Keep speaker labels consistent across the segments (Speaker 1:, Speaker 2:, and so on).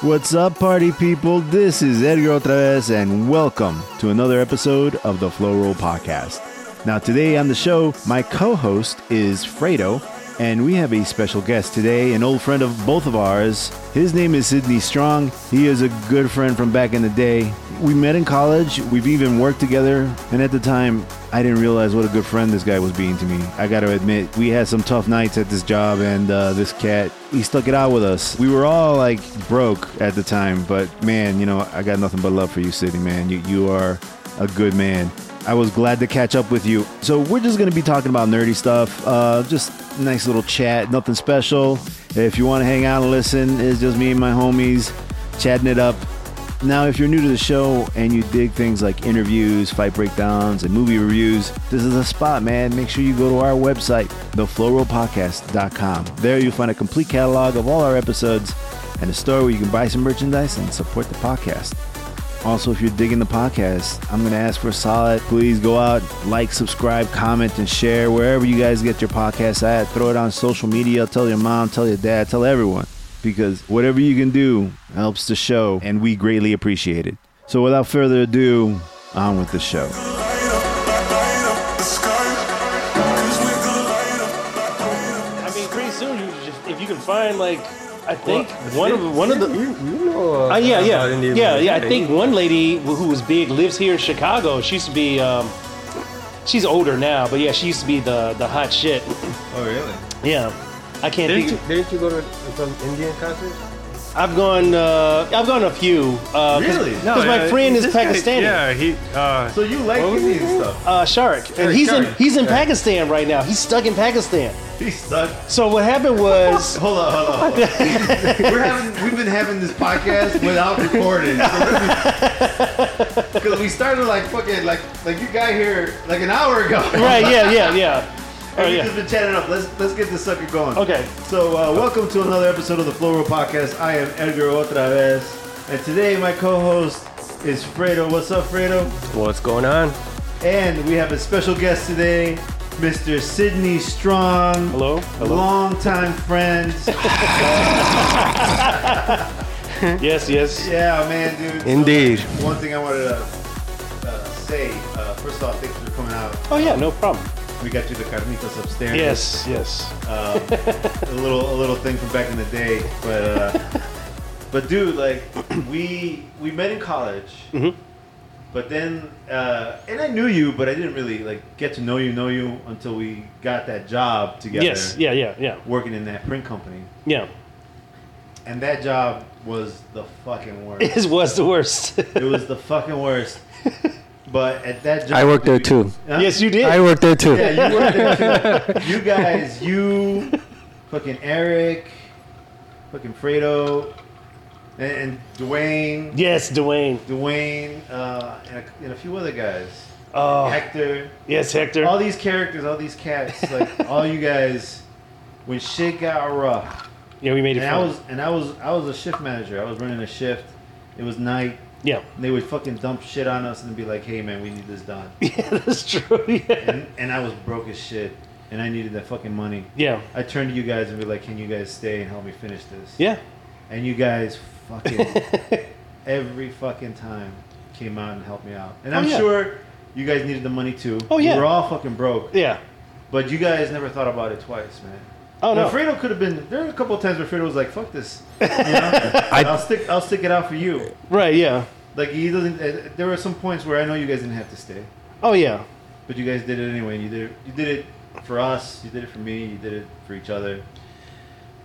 Speaker 1: What's up, party people? This is Edgar otra vez, and welcome to another episode of the Flow Roll Podcast. Now, today on the show, my co host is Fredo, and we have a special guest today, an old friend of both of ours. His name is Sidney Strong. He is a good friend from back in the day. We met in college, we've even worked together, and at the time, I didn't realize what a good friend this guy was being to me. I gotta admit, we had some tough nights at this job, and uh, this cat, he stuck it out with us. We were all like broke at the time, but man, you know, I got nothing but love for you, Sidney, man. You, you are a good man. I was glad to catch up with you. So we're just going to be talking about nerdy stuff. Uh, just nice little chat, nothing special. If you want to hang out and listen, it's just me and my homies chatting it up. Now, if you're new to the show and you dig things like interviews, fight breakdowns, and movie reviews, this is a spot, man. Make sure you go to our website, theflowrollpodcast.com. There you'll find a complete catalog of all our episodes and a store where you can buy some merchandise and support the podcast. Also, if you're digging the podcast, I'm going to ask for a solid. Please go out, like, subscribe, comment, and share wherever you guys get your podcast at. Throw it on social media. Tell your mom, tell your dad, tell everyone. Because whatever you can do helps the show, and we greatly appreciate it. So, without further ado, on with the show.
Speaker 2: I mean, pretty soon, you just, if you can find like, I think one of one of the.
Speaker 3: You, you know,
Speaker 2: Uh, yeah, yeah,
Speaker 3: about Indian
Speaker 2: yeah,
Speaker 3: music.
Speaker 2: yeah. I think one lady who who was big lives here in Chicago. She used to be, um, she's older now, but yeah, she used to be the the hot shit.
Speaker 3: Oh, really?
Speaker 2: Yeah, I can't
Speaker 3: Didn't you,
Speaker 2: think.
Speaker 3: didn't you go to some Indian concert?
Speaker 2: I've gone, uh, I've gone a few. Uh,
Speaker 3: Really? No,
Speaker 2: Because my
Speaker 3: yeah,
Speaker 2: friend is
Speaker 4: This guy-
Speaker 2: Pakistani.
Speaker 4: yeah, he. Uh,
Speaker 3: So you like Indian stuff?
Speaker 2: uh, Shark, and he's in
Speaker 3: Shark.
Speaker 2: he's in Pakistan right now. He's stuck in Pakistan.
Speaker 3: He's stuck.
Speaker 2: So what happened was,
Speaker 3: Hold on, hold on. We're having, we've been having this podcast without recording. Because we started like fucking, like, like you got here like an hour ago.
Speaker 2: right? Yeah, yeah, yeah. Oh
Speaker 1: We've
Speaker 2: yeah.
Speaker 1: just been chatting up. Let's, let's get this sucker going.
Speaker 2: Okay.
Speaker 1: So, uh, welcome to another episode of the Floral Podcast. I am Edgar Otravez, and today my co host is Fredo. What's up, Fredo?
Speaker 3: What's going on?
Speaker 1: And we have a special guest today, Mr. Sidney Strong.
Speaker 2: Hello.
Speaker 1: Longtime friend.
Speaker 2: Yes, yes.
Speaker 1: yeah, man, dude.
Speaker 3: Indeed.
Speaker 1: One thing I wanted to uh, say uh, first off, thanks for coming out.
Speaker 2: Oh yeah, no problem.
Speaker 1: We got you the carnitas upstairs.
Speaker 2: Yes, yes.
Speaker 1: a little a little thing from back in the day, but uh, but dude, like we we met in college,
Speaker 2: Mm-hmm.
Speaker 1: but then uh, and I knew you, but I didn't really like get to know you know you until we got that job together.
Speaker 2: Yes, yeah, yeah, yeah,
Speaker 1: working in that print company,
Speaker 2: yeah.
Speaker 1: and that job was the fucking worst.
Speaker 2: His was the worst.
Speaker 1: it was the fucking worst. But at that job,
Speaker 5: I worked there
Speaker 1: dude-
Speaker 5: too.
Speaker 1: Huh?
Speaker 2: yes, you did.
Speaker 5: I worked there too.
Speaker 1: Yeah, you were there too. You guys, you, fucking Eric, fucking Fredo, and, and Dwayne,
Speaker 2: yes, Dwayne.
Speaker 1: Dwayne, uh, and, a, and a few other guys.
Speaker 2: Oh,
Speaker 1: Hector,
Speaker 2: yes, Hector.
Speaker 1: all these characters, all these cats, like all you guys. When shit got rough,
Speaker 2: yeah, we made it.
Speaker 1: and I
Speaker 2: fun.
Speaker 1: was and I was I was a shift manager. I was running a shift. It was night.
Speaker 2: yeah,
Speaker 1: And they would fucking dump shit on us and be like, "Hey man, we need this done."
Speaker 2: yeah, that's true. Yeah,
Speaker 1: And, and I was broke as shit, and I needed that fucking money.
Speaker 2: yeah,
Speaker 1: I turned to you guys and be like, "Can you guys stay and help me finish this?"
Speaker 2: yeah.
Speaker 1: And you guys fucking every fucking time came out and helped me out. And
Speaker 2: Oh,
Speaker 1: I'm
Speaker 2: yeah.
Speaker 1: sure you guys needed the money too.
Speaker 2: Oh, yeah.
Speaker 1: We were all fucking broke,
Speaker 2: yeah.
Speaker 1: but you guys never thought about it twice, man.
Speaker 2: Oh
Speaker 1: Now,
Speaker 2: no.
Speaker 1: Fredo could have been. There were a couple of times where Fredo was like, "Fuck this," you know?
Speaker 5: I-
Speaker 1: I'll stick. I'll stick it out for you.
Speaker 2: Right. Yeah.
Speaker 1: Like he doesn't. Uh, there were some points where I know you guys didn't have to stay,
Speaker 2: Oh yeah.
Speaker 1: but you guys did it anyway. You did it. You did it for us. You did it for me. You did it for each other.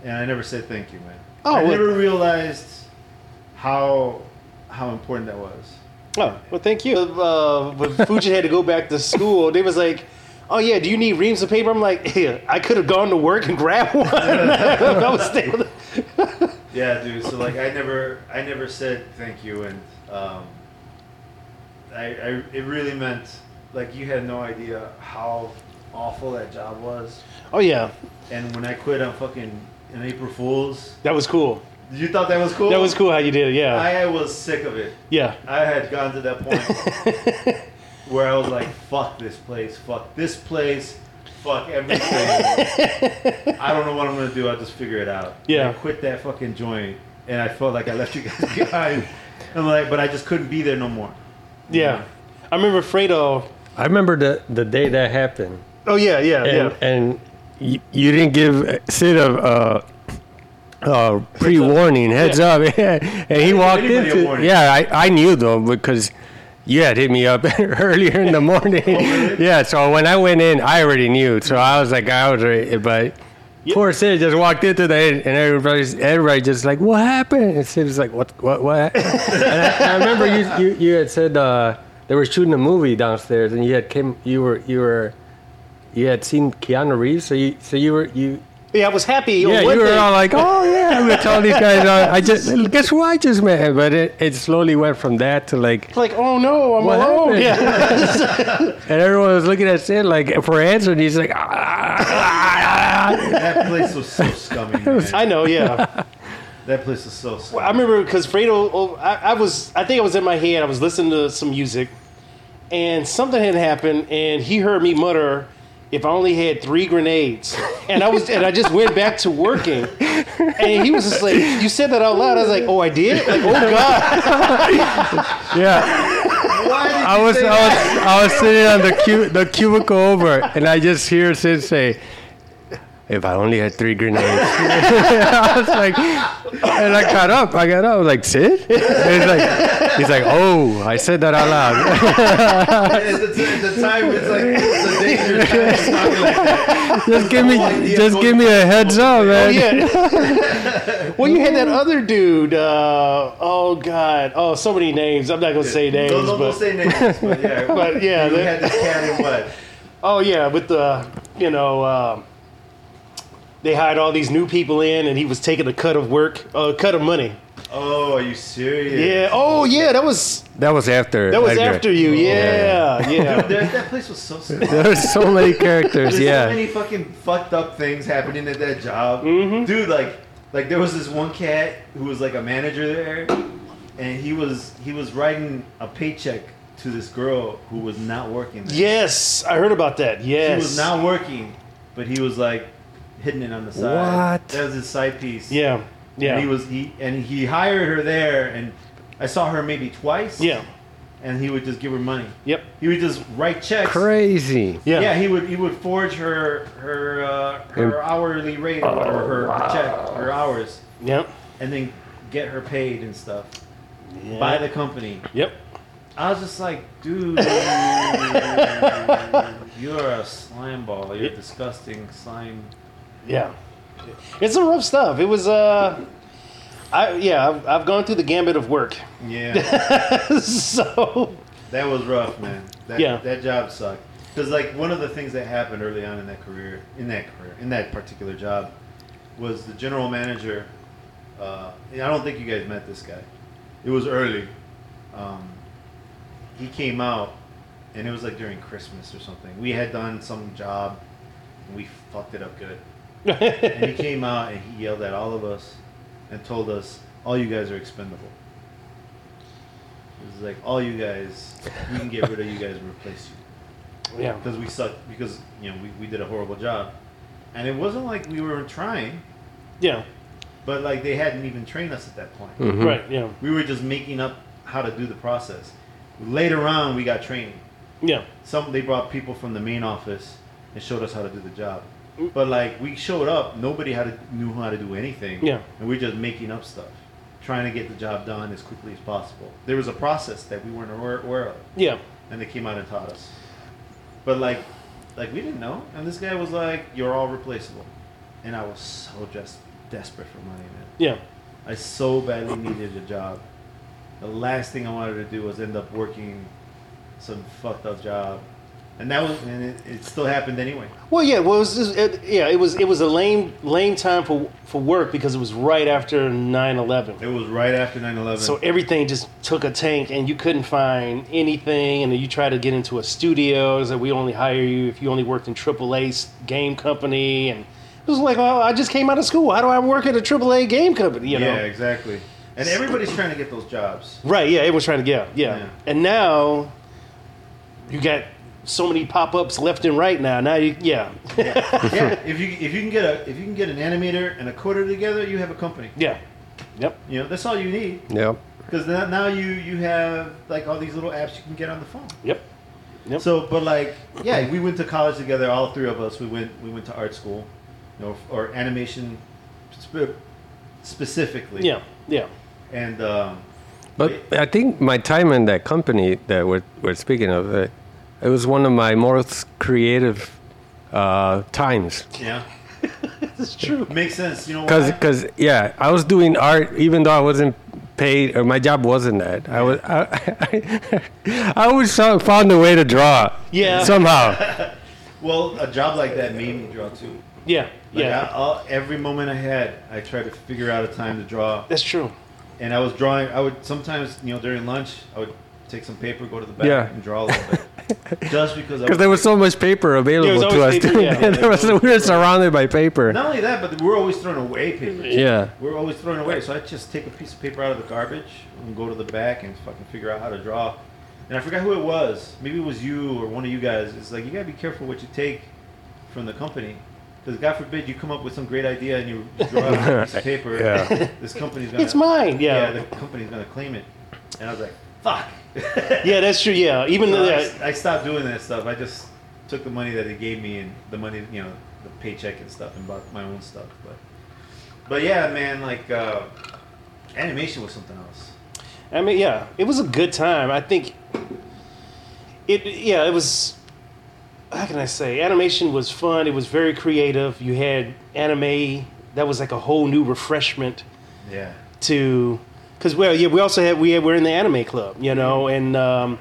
Speaker 1: And I never said thank you, man.
Speaker 2: Oh,
Speaker 1: I
Speaker 2: well-
Speaker 1: never realized how how important that was.
Speaker 2: Oh well, thank you. Uh, when Fuji had to go back to school, they was like. Oh yeah, do you need reams of paper? I'm like, yeah, I could have gone to work and grabbed one. I was still-
Speaker 1: Yeah, dude. So like, I never I never said thank you, and um, I, I it really meant like you had no idea how awful that job was.
Speaker 2: oh yeah,
Speaker 1: And when I quit on fucking an April Fools,
Speaker 2: that was cool.
Speaker 1: you thought that was cool.
Speaker 2: That was cool how you did it. Yeah,
Speaker 1: I was sick of it.
Speaker 2: yeah.
Speaker 1: I had gotten to that point where I was like, fuck this place, fuck this place, fuck everything. I don't know what I'm gonna do, I'll just figure it out.
Speaker 2: Yeah.
Speaker 1: And I quit that fucking joint and I felt like I left you guys behind. I'm like, but I just couldn't be there no more.
Speaker 2: Yeah. I remember Fredo.
Speaker 4: I remember the the day that happened,
Speaker 2: Oh yeah, yeah,
Speaker 4: and
Speaker 2: yeah.
Speaker 4: and you, you didn't give Sid a uh, uh, pre warning heads up, yeah. and he
Speaker 1: give
Speaker 4: walked
Speaker 1: anybody a
Speaker 4: into
Speaker 1: warning.
Speaker 4: yeah. I, I knew though because you had hit me up earlier in the morning.
Speaker 2: Oh,
Speaker 1: really?
Speaker 4: yeah, so when I went in, I already knew. So I was like, I was ready, but. Poor Sid just walked into that, and everybody's everybody just like, "What happened?" And Sid was like, "What? What? What?" and I, I remember you, you you had said uh, they were shooting a movie downstairs, and you had came you were you were you had seen Keanu Reeves, so you so you were you
Speaker 2: Yeah, I was happy. on
Speaker 4: yeah
Speaker 2: one
Speaker 4: you were
Speaker 2: thing.
Speaker 4: all like, "Oh yeah," we told these guys, uh, "I just guess who I just met," him. but it, it slowly went from that to like,
Speaker 2: like, oh no, I'm
Speaker 4: What
Speaker 2: alone.
Speaker 4: happened?
Speaker 2: Yeah.
Speaker 4: and everyone was looking at Sid like for answer, and he's like, "Ah."
Speaker 1: That place was so scummy. Man.
Speaker 2: I know, yeah.
Speaker 1: That place was so scummy.
Speaker 2: I remember because Fredo, oh, I, I was, I think I was in my head. I was listening to some music, and something had happened, and he heard me mutter, "If I only had three grenades," and I was, and I just went back to working, and he was just like, "You said that out loud." I was like, "Oh, I did." Like, oh God.
Speaker 4: yeah.
Speaker 1: Why did
Speaker 4: I
Speaker 1: you
Speaker 4: was,
Speaker 1: say
Speaker 4: I was, I was sitting on the cu- the cubicle over, and I just hear Sid say, "If I only had three grenades." I was like, and I got up. I got up. I was like, Sid. And he's like, he's like, oh, I said that out loud.
Speaker 1: at, the t- at the time, it's like it's a dangerous time to talk like that.
Speaker 4: just give me, just give me a heads up,
Speaker 2: Oh
Speaker 4: man.
Speaker 2: yeah. well, you had that other dude. Uh, oh God. Oh, so many names. I'm not gonna say names,
Speaker 1: Don't, don't,
Speaker 2: but
Speaker 1: don't say names, but yeah.
Speaker 2: But, yeah,
Speaker 1: you
Speaker 2: they-
Speaker 1: had this cat in what?
Speaker 2: Oh yeah, with the you know um they hired all these new people in, and he was taking a cut of work, a cut of money.
Speaker 1: Oh, are you serious?
Speaker 2: Yeah. Oh yeah, that was
Speaker 4: That was after.
Speaker 2: that was
Speaker 4: Edgar.
Speaker 2: after you. Yeah, yeah.
Speaker 1: There, that place was so scummy.
Speaker 4: There was so many characters.
Speaker 1: There's so
Speaker 4: yeah.
Speaker 1: many fucking fucked up things happening at that job,
Speaker 2: Mm-hmm.
Speaker 1: dude. Like, like there was this one cat who was like a manager there, and he was he was writing a paycheck to this girl who was not working. There.
Speaker 2: Yes, I heard about that.
Speaker 1: she
Speaker 2: Yes.
Speaker 1: was not working, but he was like hitting it on the side.
Speaker 4: What?
Speaker 1: That was his side piece.
Speaker 2: Yeah.
Speaker 1: And he
Speaker 2: Yeah.
Speaker 1: was he and he hired her there, and I saw her maybe twice.
Speaker 2: Yeah.
Speaker 1: And he would just give her money.
Speaker 2: Yep.
Speaker 1: He would just write checks.
Speaker 4: Crazy.
Speaker 2: Yeah.
Speaker 1: Yeah. he would he would forge her her uh, her hourly rate or whatever, her
Speaker 2: Oh,
Speaker 1: check, her hours,
Speaker 2: Yep.
Speaker 1: and then get her paid and stuff
Speaker 2: Yeah.
Speaker 1: by the company.
Speaker 2: Yep.
Speaker 1: I was just like, dude, you're a slime ball. You're a disgusting slime.
Speaker 2: Yeah. It's some rough stuff. It was uh. I, yeah, I've, I've gone through the gambit of work.
Speaker 1: Yeah,
Speaker 2: so,
Speaker 1: that was rough, man. That,
Speaker 2: Yeah.
Speaker 1: that job sucked. Because like one of the things that happened early on in that career, in that career, in that particular job, was the general manager. Uh, I don't think you guys met this guy. It was early. Um, he came out, and it was like during Christmas or something. We had done some job, and we fucked it up good. and he came out and he yelled at all of us, and told us, "All you guys are expendable." It was like, "All you guys, we can get rid of you guys and replace you."
Speaker 2: yeah.
Speaker 1: because we sucked because you know we, we did a horrible job and it wasn't like we were trying
Speaker 2: Yeah.
Speaker 1: but like they hadn't even trained us at that point
Speaker 2: Right. Yeah.
Speaker 1: we were just making up how to do the process later on we got training
Speaker 2: Yeah.
Speaker 1: some they brought people from the main office and showed us how to do the job but like we showed up nobody had to, knew how to do anything
Speaker 2: Yeah.
Speaker 1: and we're just making up stuff trying to get the job done as quickly as possible there was a process that we weren't aware, aware of
Speaker 2: Yeah.
Speaker 1: and they came out and taught us. But like, like we didn't know, and this guy was like, "You're all replaceable," and I was so just desperate for money, man.
Speaker 2: Yeah.
Speaker 1: I so badly needed a job. The last thing I wanted to do was end up working some fucked up job, and that was, and it, it still happened anyway.
Speaker 2: Well, yeah, well, it was just, it, yeah, it was it was a lame lame time for for work because it was right after 9/11.
Speaker 1: It was right after 9/11.
Speaker 2: So everything just took a tank, and you couldn't find anything. And then you tried to get into a studio. It was like we only hire you if you only worked in AAA game company. And it was like, well, I just came out of school. How do I work at a AAA game company? You know,
Speaker 1: yeah, exactly. And everybody's trying to get those jobs.
Speaker 2: right? Yeah, everyone's trying to get out. Yeah.
Speaker 1: Yeah.
Speaker 2: And now you got so many pop ups left and right. Now, now you, yeah,
Speaker 1: yeah, if you if you can get a if you can get an animator and a coder together, you have a company.
Speaker 2: yeah, Yep.
Speaker 1: You know, that's all you need.
Speaker 4: Yep.
Speaker 1: Because now, now you you have like all these little apps you can get on the phone.
Speaker 2: Yep. Yep.
Speaker 1: So, but like, yeah, we went to college together. All three of us. We went we went to art school, you know, or animation spe- specifically.
Speaker 2: Yeah. Yeah.
Speaker 1: And um,
Speaker 4: But I think my time in that company that we're, we're speaking of, uh, it was one of my most creative uh, times.
Speaker 1: yeah,
Speaker 2: It's true.
Speaker 1: makes sense. You know,
Speaker 4: Cause,
Speaker 1: why?
Speaker 4: cause, yeah, I was doing art even though I wasn't paid or my job wasn't that. I was, I, I, I always saw- found a way to draw.
Speaker 2: Yeah.
Speaker 4: Somehow.
Speaker 1: well, a job like that made me draw too.
Speaker 2: Yeah.
Speaker 1: Like
Speaker 2: Yeah.
Speaker 1: I, all, every moment I had, I tried to figure out a time to draw.
Speaker 2: That's true.
Speaker 1: And I was drawing. I would sometimes, you know, during lunch, I would take some paper, go to the back,
Speaker 4: Yeah.
Speaker 1: and draw a little bit, just because. I
Speaker 4: Because
Speaker 1: was-
Speaker 4: there was so much paper available to us.
Speaker 2: always paper, yeah.
Speaker 4: there was, we were surrounded by paper.
Speaker 1: Not only that, but we're always throwing away paper. too.
Speaker 4: Yeah.
Speaker 1: We're always throwing away. So I just take a piece of paper out of the garbage and go to the back and fucking figure out how to draw. And I forgot who it was. Maybe it was you or one of you guys. It's like you gotta be careful what you take from the company. Because God forbid you come up with some great idea and you you draw it on a piece of paper.
Speaker 4: Yeah.
Speaker 1: This company's gonna.
Speaker 2: It's mine.
Speaker 1: Yeah,
Speaker 2: Yeah.
Speaker 1: the
Speaker 2: Yeah.
Speaker 1: company's gonna claim it. And I was like, fuck.
Speaker 2: that's true. Yeah. Even
Speaker 1: So
Speaker 2: though
Speaker 1: I,
Speaker 2: yeah,
Speaker 1: I stopped doing that stuff. I just took the money that they gave me and the money, you know, the paycheck and stuff, and bought my own stuff. But, but yeah, man, like uh, animation was something else.
Speaker 2: I mean, yeah, it was a good time. I think it, yeah, it was. How can I say? Animation was fun. It was very creative. You had anime. That was like a whole new refreshment
Speaker 1: Yeah,
Speaker 2: to, because well, yeah, we also had we had, we're in the anime club, you know, and um,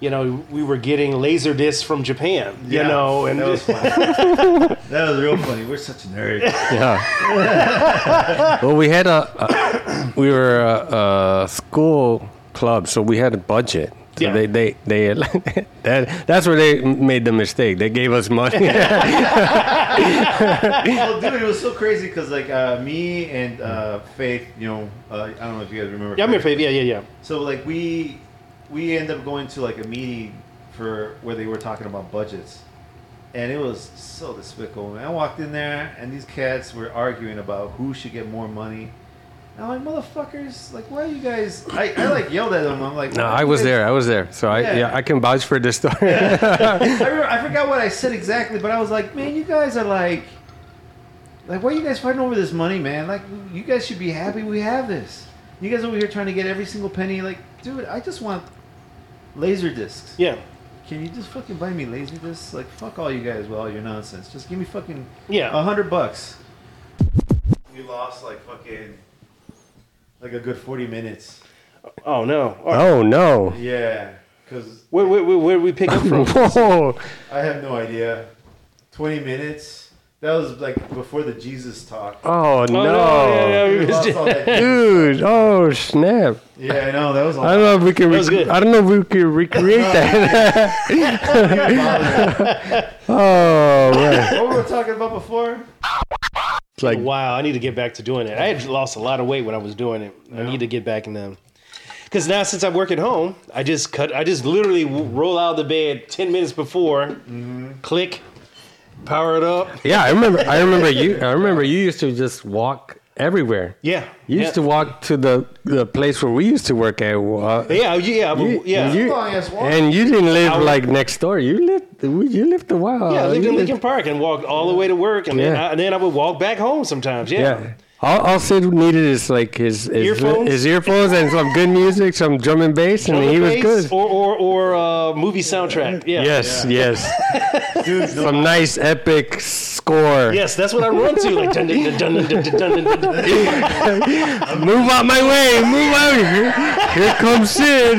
Speaker 2: you know we were getting laser discs from Japan, you
Speaker 1: Yeah,
Speaker 2: know, and
Speaker 1: that was funny. that was real funny. We're such nerds.
Speaker 4: Yeah. well, we had a, a we were a, a school club, so we had a budget. So
Speaker 2: Yeah.
Speaker 4: they they they that that's where they made the mistake. They gave us money.
Speaker 1: well, dude, it was so crazy because like uh, me and uh, Faith, you know, uh, I don't know if you guys remember.
Speaker 2: yeah, I remember, Faith, yeah, yeah, yeah,
Speaker 1: So like we we end up going to like a meeting for where they were talking about budgets, and it was so despicable. Man. I walked in there and these cats were arguing about who should get more money. And I'm like, motherfuckers! Like, why are you guys? I, I like yelled at them. I'm like,
Speaker 4: no,
Speaker 1: "Why
Speaker 4: I
Speaker 1: you
Speaker 4: was
Speaker 1: guys-"
Speaker 4: there. I was there. So I
Speaker 1: Yeah.
Speaker 4: yeah, I can vouch for this story.
Speaker 1: I, remember, I forgot what I said exactly, but I was like, man, you guys are like, like, why are you guys fighting over this money, man? Like, you guys should be happy we have this. You guys over here trying to get every single penny. Like, dude, I just want laser discs.
Speaker 2: yeah,
Speaker 1: Can you just fucking buy me laser discs? Like, fuck all you guys with all your nonsense. Just give me fucking
Speaker 2: Yeah.
Speaker 1: a hundred bucks. We lost like fucking like a good forty minutes.
Speaker 2: Oh no, All right.
Speaker 4: oh no!
Speaker 1: Yeah, because
Speaker 2: where, where, where, where did we pick up from?
Speaker 4: Whoa!
Speaker 1: I have no idea. Twenty minutes. That was like before the Jesus talk.
Speaker 4: Oh no!
Speaker 2: yeah, yeah,
Speaker 1: We
Speaker 2: we was
Speaker 1: lost all that-
Speaker 4: Dude! Oh snap!
Speaker 1: yeah, I know that was all.
Speaker 4: I don't know if we can.
Speaker 2: That was
Speaker 4: Rec-
Speaker 2: good.
Speaker 4: I don't know if we can recreate that. oh man!
Speaker 1: what we were talking about before.
Speaker 4: It's like
Speaker 2: Wow, I need to get back to doing it. I had lost a lot of weight when I was doing it. I need to get back in them. Because now since I work at home, I just cut. I just literally w- roll out of the bed ten minutes before, Mm-hmm. click, power it up.
Speaker 4: Yeah, I remember. I remember you. I remember you used to just walk everywhere.
Speaker 2: Yeah,
Speaker 4: You used to walk to the the place where we used to work at. Uh,
Speaker 2: Yeah, yeah, yeah,
Speaker 4: you-
Speaker 2: yeah.
Speaker 4: you-
Speaker 1: Long-ass walk.
Speaker 4: and you didn't live
Speaker 2: Hour.
Speaker 4: like next door. You lived. You lived a while.
Speaker 2: yeah, I lived
Speaker 4: You
Speaker 2: in
Speaker 4: lived-
Speaker 2: Lincoln Park and walked all the way to work, and, then,
Speaker 4: Yeah.
Speaker 2: I, and then I would walk back home sometimes. Yeah,
Speaker 4: Yeah. All, all Sid needed is like his his
Speaker 2: Earphones?
Speaker 4: his earphones and some good music, some drum and bass,
Speaker 2: On
Speaker 4: and
Speaker 2: the
Speaker 4: he was
Speaker 2: bass
Speaker 4: good.
Speaker 2: Or or or uh, movie soundtrack. Yeah.
Speaker 4: yes, yes.
Speaker 1: Dude, no,
Speaker 4: Some nice epic score.
Speaker 2: Yes, that's what I run to. Like dun dun dun dun dun dun dun dun. dun.
Speaker 4: Move out my way! Move out! Here, here comes Sid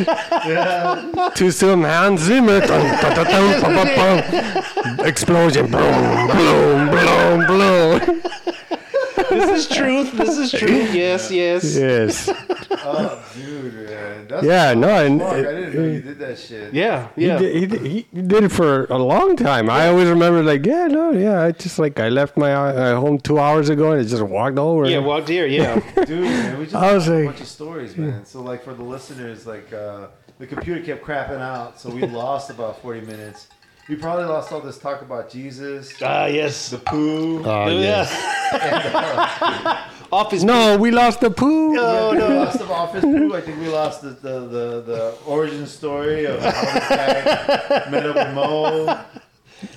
Speaker 4: to some Hans Zimmer. Dun, dun, dun, dun, bum, bum, bum. Explosion! Bloom, bloom, bloom, bloom.
Speaker 2: This is truth. This is truth. Yes, yes.
Speaker 4: Yes.
Speaker 1: oh, dude, man. That's
Speaker 4: Yeah. No. And
Speaker 1: Fuck, I didn't know you did that shit.
Speaker 2: Yeah,
Speaker 4: he,
Speaker 2: yeah.
Speaker 4: did, he, did, he did it for a long time. I always remember, like, yeah, no, yeah. I just like I left my uh, home two hours ago and I just walked over.
Speaker 2: Yeah, walked here. Yeah,
Speaker 1: Dude, man, we just
Speaker 4: I was
Speaker 1: had a
Speaker 4: like-
Speaker 1: bunch of stories, man. So like for the listeners, like uh, the computer kept crapping out, so we lost about forty minutes.
Speaker 3: You probably lost all this talk about Jesus,
Speaker 2: Ah, yes.
Speaker 3: the poo.
Speaker 4: Oh,
Speaker 2: Off his
Speaker 4: No, we lost the poo.
Speaker 3: no, no, lost the office poo. I think we lost the the, the, the origin story of how this guy met up with Mo.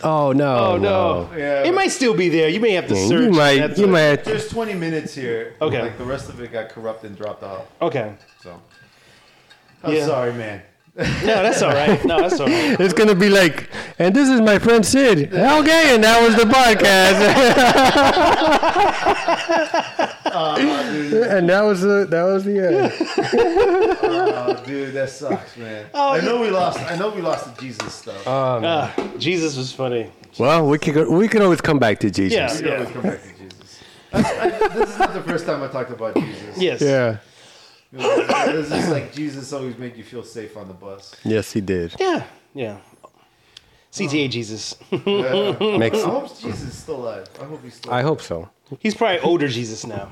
Speaker 4: Oh no.
Speaker 2: Oh no!
Speaker 3: Yeah.
Speaker 2: it might still be there. You may have to
Speaker 4: Yeah,
Speaker 2: search.
Speaker 4: You might.
Speaker 2: That's
Speaker 4: You
Speaker 2: a-
Speaker 4: might.
Speaker 3: There's 20 minutes here.
Speaker 2: Okay.
Speaker 3: Like the rest of it got corrupted and dropped off.
Speaker 2: Okay.
Speaker 3: So I'm
Speaker 2: Yeah.
Speaker 3: sorry, man.
Speaker 2: No, that's all right. No, that's all right.
Speaker 4: It's gonna be like, and this is my friend Sid. Okay, and that was the podcast. and that was the that was the end.
Speaker 3: Oh, dude, that sucks, man. I know we lost. I know we lost the Jesus stuff.
Speaker 4: Oh,
Speaker 2: Ah, Jesus was funny.
Speaker 4: Well, we could go, we could always come back to Jesus.
Speaker 2: Yeah,
Speaker 3: We always
Speaker 2: yeah.
Speaker 3: come back to Jesus. I, I, this is not the first time I talked about Jesus.
Speaker 2: Yes.
Speaker 4: Yeah.
Speaker 3: It was just like Jesus always made you feel safe on the bus.
Speaker 4: Yes, he did.
Speaker 2: Yeah. Yeah. CTA Jesus.
Speaker 3: Yeah.
Speaker 4: Makes.
Speaker 3: I hope Jesus is still alive. I hope he's still.
Speaker 4: I
Speaker 3: alive.
Speaker 4: hope so.
Speaker 2: He's probably older Jesus now.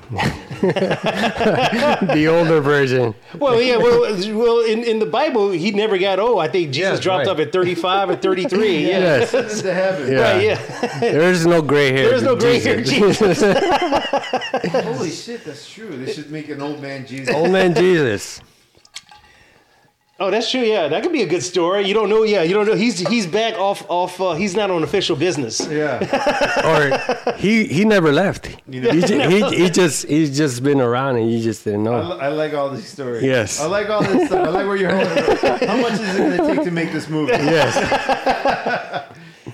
Speaker 4: The older version.
Speaker 2: Well, yeah. Well, well, in, in the Bible, he never got old. I think Jesus
Speaker 4: Yeah,
Speaker 2: dropped
Speaker 4: right.
Speaker 2: up at thirty five or thirty three. Yeah.
Speaker 4: Yes.
Speaker 3: Into heaven.
Speaker 4: Yeah.
Speaker 2: Right, yeah.
Speaker 4: There is no gray hair.
Speaker 2: There is no gray hair,
Speaker 3: Holy shit, that's true. They should make an old man Jesus.
Speaker 4: Old man Jesus.
Speaker 2: Oh, that's true. Yeah, that could be a good story. You don't know. Yeah, you don't know. He's he's back off off. Uh, he's not on official business.
Speaker 3: Yeah.
Speaker 4: or he he never left.
Speaker 3: know.
Speaker 4: he, ju- he, he just he's just been around and you just didn't
Speaker 3: I,
Speaker 4: know.
Speaker 3: li- I like all these stories.
Speaker 4: Yes.
Speaker 3: I like all this stuff. I like where you're going. How much is it going to take to make this movie?
Speaker 4: Yes,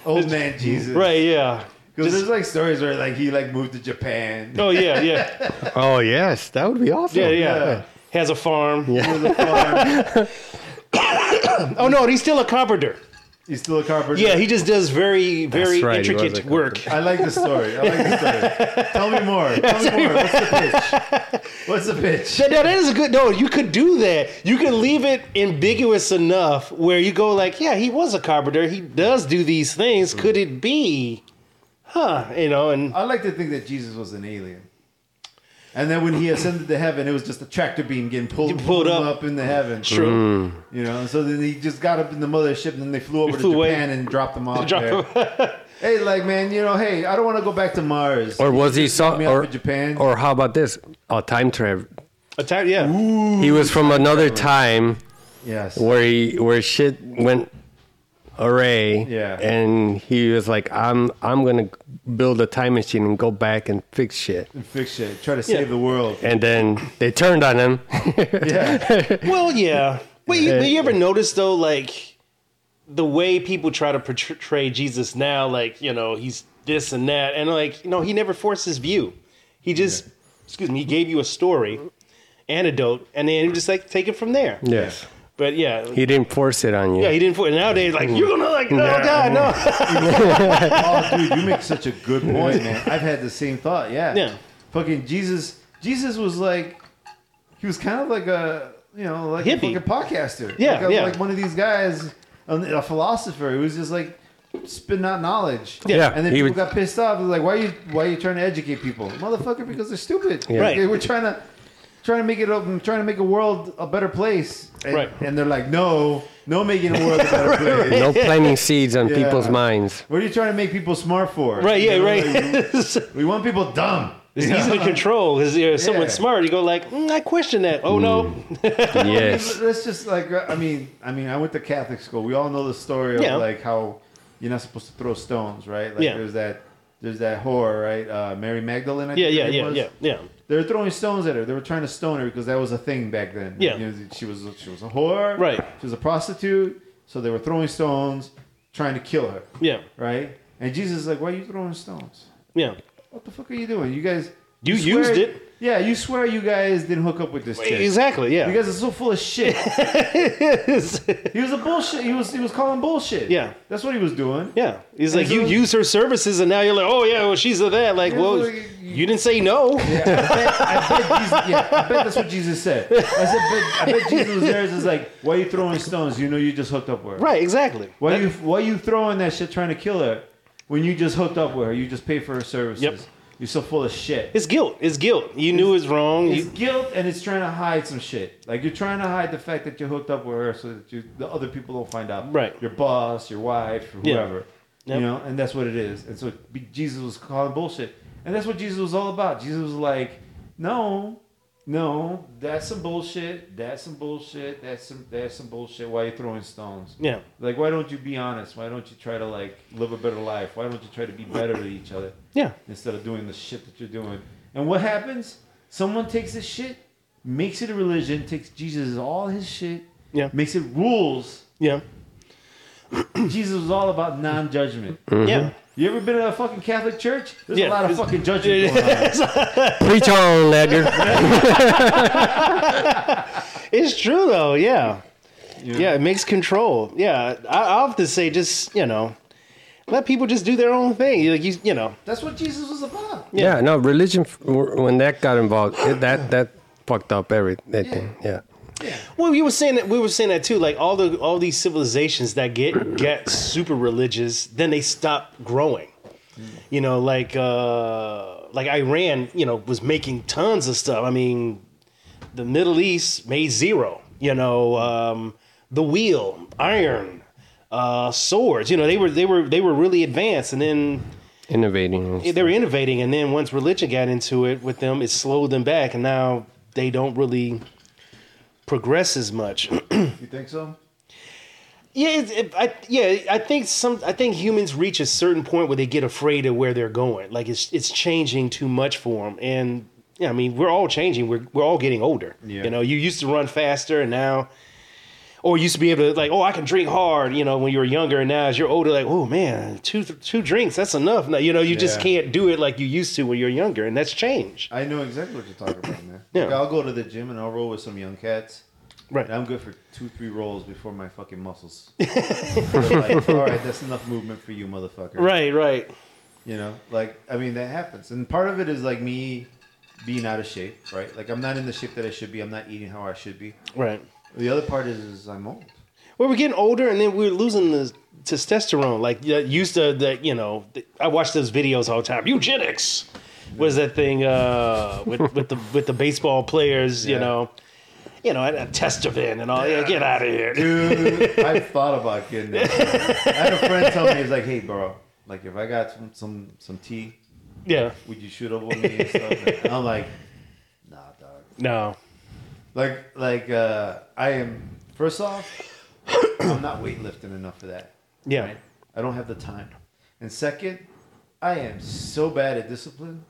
Speaker 3: Old man Jesus.
Speaker 2: Right. Yeah.
Speaker 3: Because there's like stories where like he like moved to Japan.
Speaker 2: Oh yeah. Yeah.
Speaker 4: oh yes, that would be awesome.
Speaker 2: Yeah. Yeah. Has a farm.
Speaker 3: He was a farm.
Speaker 2: Oh no, he's still a carpenter.
Speaker 3: He's still a carpenter.
Speaker 2: Yeah, he just does very very
Speaker 4: right, he was a
Speaker 2: intricate work.
Speaker 3: I like the story. I like the story. Tell me more. Tell me more. What's the pitch? What's the pitch?
Speaker 2: That, that is a good no. You could do that. You could leave it ambiguous enough where you go like, yeah, he was a carpenter. He does do these things. Could it be? Huh? You know, and
Speaker 3: I like to think that Jesus was an alien. And then when he ascended to heaven, it was just a tractor beam getting pulled,
Speaker 2: Pulled
Speaker 3: pulled
Speaker 2: up.
Speaker 3: up. in the heaven.
Speaker 2: true.
Speaker 3: You know, so then he just got up in the mothership, and then they flew over
Speaker 2: flew
Speaker 3: to
Speaker 2: away.
Speaker 3: Japan and dropped them off
Speaker 2: Drop-
Speaker 3: there. hey, like man, you know, hey, I don't want to go back to Mars.
Speaker 4: Or was he saw
Speaker 3: me off
Speaker 4: or
Speaker 3: in Japan.
Speaker 4: Or how about this? A time travel.
Speaker 2: a time, yeah.
Speaker 4: He was from another time
Speaker 3: yes,
Speaker 4: where he where shit went array.
Speaker 3: Yeah.
Speaker 4: and he was like, I'm I'm gonna build a time machine and go back and fix shit.
Speaker 3: fix shit. Try to save the world.
Speaker 4: And then they turned on him.
Speaker 3: Yeah,
Speaker 2: Well, yeah. But you, but you ever notice though, like the way people try to portray Jesus now, like you know he's this and that, and like you know he never forced his view. He just, excuse me, he gave you a story, antidote, and then you just like take it from there.
Speaker 4: yes,
Speaker 2: But yeah,
Speaker 4: he didn't force it on you.
Speaker 2: yeah, he didn't. For, nowadays, like
Speaker 3: Mm.
Speaker 2: you're gonna like, oh
Speaker 4: Yeah.
Speaker 2: god, no.
Speaker 3: oh, dude, you make such a good point, man. I've had the same thought. Yeah,
Speaker 2: Yeah.
Speaker 3: Fucking Jesus. Jesus was like, he was kind of like a you know like
Speaker 2: Hippie.
Speaker 3: a fucking podcaster.
Speaker 2: Yeah,
Speaker 3: like, a-
Speaker 2: yeah.
Speaker 3: like one of these guys, a, a philosopher who was just like spitting out knowledge.
Speaker 4: Yeah,
Speaker 3: and then
Speaker 4: he
Speaker 3: people
Speaker 4: would-
Speaker 3: got pissed off. They're like, why are you why are you trying to educate people, motherfucker? Because they're stupid.
Speaker 2: Right.
Speaker 3: They were trying to. Trying to make it open, trying to make a world a better place, and,
Speaker 2: Right.
Speaker 3: and they're like, "No, no, making a world a better place.
Speaker 4: no planting seeds on
Speaker 3: Yeah.
Speaker 4: people's minds.
Speaker 3: What are you trying to make people smart for?
Speaker 2: Right, yeah,
Speaker 3: You know,
Speaker 2: right.
Speaker 3: like,
Speaker 2: it's
Speaker 3: we want people dumb.
Speaker 2: easy to control. Because you know,
Speaker 3: Yeah. Mm.
Speaker 2: someone's smart, you go like, mm, I question that. Oh no,
Speaker 4: Yes.
Speaker 3: Let's just like I mean, I mean, I went to Catholic school. We all know the story of
Speaker 2: Yeah.
Speaker 3: like how you're not supposed to throw stones, right? Like
Speaker 2: Yeah.
Speaker 3: there's that there's that whore, right? Uh, Mary Magdalene. I
Speaker 2: yeah,
Speaker 3: think
Speaker 2: yeah,
Speaker 3: it
Speaker 2: yeah,
Speaker 3: was.
Speaker 2: yeah, yeah.
Speaker 3: They were throwing stones at her. They were trying to stone her because that was a thing back then.
Speaker 2: Yeah.
Speaker 3: You know, she was she was a whore.
Speaker 2: Right.
Speaker 3: She was a prostitute. So they were throwing stones, trying to kill her.
Speaker 2: Yeah,
Speaker 3: Right. And Jesus is like, why are you throwing stones?
Speaker 2: yeah.
Speaker 3: What the fuck are you doing? You guys.
Speaker 2: You
Speaker 3: swear-
Speaker 2: used it.
Speaker 3: Yeah, you swear you guys didn't hook up with this chick.
Speaker 2: Exactly. Yeah.
Speaker 3: You guys are so full of shit. he was a bullshit. He was he was calling bullshit.
Speaker 2: Yeah.
Speaker 3: that's what he was doing.
Speaker 2: Yeah, he's like
Speaker 3: so-
Speaker 2: you use her services, and now you're like, oh yeah, well she's a that. Like,
Speaker 3: Yeah,
Speaker 2: well,
Speaker 3: like,
Speaker 2: you didn't say no.
Speaker 3: Yeah, I, bet, I, bet Jesus, yeah, I bet that's what Jesus said. I said, but, I bet Jesus was there. It's just like, why are you throwing stones? You know, you just hooked up with her.
Speaker 2: Right, exactly.
Speaker 3: Why you why you throwing that shit trying to kill her when you just hooked up with her? You just paid for her services.
Speaker 2: Yep.
Speaker 3: You're so full of shit.
Speaker 2: It's guilt. It's guilt. You knew it's wrong.
Speaker 3: It's
Speaker 2: You,
Speaker 3: guilt, and it's trying to hide some shit. Like you're trying to hide the fact that you hooked up with her, so that you, the other people don't find out.
Speaker 2: Right.
Speaker 3: Your boss, your wife, or
Speaker 2: Yeah.
Speaker 3: whoever.
Speaker 2: Yep.
Speaker 3: You know, and that's what it is. And so be- Jesus was calling bullshit, and that's what Jesus was all about. Jesus was like, no, no, that's some bullshit. That's some bullshit. That's some that's some bullshit. Why are you throwing stones?
Speaker 2: yeah.
Speaker 3: Like, why don't you be honest? Why don't you try to like live a better life? Why don't you try to be better to each other?
Speaker 2: Yeah.
Speaker 3: instead of doing the shit that you're doing. And what happens? Someone takes this shit, makes it a religion, takes Jesus' all his shit,
Speaker 2: Yeah.
Speaker 3: makes it rules.
Speaker 2: Yeah.
Speaker 3: Jesus was all about non-judgment.
Speaker 2: Yeah.
Speaker 3: You ever been to a fucking Catholic church? There's
Speaker 2: Yeah.
Speaker 3: a lot of fucking judgment going on.
Speaker 4: Preach on, Ledger.
Speaker 2: It's true though. Yeah. yeah. it makes control. Yeah. I, I often say just, you know, let people just do their own thing. You- Like you, you know.
Speaker 3: That's what Jesus was about.
Speaker 4: yeah. no, religion. f- When that got involved, it, that that fucked up everything. Yeah.
Speaker 2: Well, you were saying that we were saying that too. Like all the all these civilizations that get get super religious, then they stop growing. You know, like uh, like Iran, you know, was making tons of stuff. I mean, the Middle East made zero. You know, um, the wheel, iron, uh, swords. You know, they were they were they were really advanced, and then
Speaker 4: Innovating. and
Speaker 2: yeah, they were innovating, and then once religion got into it with them, it slowed them back, and now they don't really progress as much.
Speaker 3: You think so?
Speaker 2: yeah, it, it, I, yeah, I think some. I think humans reach a certain point where they get afraid of where they're going. Like it's it's changing too much for them, and yeah, I mean we're all changing. We're we're all getting older.
Speaker 3: Yeah.
Speaker 2: You know, you used to run faster, and now. Or you used to be able to like, oh, I can drink hard, you know, when you were younger, and now as you're older, like, oh man, two two drinks, that's enough. Now, you know, you just
Speaker 3: Yeah.
Speaker 2: can't do it like you used to when you were younger, and that's change.
Speaker 3: I know exactly what you're talking about, man.
Speaker 2: Yeah.
Speaker 3: Like, I'll go to the gym and I'll roll with some young cats.
Speaker 2: Right.
Speaker 3: And I'm good for two, three rolls before my fucking muscles. like, all right, that's enough movement for you, motherfucker.
Speaker 2: Right, right.
Speaker 3: You know, like I mean, that happens, and part of it is like me being out of shape, right? Like I'm not in the shape that I should be. I'm not eating how I should be.
Speaker 2: Right.
Speaker 3: The other part is, is I'm old.
Speaker 2: Well, we're getting older, and then we're losing the testosterone. Like yeah, used to, that you know, th- I watch those videos all the time. Eugenics was that thing uh, with with the with the baseball players, you
Speaker 3: Yeah.
Speaker 2: know, you know, and a testovan and all. Yeah, get out of here.
Speaker 3: Dude, I thought about getting that. I had a friend tell me, he's like, "Hey, bro, like if I got some some some tea,
Speaker 2: Yeah,
Speaker 3: would you shoot up with me and stuff?" And I'm like, "Nah, dog."
Speaker 2: no,
Speaker 3: Like like uh, I am. First off, I'm not weightlifting enough for that.
Speaker 2: yeah,
Speaker 3: right? I don't have the time. And second, I am so bad at discipline.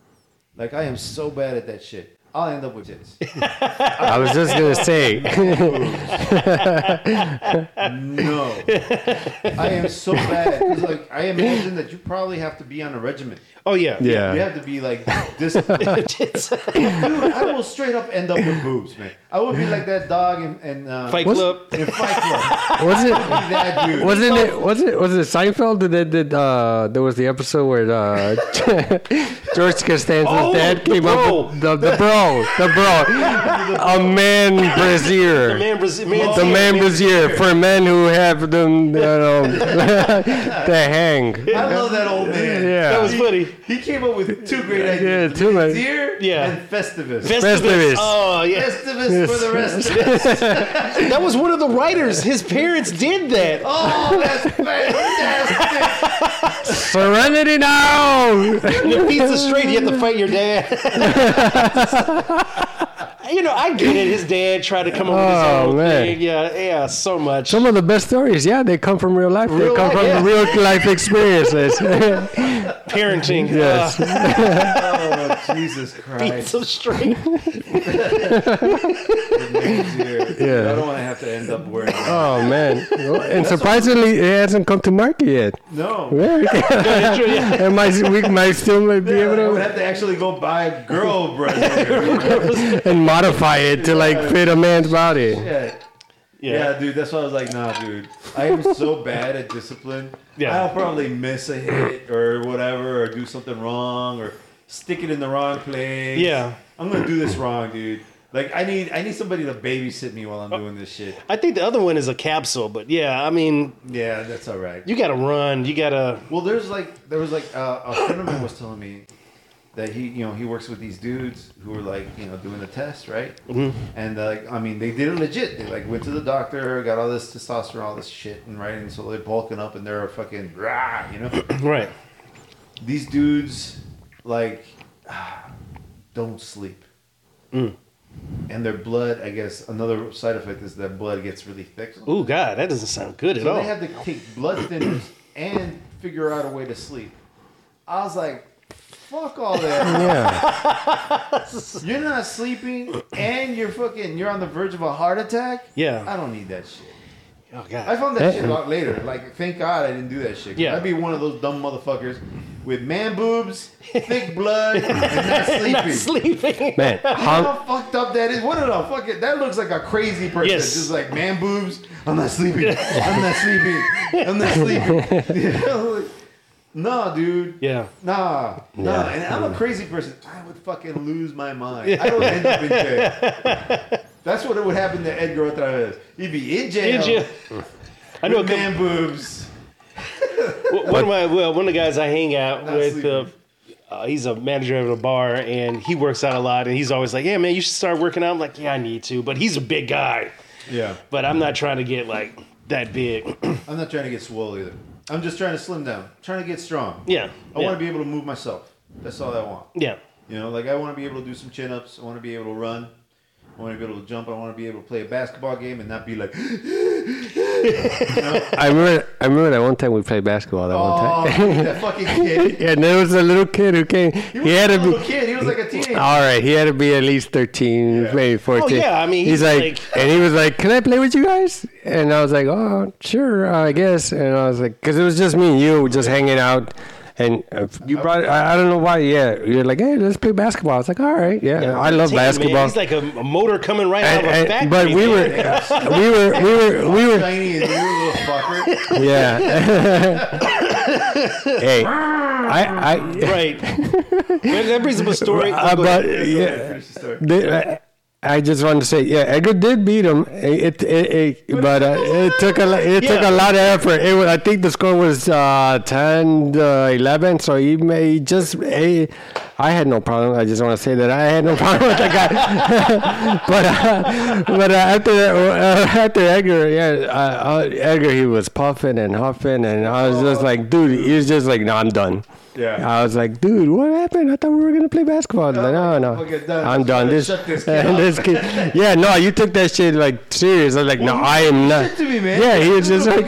Speaker 3: Like I am so bad at that shit. I'll end up with this.
Speaker 4: I was just gonna say.
Speaker 3: No, I am so bad. at 'cause, Like I imagine that you probably have to be on a regiment.
Speaker 2: oh yeah,
Speaker 4: Yeah.
Speaker 3: You have to be like disciplined.
Speaker 2: It's-
Speaker 3: Dude, I will straight up end up with boobs, man. I would be like that dog in, in uh,
Speaker 2: Fight
Speaker 4: What's-
Speaker 2: Club.
Speaker 3: in Fight Club.
Speaker 4: Was it?
Speaker 3: Be that dude.
Speaker 4: Wasn't it? Was it? Was it Seinfeld? Did, did, did uh, there was the episode where uh, George Costanza's
Speaker 2: Oh,
Speaker 4: dad
Speaker 2: the
Speaker 4: came
Speaker 2: bro.
Speaker 4: up with the, the bro, the bro, a man brazier,
Speaker 2: The man, Braz- man,
Speaker 4: the man brazier for men who have them, you know, the hang.
Speaker 3: I love that old man.
Speaker 4: Yeah.
Speaker 2: That was funny.
Speaker 3: He came up with two great
Speaker 4: Yeah,
Speaker 3: ideas:
Speaker 4: too much.
Speaker 3: deer
Speaker 2: Yeah.
Speaker 3: and Festivus.
Speaker 4: Festivus.
Speaker 2: Oh yeah,
Speaker 3: Festivus for the rest of us.
Speaker 2: that was one of the writers. His parents did that.
Speaker 3: Oh, that's fantastic.
Speaker 4: Serenity now.
Speaker 2: Your pizza straight, you have to fight your dad. you know, I get it. His dad tried to come up with his
Speaker 4: Oh,
Speaker 2: own
Speaker 4: man.
Speaker 2: thing. Yeah, yeah, so much.
Speaker 4: Some of the best stories, yeah, they come from real life.
Speaker 2: Real
Speaker 4: they come
Speaker 2: life,
Speaker 4: from
Speaker 2: yeah.
Speaker 4: real life experiences.
Speaker 2: Parenting.
Speaker 4: yes.
Speaker 2: Uh,
Speaker 3: Oh, Jesus Christ.
Speaker 2: pizza straight.
Speaker 4: Yeah.
Speaker 3: I don't want to have to end up wearing that.
Speaker 4: Oh man! Well, And surprisingly, it hasn't come to market yet.
Speaker 3: No.
Speaker 4: Yeah, and my we might still might be
Speaker 3: I
Speaker 4: able
Speaker 3: would
Speaker 4: to
Speaker 3: have to actually go buy a girl brother.
Speaker 4: and modify it to like fit a man's body.
Speaker 3: yeah.
Speaker 2: Yeah.
Speaker 3: yeah, dude, that's why I was like, nah, dude. I am so bad at discipline.
Speaker 2: Yeah.
Speaker 3: I'll probably miss a hit or whatever, or do something wrong, or stick it in the wrong place.
Speaker 2: Yeah.
Speaker 3: I'm gonna do this wrong, dude. Like I need I need somebody to babysit me while I'm doing this shit.
Speaker 2: I think the other one is a capsule, but yeah, I mean,
Speaker 3: Yeah, that's all right.
Speaker 2: you gotta run. You gotta.
Speaker 3: Well, there's like there was like uh, a friend of mine was telling me that he you know he works with these dudes who are like you know doing the test right and uh, like I mean they did it legit they like went to the doctor got all this testosterone all this shit and right and so they're bulking up and they're fucking rah you know
Speaker 2: Right.
Speaker 3: these dudes like don't sleep and their blood I guess another side effect is that blood gets really thick
Speaker 2: Ooh, God, that doesn't sound good at
Speaker 3: so
Speaker 2: all.
Speaker 3: they had to take blood thinners and figure out a way to sleep. I was like, fuck all that.
Speaker 4: Yeah.
Speaker 3: You're not sleeping and you're fucking you're on the verge of a heart attack?
Speaker 2: Yeah.
Speaker 3: I don't need that shit.
Speaker 2: oh,
Speaker 3: I
Speaker 2: God.
Speaker 3: found that shit out later. Like, thank God I didn't do that shit. 'Cause
Speaker 2: Yeah.
Speaker 3: I'd be one of those dumb motherfuckers with man boobs, thick blood, and not sleeping.
Speaker 2: Not sleeping.
Speaker 4: Man,
Speaker 3: You know
Speaker 4: hung,
Speaker 3: how fucked up that is? What the fuck? it- That looks like a crazy person.
Speaker 2: Yes.
Speaker 3: Just like man boobs. I'm not sleeping. I'm not sleeping. I'm not sleeping. You know, like, nah, dude.
Speaker 2: Yeah.
Speaker 3: Nah. Nah.
Speaker 4: Yeah.
Speaker 3: And I'm a crazy person. I would fucking lose my mind. I would end up in jail. That's what it would happen to Edgar Otravez. He'd be in jail.
Speaker 2: Did you? I know a
Speaker 3: With
Speaker 2: couple,
Speaker 3: man boobs.
Speaker 2: Well, one of my well, one of the guys I hang out
Speaker 3: Not
Speaker 2: with, uh,
Speaker 3: sleeping.
Speaker 2: uh, he's a manager at a bar, and he works out a lot, and he's always like, "Yeah, man, you should start working out." I'm like, "Yeah, I need to," but he's a big guy,
Speaker 3: Yeah.
Speaker 2: but I'm not trying to get like that big.
Speaker 3: I'm not trying to get swole either. I'm just trying to slim down. Trying to get strong.
Speaker 2: yeah,
Speaker 3: I
Speaker 2: yeah,
Speaker 3: want to be able to move myself. That's all I want.
Speaker 2: yeah,
Speaker 3: You know, like I want to be able to do some chin ups. I want to be able to run. I want to be able to jump. I want to be able to play a basketball game and not be like,
Speaker 4: I remember, I remember that one time we played basketball. That one
Speaker 3: oh,
Speaker 4: time.
Speaker 3: that fucking kid.
Speaker 4: Yeah, and there was a little kid who came.
Speaker 3: He
Speaker 4: He,
Speaker 3: was
Speaker 4: had
Speaker 3: a
Speaker 4: to be. Oh.
Speaker 3: little kid. He was like a teenager.
Speaker 4: All right, he had to be at least thirteen,
Speaker 3: Yeah.
Speaker 4: maybe fourteen.
Speaker 2: yeah, I mean,
Speaker 4: he's,
Speaker 2: he's
Speaker 4: like,
Speaker 2: like-
Speaker 4: and he was like, "Can I play with you guys?" And I was like, "Oh, sure, I guess." And I was like, "Cause it was just me and you, just hanging out." And uh, you brought, I, I don't know why, yeah. You're like, "Hey, let's play basketball." I was like, "All right, yeah, I love
Speaker 2: Damn, man,
Speaker 4: basketball."
Speaker 2: He's like a, a motor coming right
Speaker 4: And-
Speaker 2: out of a
Speaker 4: and-
Speaker 2: factory.
Speaker 4: but we
Speaker 2: man.
Speaker 4: were, we were, we were, we were,
Speaker 3: Tiny and you little fucker.
Speaker 4: yeah. hey, I, I,
Speaker 2: right. Well, that brings up a story.
Speaker 4: Uh,
Speaker 2: Go
Speaker 4: but
Speaker 2: ahead.
Speaker 4: yeah,
Speaker 3: Finish the story.
Speaker 4: They- I, I just wanted to say, yeah, Edgar did beat him. It, it, it, it- but uh, it took a lo- it took
Speaker 2: Yeah.
Speaker 4: a lot of effort. It was, I think the score was uh, 10 uh, 11, so he may just eh, I had no problem. I just want to say that I had no problem with that guy. but uh, but uh, after uh, after Edgar, yeah, uh, uh, Edgar he was puffing and huffing, and I was just like, dude, he was just like, no, I'm done.
Speaker 3: Yeah.
Speaker 4: I was like, dude, what happened? I thought we were gonna play basketball. Like, no, no,
Speaker 3: Fucking done.
Speaker 4: I'm done. This,
Speaker 3: Shut this kid up.
Speaker 4: this kid- yeah, no, you took that shit like serious. I was like, no, I am not.
Speaker 3: to me, man.
Speaker 4: Yeah, he was
Speaker 3: This
Speaker 4: just
Speaker 3: is a
Speaker 4: like,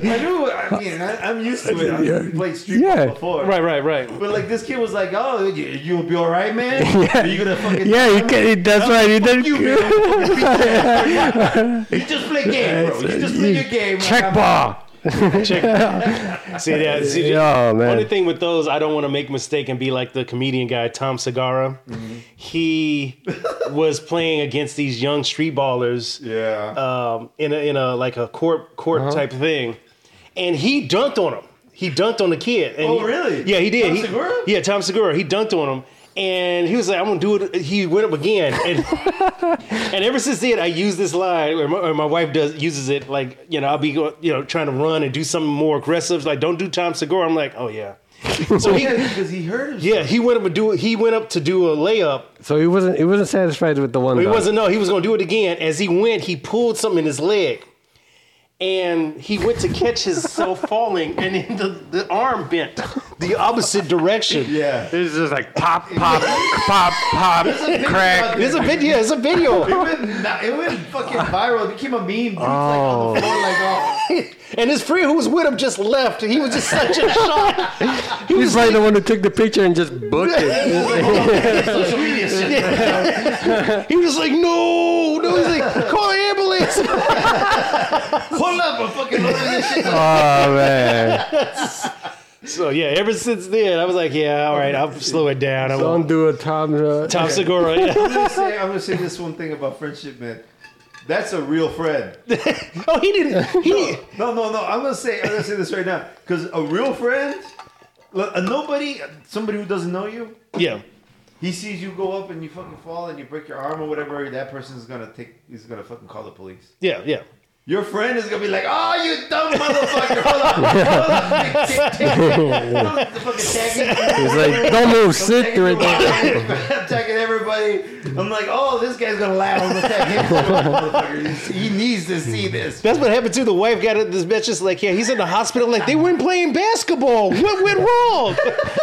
Speaker 3: kid. I knew what I mean. I, I'm used to it. I've played street
Speaker 4: Yeah.
Speaker 3: ball before.
Speaker 2: right, right, right.
Speaker 3: But like this kid was like, oh, you, you'll be all right, man. Yeah. Are you gonna fucking?
Speaker 4: yeah, you can, he- that's why you
Speaker 3: Fuck
Speaker 4: didn't.
Speaker 3: you, man. I'm gonna beat your ass. You just play game, bro. You just play your game. like
Speaker 4: Check
Speaker 3: I'm-
Speaker 4: ball.
Speaker 2: See that? See,
Speaker 4: Yeah,
Speaker 2: Only
Speaker 4: man.
Speaker 2: thing with those, I don't want to make a mistake and be like the comedian guy Tom Segura.
Speaker 3: Mm-hmm.
Speaker 2: He was playing against these young street ballers
Speaker 3: Yeah. Uh-huh.
Speaker 2: um, in a, in a like a court court type thing, and he dunked on him. He dunked on the kid. And
Speaker 3: Oh,
Speaker 2: he-
Speaker 3: really?
Speaker 2: Yeah, he did.
Speaker 3: Tom
Speaker 2: He-
Speaker 3: Segura?
Speaker 2: Yeah, Tom Segura. He dunked on him, and he was like, "I'm gonna do it." He went up again, and and ever since then, I use this line, or my, or my wife does uses it. Like, you know, I'll be go- you know trying to run and do something more aggressive. Like, don't do Tom Segura. I'm like, oh yeah. So he,
Speaker 3: Yeah, because he hurt himself.
Speaker 2: yeah, he went up and do he went up to do a layup.
Speaker 4: So he wasn't he wasn't satisfied with the one.
Speaker 2: He
Speaker 4: dunk.
Speaker 2: wasn't no, he was gonna do it again. As he went, he pulled something in his leg. And he went to catch himself falling, and then the, the arm bent the opposite direction.
Speaker 3: Yeah.
Speaker 4: It was just like pop, pop, pop, pop, crack.
Speaker 2: There's a video, there's a video.
Speaker 3: It went, na- it went fucking viral. It became a meme. Dude's like on the floor, like, oh.
Speaker 2: and his friend who was with him just left. He was just such a shock.
Speaker 4: He was probably the one who took the picture and just booked it.
Speaker 3: Social media shit.
Speaker 2: He was like, no, no, he's like, call an ambulance.
Speaker 3: Pull up and fucking look at this shit.
Speaker 4: Oh man,
Speaker 2: So yeah, ever since then, I was like, yeah, all right, I'll slow it down. I'm
Speaker 4: don't do a Tom. Uh,
Speaker 2: Tom Segura.
Speaker 3: I'm gonna, say, I'm gonna say this one thing about friendship, man. That's a real friend.
Speaker 2: Oh, he didn't. He
Speaker 3: No, no, no. I'm gonna say, I'm gonna say this right now, because a real friend, like, a nobody, somebody who doesn't know you,
Speaker 2: yeah.
Speaker 3: he sees you go up and you fucking fall and you break your arm or whatever, that person's gonna take, he's gonna fucking call the police.
Speaker 2: Yeah, yeah.
Speaker 3: Your friend is gonna be like, "Oh, you dumb motherfucker! Hold on, hold on, Take- take- take- don't fucking tag me.
Speaker 4: It's like, don't move, sit
Speaker 3: Tagging
Speaker 4: right there.
Speaker 3: everybody. I'm tagging everybody. I'm like, oh, this guy's gonna laugh. I'm gonna tag him. Motherfucker, He needs to see this.
Speaker 2: That's what happened too. The wife got it. This bitch is like, yeah, he's in the hospital. Like they weren't playing basketball. What went wrong?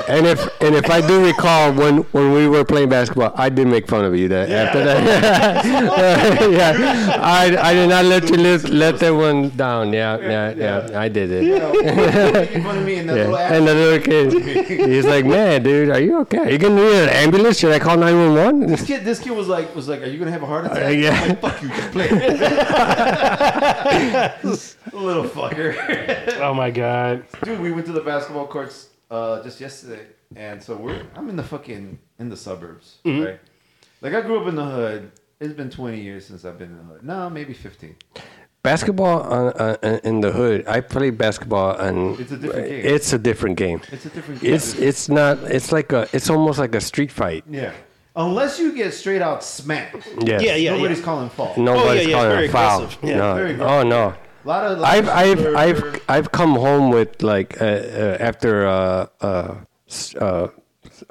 Speaker 4: And if and if I do recall, when when we were playing basketball, I did make fun of you. That after that, yeah, I, I did not let you let, let that one down. Yeah, yeah, yeah, I did it.
Speaker 3: You know, making fun of me and that little
Speaker 4: Yeah.
Speaker 3: ass.
Speaker 4: And the little kid, he's like, man, dude, are you okay? You can need an ambulance? Should I call nine one one?
Speaker 3: This kid, this kid was like, was like, are you gonna have a heart attack?
Speaker 4: Uh, yeah.
Speaker 3: I'm like, fuck you, just play. it." little fucker.
Speaker 2: oh my god.
Speaker 3: Dude, we went to the basketball courts uh, just yesterday, and so we're I'm in the fucking in the suburbs,
Speaker 2: Mm-hmm.
Speaker 3: right? Like I grew up in the hood. It's been 20 years since I've been in the hood. No, maybe 15.
Speaker 4: Basketball on, uh, in the hood. I play basketball, and
Speaker 3: It's a different game.
Speaker 4: It's a different game.
Speaker 3: It's a different game.
Speaker 4: It's it's not. It's like a. It's almost like a street fight.
Speaker 3: yeah. Unless you get straight out smacked,
Speaker 4: Yes.
Speaker 2: Yeah, yeah.
Speaker 3: nobody's calling fault.
Speaker 2: yeah,
Speaker 4: Nobody's
Speaker 2: it's
Speaker 4: calling
Speaker 2: very
Speaker 4: a foul.
Speaker 2: aggressive. Yeah,
Speaker 4: no.
Speaker 3: very
Speaker 4: oh no.
Speaker 3: A lot of
Speaker 4: I've I've I've I've come home with like uh, uh, after uh, uh, s- uh,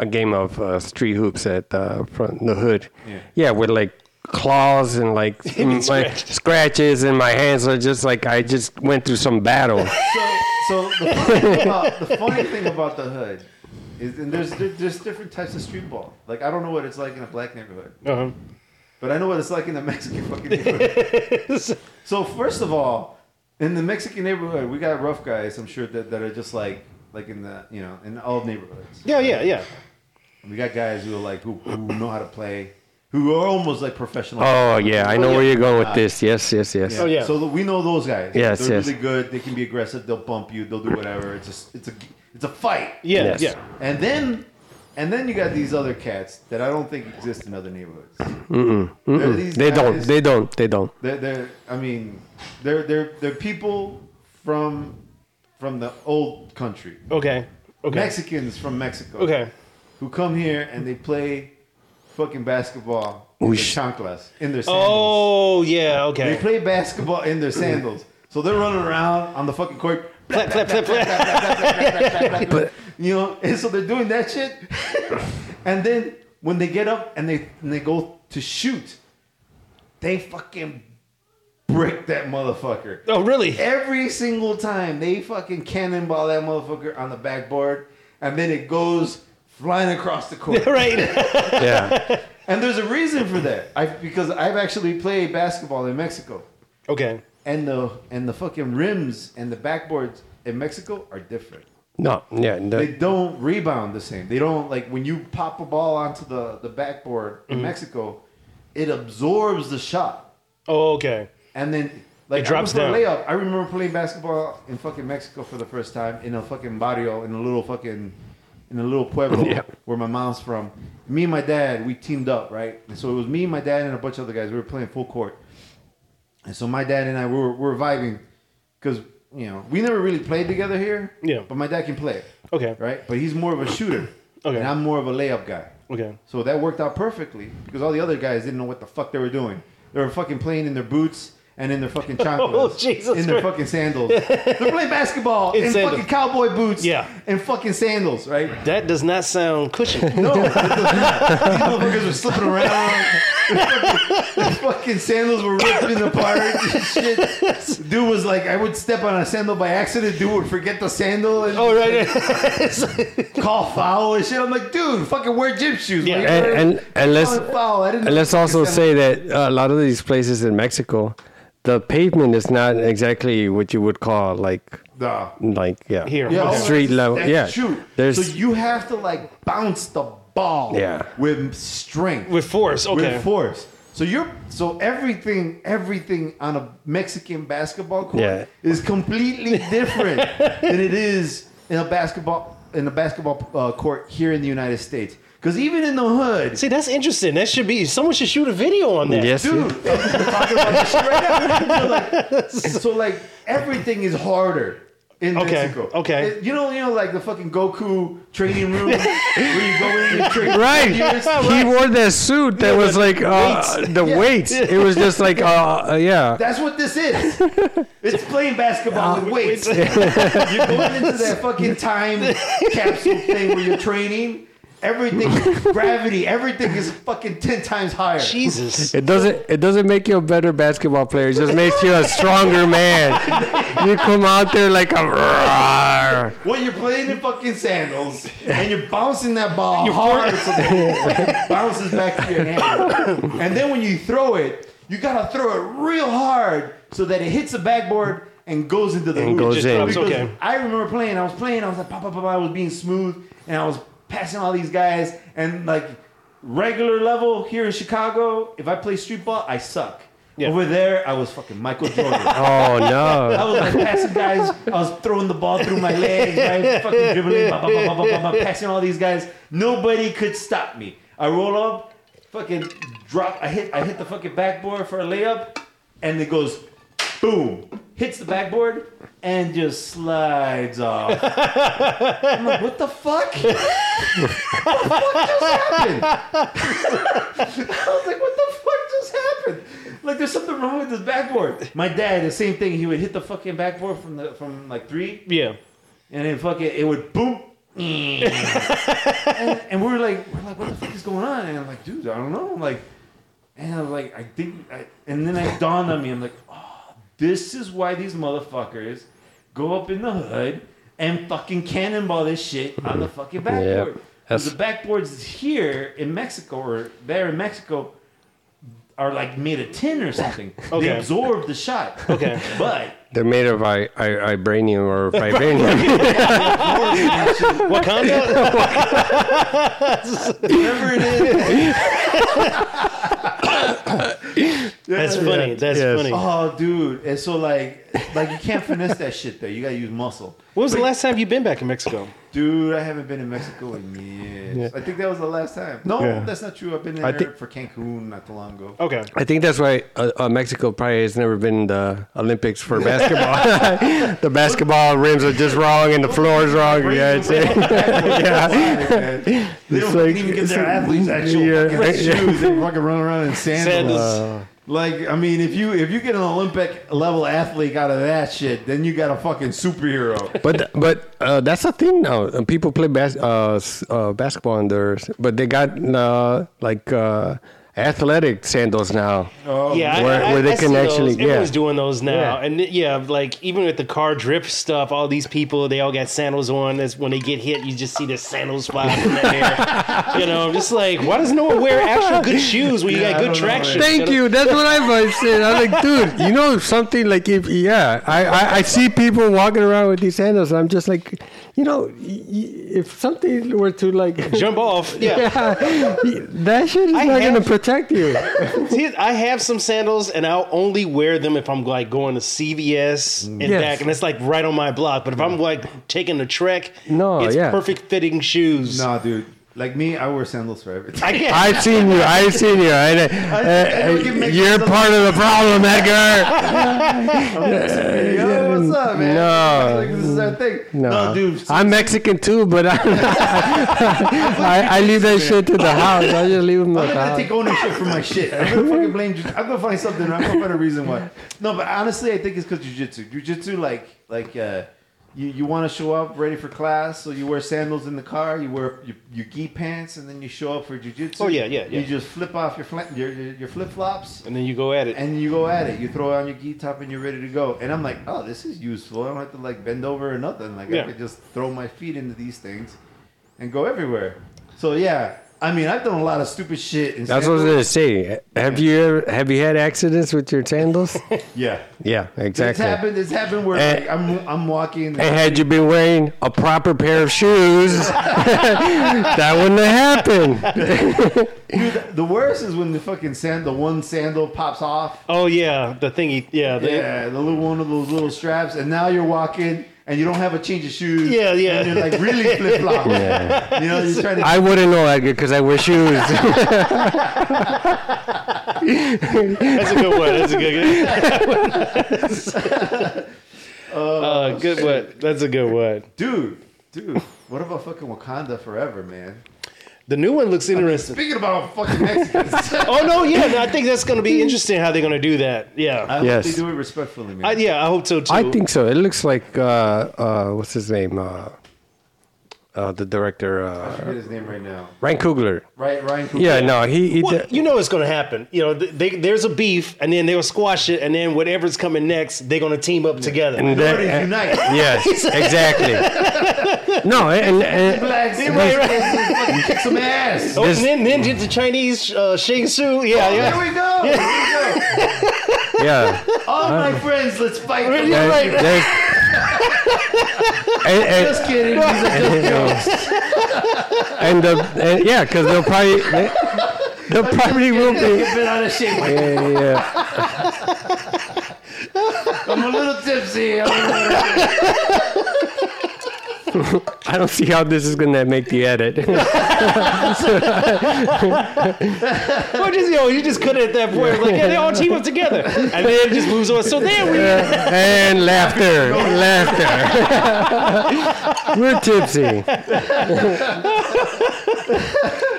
Speaker 4: a game of uh, street hoops at uh, front the hood. Yeah. with like claws and like mm, my
Speaker 2: Scratch.
Speaker 4: scratches and my hands are just like I just went through some battle.
Speaker 3: so, so the, funny thing about, the funny thing about the hood is, and there's there- there's different types of street ball. Like I don't know what it's like in a black neighborhood,
Speaker 2: Uh-huh.
Speaker 3: but I know what it's like in the Mexican fucking neighborhood. so first of all, in the Mexican neighborhood, we got rough guys. I'm sure that, that are just like like in the you know in all neighborhoods.
Speaker 2: Yeah, yeah, yeah.
Speaker 3: We got guys who are like who, who know how to play, who are almost like professional.
Speaker 4: oh yeah, I know
Speaker 2: Oh, yeah.
Speaker 4: where you're going with this. Yes, yes, yes.
Speaker 2: Oh, yeah.
Speaker 3: So we know those guys.
Speaker 4: Yes,
Speaker 3: They're
Speaker 4: yes.
Speaker 3: really good. They can be aggressive. They'll bump you. They'll do whatever. It's just it's a it's a fight.
Speaker 2: Yeah,
Speaker 4: Yes.
Speaker 2: yeah.
Speaker 3: And then, and then you got these other cats that I don't think exist in other neighborhoods. They're these
Speaker 4: They don't.
Speaker 3: guys-
Speaker 4: They don't. They don't.
Speaker 3: they're, they're, I mean, they're they're they're people from from the old country,
Speaker 2: Okay. Okay.
Speaker 3: Mexicans from Mexico,
Speaker 2: Okay.
Speaker 3: who come here and they play fucking basketball in
Speaker 4: We
Speaker 3: their
Speaker 4: sh-
Speaker 3: chanclas, in their
Speaker 2: Oh
Speaker 3: sandals.
Speaker 2: yeah, okay.
Speaker 3: They play basketball in their sandals, so they're running around on the fucking court.
Speaker 2: Flip, flip, flip, flip.
Speaker 3: but you know, and so they're doing that shit, and then when they get up and they and they go to shoot, they fucking brick that motherfucker.
Speaker 2: Oh really?
Speaker 3: Every single time they fucking cannonball that motherfucker on the backboard, and then it goes flying across the court.
Speaker 2: Right.
Speaker 4: Yeah.
Speaker 3: And there's a reason for that. I because I've actually played basketball in Mexico,
Speaker 2: okay.
Speaker 3: and the and the fucking rims and the backboards in Mexico are different.
Speaker 4: no. Yeah. no.
Speaker 3: they don't rebound the same. They don't like when you pop a ball onto the the backboard in Mexico, it absorbs the shot
Speaker 2: Oh okay.
Speaker 3: and then like
Speaker 2: It drops
Speaker 3: I remember
Speaker 2: down.
Speaker 3: Layup. I remember playing basketball in fucking Mexico for the first time in a fucking barrio in a little fucking in a little pueblo
Speaker 4: Yeah.
Speaker 3: where my mom's from. Me and my dad, we teamed up, right? And so it was me, my dad, and a bunch of other guys. We were playing full court, and so my dad and I we were we were vibing because you know we never really played together here.
Speaker 2: Yeah.
Speaker 3: but my dad can play.
Speaker 2: Okay.
Speaker 3: Right? But he's more of a shooter.
Speaker 2: Okay.
Speaker 3: And I'm more of a layup guy.
Speaker 2: Okay.
Speaker 3: So that worked out perfectly because all the other guys didn't know what the fuck they were doing. They were fucking playing in their boots and in their fucking chanclas.
Speaker 2: Oh, Jesus
Speaker 3: In their
Speaker 2: Christ.
Speaker 3: fucking sandals. They're playing basketball
Speaker 2: In
Speaker 3: in,
Speaker 2: sandals.
Speaker 3: fucking cowboy boots.
Speaker 2: Yeah.
Speaker 3: And fucking sandals, right?
Speaker 2: That does not sound cushy.
Speaker 3: No, these motherfuckers were slipping around. the fucking sandals were ripping apart and shit. Dude was like, I would step on a sandal by accident. Dude would forget the sandal and
Speaker 2: oh right. right.
Speaker 3: call foul and shit. I'm like, dude, fucking wear gym shoes.
Speaker 2: Yeah.
Speaker 3: Like,
Speaker 4: and, and and let's
Speaker 3: calling foul. I didn't
Speaker 4: And let's
Speaker 3: fucking
Speaker 4: also
Speaker 3: send-
Speaker 4: say that uh, a lot of these places in Mexico, the pavement is not exactly what you would call like
Speaker 3: Nah.
Speaker 4: like yeah
Speaker 2: Here.
Speaker 3: Yeah,
Speaker 2: Okay.
Speaker 3: oh,
Speaker 4: street
Speaker 3: that's-
Speaker 4: level.
Speaker 3: That's
Speaker 4: yeah,
Speaker 3: true.
Speaker 4: there's
Speaker 3: so you have to like bounce the ball.
Speaker 4: Yeah.
Speaker 3: with strength,
Speaker 2: With force,
Speaker 3: with
Speaker 2: okay.
Speaker 3: force. So you're so everything, everything on a Mexican basketball court
Speaker 4: Yeah.
Speaker 3: is completely different than it is in a basketball in a basketball uh, court here in the United States. Because even in the hood,
Speaker 2: See, that's interesting. That should be someone should shoot a video on that.
Speaker 4: yes,
Speaker 3: dude. I'm talking about this shit right now. so, like, so like everything is harder. in
Speaker 2: Okay,
Speaker 3: Mexico.
Speaker 2: okay.
Speaker 3: It- you know, you know, like the fucking Goku training room where you go in and train.
Speaker 4: Right.
Speaker 3: Right.
Speaker 4: He wore that suit that
Speaker 3: Yeah,
Speaker 4: was
Speaker 3: the
Speaker 4: like uh,
Speaker 3: weights.
Speaker 4: the
Speaker 3: Yeah.
Speaker 4: weights. It was just like, uh, uh, yeah.
Speaker 3: That's what this is. It's playing basketball with weights. you're going into that fucking time capsule thing where you're training. Everything, gravity, everything is fucking ten times higher.
Speaker 2: Jesus.
Speaker 4: It doesn't. It doesn't make you a better basketball player. It just makes you a stronger man. You come out there like a. roar.
Speaker 3: Well, you're playing in fucking sandals and you're bouncing that ball
Speaker 2: You're
Speaker 3: hard, so that it bounces back to your hand. And then when you throw it, you gotta throw it real hard so that it hits the backboard and goes into the
Speaker 4: And
Speaker 3: hoop.
Speaker 4: goes
Speaker 2: Just
Speaker 4: in.
Speaker 2: drops,
Speaker 3: Because
Speaker 2: okay.
Speaker 3: I remember playing. I was playing. I was like, pop, pop, pop. I was being smooth, and I was passing all these guys. And like regular level here in Chicago, if I play street ball, I suck.
Speaker 2: Yeah.
Speaker 3: Over there, I was fucking Michael Jordan.
Speaker 4: Oh
Speaker 3: I
Speaker 4: no!
Speaker 3: was like passing guys. I was throwing the ball through my legs, right? Fucking dribbling, bah, bah, bah, bah, bah, bah, passing all these guys. Nobody could stop me. I roll up, fucking drop. I hit. I hit the fucking backboard for a layup, and it goes, boom, hits the backboard, and just slides off. I'm like, what the fuck? what the fuck just happened? I was like, what the fuck just happened? Like, there's something wrong with this backboard. My dad, the same thing. He would hit the fucking backboard from the from like three,
Speaker 2: Yeah.
Speaker 3: and then fucking it would boom. and, and we were like, we're like, what the fuck is going on? And I'm like, dude, I don't know. I'm like, and I was like, I think, I, and then it dawned on me. I'm like, oh, this is why these motherfuckers go up in the hood and fucking cannonball this shit on the fucking backboard. 'Cause
Speaker 4: That's-
Speaker 3: The backboards here in Mexico or there in Mexico are like made of tin or something. They
Speaker 2: Okay.
Speaker 3: absorb the shot.
Speaker 2: Okay.
Speaker 3: But
Speaker 4: They're made of I, I, vibranium or vibranium.
Speaker 2: Wakanda?
Speaker 3: whatever it is,
Speaker 2: That's funny. That's
Speaker 4: Yes.
Speaker 2: funny. When
Speaker 3: oh dude. And so like like you can't finesse that shit though. You gotta use muscle.
Speaker 2: was the last time you've been back in Mexico?
Speaker 3: Dude, I haven't been in Mexico in years. I think that was the last time. No,
Speaker 4: Yeah.
Speaker 3: that's not true. I've been
Speaker 4: I
Speaker 3: there
Speaker 4: think-
Speaker 3: for Cancun not too long ago.
Speaker 2: Okay.
Speaker 4: I think that's why uh, uh, Mexico probably has never been in the Olympics for basketball. the basketball rims are just wrong and the floor is wrong. Yeah, it's,
Speaker 3: yeah. They
Speaker 4: It's
Speaker 3: don't
Speaker 4: like-
Speaker 3: even get
Speaker 4: it's
Speaker 3: their
Speaker 4: like-
Speaker 3: athletes actual
Speaker 4: yeah,
Speaker 3: fucking
Speaker 4: right, yeah.
Speaker 3: shoes. They fucking run around in sandals.
Speaker 2: Sandals.
Speaker 3: Like, I mean, if you if you get an Olympic level athlete out of that shit, then you got a fucking superhero.
Speaker 4: but but uh, that's a thing now. Uh, People play bas- uh, s- uh, basketball in their, but they got uh, like uh, athletic sandals now.
Speaker 3: Oh,
Speaker 2: Yeah,
Speaker 4: Where-
Speaker 2: I, I,
Speaker 4: where they
Speaker 2: I
Speaker 4: can
Speaker 2: see
Speaker 4: actually-
Speaker 2: those.
Speaker 4: yeah.
Speaker 2: everyone's doing those now,
Speaker 4: Yeah.
Speaker 2: and yeah, like even with the car drip stuff, all these people they all got sandals on. That's when they get hit, you just see the sandals fly up in the air. you know, I'm just like, why does no one wear actual good shoes when you
Speaker 3: Yeah, I
Speaker 2: got good
Speaker 3: don't know, man.
Speaker 2: traction?
Speaker 4: Thank you. That's what I was saying. I'm like, dude, you know something like if yeah, I, I, I see people walking around with these sandals. I'm just like, you know, y- y- if something were to like,
Speaker 2: Jump off, yeah.
Speaker 4: yeah, that shit is
Speaker 2: I
Speaker 4: not gonna
Speaker 2: have-
Speaker 4: protect you.
Speaker 2: See, I have some sandals, and I'll only wear them if I'm like going to CVS and
Speaker 4: Yes.
Speaker 2: back, and it's like right on my block. But if I'm like taking a trek,
Speaker 4: No,
Speaker 2: it's
Speaker 4: yeah.
Speaker 2: perfect fitting shoes.
Speaker 3: Nah, dude. Like me, I wear sandals for everything.
Speaker 2: I can't.
Speaker 4: I've seen you. I've seen you. I, uh,
Speaker 3: don't get mixed
Speaker 4: you're
Speaker 3: up.
Speaker 4: part of the problem, Edgar.
Speaker 3: Yo, what's up, man?
Speaker 4: No.
Speaker 3: Like, this is our thing. No, dude.
Speaker 4: I'm Mexican too, but I'm not, I, I leave that shit to the house. I just leave them at
Speaker 3: I'm
Speaker 4: the
Speaker 3: not
Speaker 4: house.
Speaker 3: gonna take ownership for my shit. I'm gonna fucking blame. Ju- I'm gonna find something. I'm gonna find a reason why. No, but honestly, I think it's because jujitsu. Jujitsu, like, like uh, you you want to show up ready for class, so you wear sandals in the car. You wear your, your gi pants, and then you show up for jujitsu.
Speaker 2: Oh, yeah, yeah, yeah.
Speaker 3: You just flip off your fla- your your, your flip flops.
Speaker 2: And then you go at it.
Speaker 3: And you go at it. You throw on your gi top, and you're ready to go. And I'm like, oh, this is useful. I don't have to like bend over or nothing. Like I
Speaker 2: Yeah.
Speaker 3: could just throw my feet into these things and go everywhere. So yeah, I mean, I've done a lot of stupid shit. In
Speaker 4: That's what I was
Speaker 3: sandals.
Speaker 4: gonna say. Have you ever have you had accidents with your sandals?
Speaker 3: Yeah,
Speaker 4: yeah,
Speaker 3: it's
Speaker 4: exactly.
Speaker 3: happened. It's happened where
Speaker 4: And-
Speaker 3: like, I'm I'm walking.
Speaker 4: And had you been wearing a proper pair of shoes, that wouldn't have happened.
Speaker 3: Dude, the worst is when the fucking sand, the one sandal pops off.
Speaker 2: oh yeah, the thingy. Yeah, the,
Speaker 3: Yeah, the little one of those little straps, and now you're walking. And you don't have a change of shoes.
Speaker 2: Yeah, yeah.
Speaker 3: And you're like really flip flop. You know, you're trying to
Speaker 4: I wouldn't know Edgar because I wear shoes.
Speaker 2: That's a good one. That's a good. good. uh, a good one. That's a good one.
Speaker 3: dude, dude. What about fucking Wakanda Forever, man?
Speaker 2: The new one looks interesting.
Speaker 3: Speaking about fucking Mexicans, I
Speaker 2: Oh no, yeah, no, I think that's going to be interesting how they're going to do that. Yeah,
Speaker 3: hope
Speaker 4: Yes.
Speaker 3: they do it respectfully, man.
Speaker 2: I, yeah, I hope so too.
Speaker 4: I think so. It looks like uh, uh, what's his name? Uh, uh, the director
Speaker 3: I
Speaker 4: uh,
Speaker 3: forget his name right now.
Speaker 4: Ryan Coogler.
Speaker 3: Right, Ryan. Coogler.
Speaker 4: Yeah, no, he, he
Speaker 2: Well,
Speaker 4: did-
Speaker 2: you know it's going to happen. You know, th- they, there's a beef, and then they'll squash it, and then whatever's coming next, they're going to team up together.
Speaker 4: and that-
Speaker 3: Everybody unite.
Speaker 4: Yes, exactly. no, and, and, and
Speaker 3: Blacks,
Speaker 2: right, right.
Speaker 3: fucking kick some ass.
Speaker 2: Oh,
Speaker 4: this-
Speaker 2: and then, then did the Chinese uh, Shih Tzu. Yeah,
Speaker 3: Here
Speaker 2: yeah.
Speaker 3: we go. Here we go.
Speaker 4: yeah,
Speaker 3: All
Speaker 4: Uh-huh.
Speaker 3: my friends, let's fight.
Speaker 2: Really?
Speaker 4: and
Speaker 2: Right.
Speaker 4: there's- and, and-
Speaker 3: Just kidding. These are just jokes.
Speaker 4: and the and, yeah, because they'll probably they, they'll probably will be.
Speaker 3: I've been out of shape.
Speaker 4: Yeah, yeah.
Speaker 3: I'm a little tipsy. I'm a little-
Speaker 4: I don't see how this is gonna make the edit.
Speaker 2: Well, just, you know, you just couldn't at that point. It's Like, yeah, they all team up together, and then it just moves on. So there we go.
Speaker 4: and laughter, laughter. We're tipsy.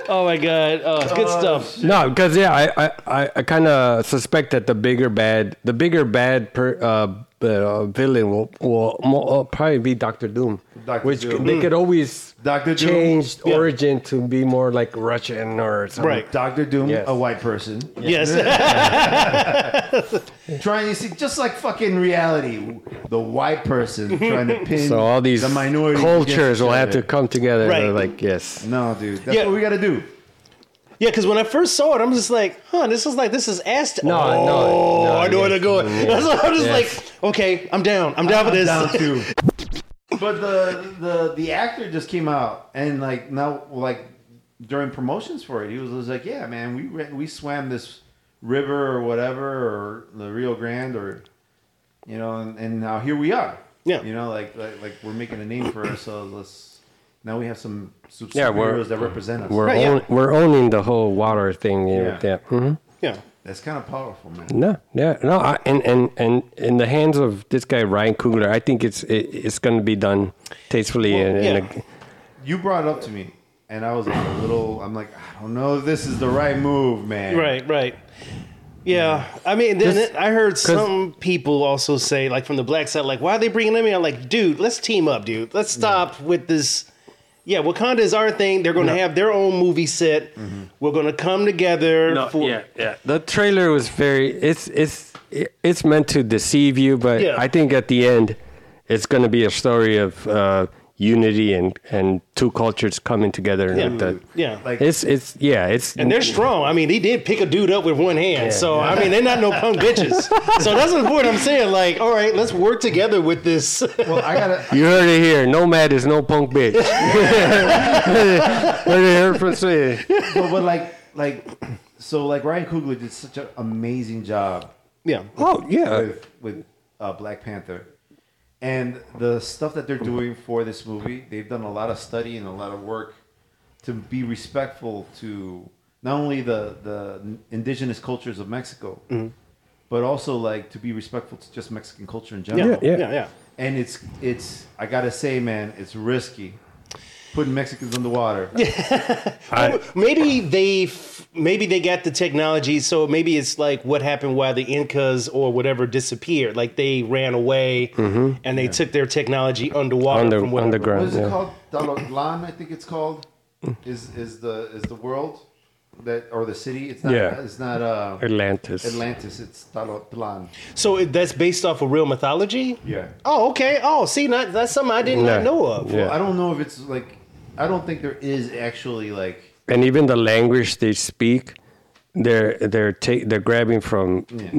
Speaker 2: Oh my god, oh, it's good stuff.
Speaker 4: No, because yeah, I I, I, I kind of suspect that the bigger bad, the bigger bad per, uh, uh, villain will will mo- uh, probably be Doctor Doom,
Speaker 3: Dr.
Speaker 4: which
Speaker 3: Doom.
Speaker 4: they could always
Speaker 3: Dr. Doom.
Speaker 4: change
Speaker 2: Yeah.
Speaker 4: origin to be more like Russian or something.
Speaker 2: Right.
Speaker 3: Doctor Doom,
Speaker 4: Yes.
Speaker 3: a white person,
Speaker 2: Yes,
Speaker 3: trying to see just like fucking reality, the white person trying to pin
Speaker 4: So all these
Speaker 3: the minority
Speaker 4: cultures will have to come
Speaker 3: come.
Speaker 4: together. and
Speaker 2: Right.
Speaker 4: they're Like yes,
Speaker 3: No, dude, that's
Speaker 2: Yeah.
Speaker 3: what we gotta do.
Speaker 2: yeah. Because when I first saw it, I'm just like, huh, this is like this is ass.
Speaker 4: No,
Speaker 2: oh,
Speaker 4: no, no,
Speaker 2: I know where they're
Speaker 4: yes,
Speaker 2: going.
Speaker 4: yes,
Speaker 2: That's why I'm just
Speaker 4: yes.
Speaker 2: like, okay, I'm down. I'm down for this.
Speaker 3: Down too. But the the the actor just came out and like now like during promotions for it, he was, was like, yeah, man, we ran, we swam this river or whatever or the Rio Grande or you know, and, and now here we are.
Speaker 2: Yeah.
Speaker 3: you know, like, like like we're making a name for ourselves. Let's now we have some superheroes
Speaker 4: Yeah, we're-
Speaker 3: that represent us.
Speaker 4: we're
Speaker 2: Right, yeah.
Speaker 4: own, we're owning the whole water thing. You know,
Speaker 3: Yeah.
Speaker 4: yeah. Mhm.
Speaker 2: Yeah,
Speaker 3: That's kind of powerful, man.
Speaker 4: No, yeah, no, I, and and and in the hands of this guy Ryan Coogler, I think it's it, it's going to be done tastefully. and, and
Speaker 2: yeah.
Speaker 3: You brought it up to me, and I was like a little. I'm like, I don't know if this is the right move, man.
Speaker 2: right, right. Yeah, I mean, then
Speaker 4: Just-
Speaker 2: I heard some people also say, like from the black side, like, why are they bringing them in? I'm like, dude, let's team up, dude. Let's stop with this. Yeah, Wakanda is our thing. They're going to have their own movie set. We're going to come together. for,
Speaker 4: yeah. The trailer was very. It's it's it- it's meant to deceive you, but
Speaker 2: Yeah.
Speaker 4: I think at the end, it's going to be a story of uh, unity and and two cultures coming together. and
Speaker 2: Yeah.
Speaker 4: Like that.
Speaker 2: yeah.
Speaker 3: Like,
Speaker 4: It's it's yeah. It's
Speaker 2: And they're strong. I mean, they did pick a dude up with one hand. So I mean, they're not no punk bitches. So that's the point I'm saying. Like, all right, let's work together with this.
Speaker 3: well, I gotta.
Speaker 4: you heard it here. Nomad is no punk bitch. Heard it here from Sweden.
Speaker 3: but, but like, like, so like Ryan Coogler did such an amazing job
Speaker 2: yeah.
Speaker 4: Oh yeah.
Speaker 3: with with uh, Black Panther, and the stuff that they're doing for this movie, they've done a lot of study and a lot of work to be respectful to not only the the indigenous cultures of Mexico,
Speaker 2: Mm-hmm.
Speaker 3: but also like to be respectful to just Mexican culture in general.
Speaker 2: Yeah. Yeah.
Speaker 4: Yeah.
Speaker 2: Yeah. Yeah.
Speaker 3: and it's it's I gotta say, man, it's risky putting Mexicans underwater.
Speaker 4: I-
Speaker 2: Maybe they, f- maybe they got the technology. So maybe it's like what happened while the Incas or whatever disappeared. Like they ran away and they took their technology underwater
Speaker 4: Mm-hmm. Under-
Speaker 2: from whatever.
Speaker 4: underground.
Speaker 3: What is
Speaker 4: Yeah. Mm.
Speaker 3: it called? Dalotlan, I think it's called. Is is the is the world that or the city? It's not.
Speaker 4: Yeah.
Speaker 3: It's not. Uh,
Speaker 4: Atlantis.
Speaker 3: Atlantis. It's Dalotlan.
Speaker 2: So it, that's based off of real mythology.
Speaker 3: Yeah.
Speaker 2: Oh, okay. Oh, see, not, that's something I did
Speaker 4: Yeah.
Speaker 2: not know of.
Speaker 4: Yeah.
Speaker 3: I don't know if it's like. I don't think there is actually like.
Speaker 4: and even the language they speak, they're they're ta- they're grabbing from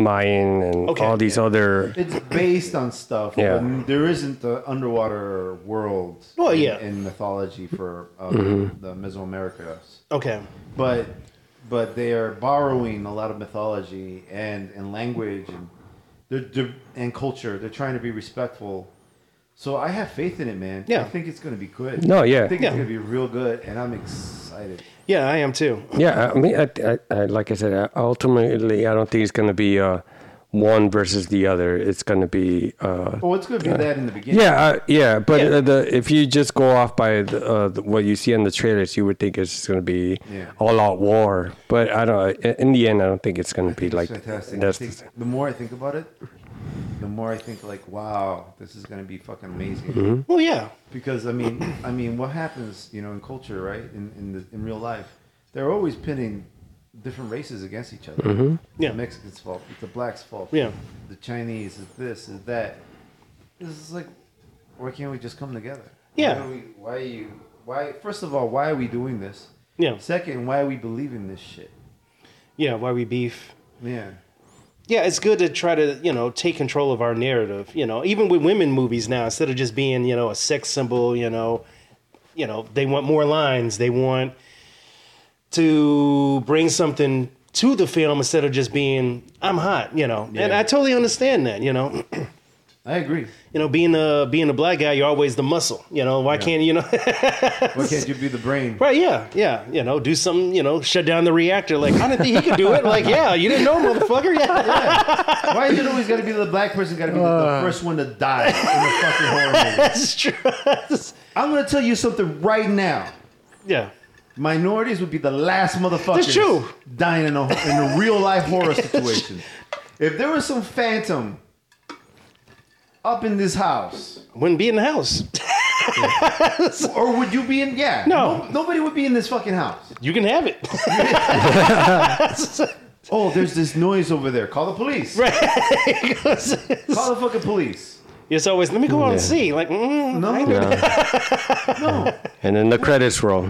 Speaker 4: Mayan and
Speaker 2: Okay,
Speaker 4: all these other.
Speaker 3: It's based on stuff.
Speaker 4: Yeah.
Speaker 3: but there isn't the underwater world.
Speaker 2: Well,
Speaker 3: in,
Speaker 2: yeah.
Speaker 3: In mythology for uh,
Speaker 4: Mm-hmm.
Speaker 3: the Mesoamericas.
Speaker 2: Okay.
Speaker 3: but but they are borrowing a lot of mythology and and language and they're, they're- and culture. They're trying to be respectful. So I have faith in it, man.
Speaker 2: Yeah.
Speaker 3: I think it's going to be good.
Speaker 4: No, yeah.
Speaker 3: I think
Speaker 2: Yeah.
Speaker 3: it's going to be real good, and I'm excited.
Speaker 2: Yeah, I am too.
Speaker 4: Yeah, I mean, I, I, I, like I said, I, ultimately, I don't think it's going to be uh, one versus the other. It's going to be uh,
Speaker 3: Well, it's going to be that in the beginning.
Speaker 4: yeah, uh, yeah, but
Speaker 2: Yeah.
Speaker 4: Uh, the if you just go off by the, uh, the, what you see in the trailers, you would think it's just going to be
Speaker 3: Yeah.
Speaker 4: all out war. But I don't. In, in the end, I don't think it's going to be like
Speaker 3: It's fantastic.
Speaker 4: that's
Speaker 3: I think the more I think about it, the more I think like, wow, this is going to be fucking amazing.
Speaker 4: Mm-hmm.
Speaker 2: Well, yeah.
Speaker 3: Because I mean, I mean, what happens, you know, in culture, right? In in, the, in real life, they're always pitting different races against each other.
Speaker 2: Yeah.
Speaker 3: The Mexicans' fault. It's the blacks' fault.
Speaker 2: Yeah.
Speaker 3: The Chinese is this is that. This is like, why can't we just come together?
Speaker 2: Yeah.
Speaker 3: Why, are we, why are you? Why? First of all, why are we doing this?
Speaker 2: Yeah.
Speaker 3: Second, why we believe in this shit?
Speaker 2: Yeah. Why we beef.
Speaker 3: Yeah.
Speaker 2: Yeah, it's good to try to, you know, take control of our narrative, you know, even with women movies now, instead of just being, you know, a sex symbol, you know, you know, they want more lines. They want to bring something to the film instead of just being, I'm hot, you know. And
Speaker 3: Yeah.
Speaker 2: I totally understand that, you know.
Speaker 3: I agree.
Speaker 2: You know, being a being a black guy, you're always the muscle. You know, why can't you know
Speaker 3: Why can't you be the brain?
Speaker 2: Right, yeah, yeah. You know, do something, you know, shut down the reactor. Like, I didn't think he could do it. Like, yeah, you didn't know, motherfucker. Yeah.
Speaker 3: Why is it always got to be the black person got to be the- the first one to die in the fucking horror movie?
Speaker 2: That's true.
Speaker 3: I'm gonna tell you something right now.
Speaker 2: yeah.
Speaker 3: Minorities would be the last
Speaker 2: That's true.
Speaker 3: motherfuckers dying in a, in a real life horror situation. If there was some phantom up in this house,
Speaker 2: Wouldn't be in the house.
Speaker 3: or would you be in? Yeah,
Speaker 2: No.
Speaker 3: nobody would be in this fucking house.
Speaker 2: You can have it.
Speaker 3: Oh, there's this noise over there. Call the police. Call the fucking police.
Speaker 2: it's always, let me go out and
Speaker 4: Yeah.
Speaker 2: see. Like, mm,
Speaker 3: No,
Speaker 4: it.
Speaker 3: no.
Speaker 4: Yeah. And then the credits roll.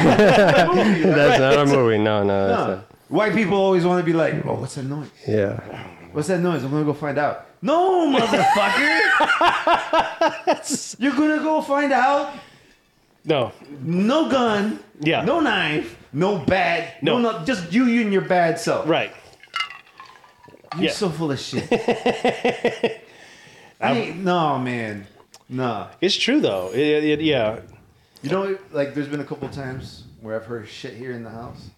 Speaker 4: That's not a movie. No, no. That's not,
Speaker 3: White people always want to be like, oh, what's that noise?
Speaker 4: yeah.
Speaker 3: What's that noise? I'm gonna go find out. No, motherfucker! You're gonna go find out.
Speaker 2: no.
Speaker 3: No gun.
Speaker 2: Yeah.
Speaker 3: No knife. No bat. No,
Speaker 2: No.
Speaker 3: no, just you, you and your bad self.
Speaker 2: Right.
Speaker 3: You're
Speaker 2: yeah.
Speaker 3: so full of shit. I ain't, no, man. Nah.
Speaker 2: It's true, though. It- it- it- yeah.
Speaker 3: You know, like, there's been a couple times where I've heard shit here in the house,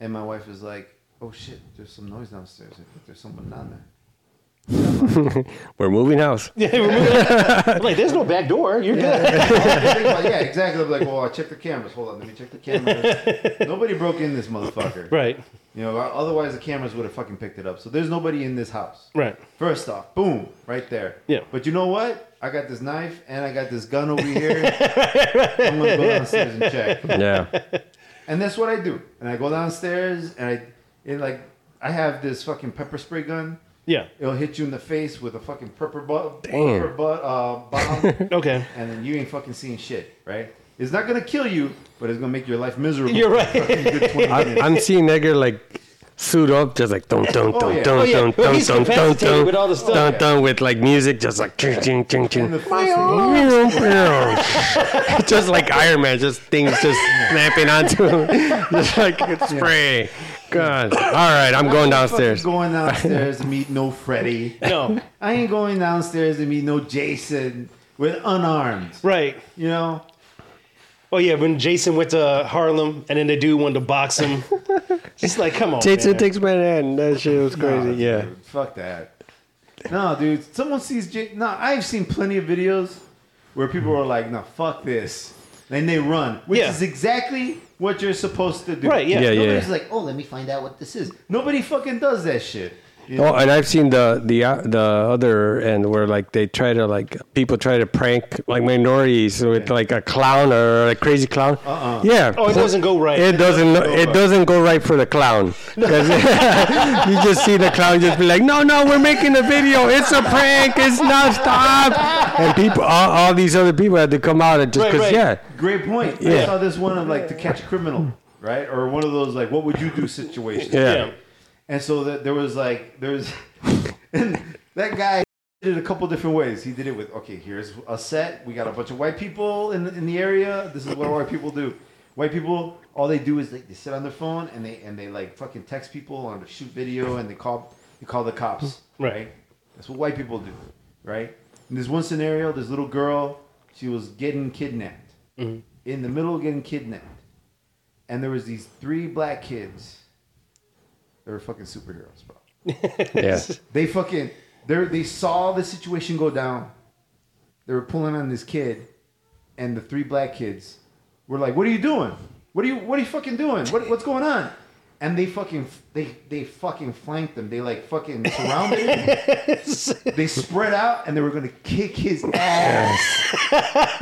Speaker 3: and my wife is like, "Oh shit, there's some noise downstairs. I think There's someone down there."
Speaker 4: We're moving house.
Speaker 2: I'm like, there's no back door. You're good.
Speaker 3: I think about- yeah, exactly. I'm like, well, I checked the cameras. Hold on, let me check the cameras. nobody broke in this motherfucker.
Speaker 2: Right.
Speaker 3: You know, otherwise the cameras would have fucking picked it up. So there's nobody in this house.
Speaker 2: Right.
Speaker 3: First off, boom, right there.
Speaker 2: Yeah.
Speaker 3: But you know what? I got this knife and I got this gun over here. I'm gonna go downstairs and check.
Speaker 4: Yeah.
Speaker 3: And that's what I do. And I go downstairs and I, it like, I have this fucking pepper spray gun.
Speaker 2: Yeah.
Speaker 3: It'll hit you in the face with a fucking pepper butt,
Speaker 4: Damn.
Speaker 3: pepper butt uh, bomb.
Speaker 2: Okay.
Speaker 3: and then you ain't fucking seeing shit, right? It's not gonna kill you, but it's gonna make your life miserable.
Speaker 2: You're
Speaker 3: for
Speaker 2: right.
Speaker 3: a fucking good 20
Speaker 4: I,
Speaker 3: minutes.
Speaker 4: I'm seeing Edgar like suit up, just like dun dun
Speaker 3: yeah.
Speaker 4: dun
Speaker 3: Oh,
Speaker 4: dun
Speaker 2: yeah.
Speaker 4: dun
Speaker 2: Well,
Speaker 4: dun
Speaker 2: he's
Speaker 4: dun dun
Speaker 2: incapacitated
Speaker 4: dun
Speaker 2: with all the stuff.
Speaker 4: dun dun with like music, just like ching ching ching
Speaker 3: And the
Speaker 4: ching.
Speaker 3: first thing-
Speaker 4: just like Iron Man, just things just snapping onto him, just like it's spray. God, all right, I'm going
Speaker 3: I'm fucking
Speaker 4: downstairs.
Speaker 3: Going downstairs to meet no Freddy.
Speaker 2: No.
Speaker 3: I ain't going downstairs to meet no Jason with unarmed.
Speaker 2: Right.
Speaker 3: You know?
Speaker 2: Oh, yeah. When Jason went to Harlem and then the dude wanted to box him. Just like, come on.
Speaker 4: Jason
Speaker 2: man.
Speaker 4: takes my hand. That shit was
Speaker 3: Nah,
Speaker 4: crazy. yeah,
Speaker 3: dude, fuck that. No, dude. Someone sees Jason. No, I've seen plenty of videos where people are like, "No, fuck this," and they run, which
Speaker 2: Yeah.
Speaker 3: is exactly what you're supposed to do.
Speaker 2: Right, yeah.
Speaker 4: yeah, yeah.
Speaker 3: Nobody's like, "Oh, let me find out what this is." Nobody fucking does that shit. You
Speaker 4: Oh,
Speaker 3: know?
Speaker 4: and I've seen the the uh, the other end where like they try to like people try to prank like minorities with like a clown or a crazy clown.
Speaker 3: Uh-uh.
Speaker 4: Yeah.
Speaker 2: Oh, it doesn't go right.
Speaker 4: It doesn't. It doesn't go right for the clown. 'Cause you just see the clown just be like, "No, no, we're making a video. It's a prank. It's not stop." And people, all, all these other people had to come out and just
Speaker 2: Right,
Speaker 4: because,
Speaker 2: right.
Speaker 4: yeah,
Speaker 3: Great point. I
Speaker 4: Yeah.
Speaker 3: saw this one of like to catch a criminal, right, or one of those like, "What would you do?" situations.
Speaker 4: yeah,
Speaker 2: Yeah.
Speaker 3: And so that there was like there was that guy did it a couple different ways. He did it with okay, here's a set. We got a bunch of white people in in the area. This is what white people do. White people, all they do is like they sit on their phone and they and they like fucking text people on to shoot video and they call they call the cops.
Speaker 2: Right.
Speaker 3: That's what white people do. Right. And there's one scenario. This little girl, she was getting kidnapped. In the middle of getting kidnapped, and there was these three black kids. They were fucking superheroes, bro.
Speaker 4: Yeah.
Speaker 5: They fucking they they saw the situation go down. They were pulling on this kid, and the three black kids were like, "What are you doing? What are you What are you fucking doing? What, what's going on?" And they fucking they they fucking flanked them. They like fucking surrounded him. they spread out and they were gonna kick his ass.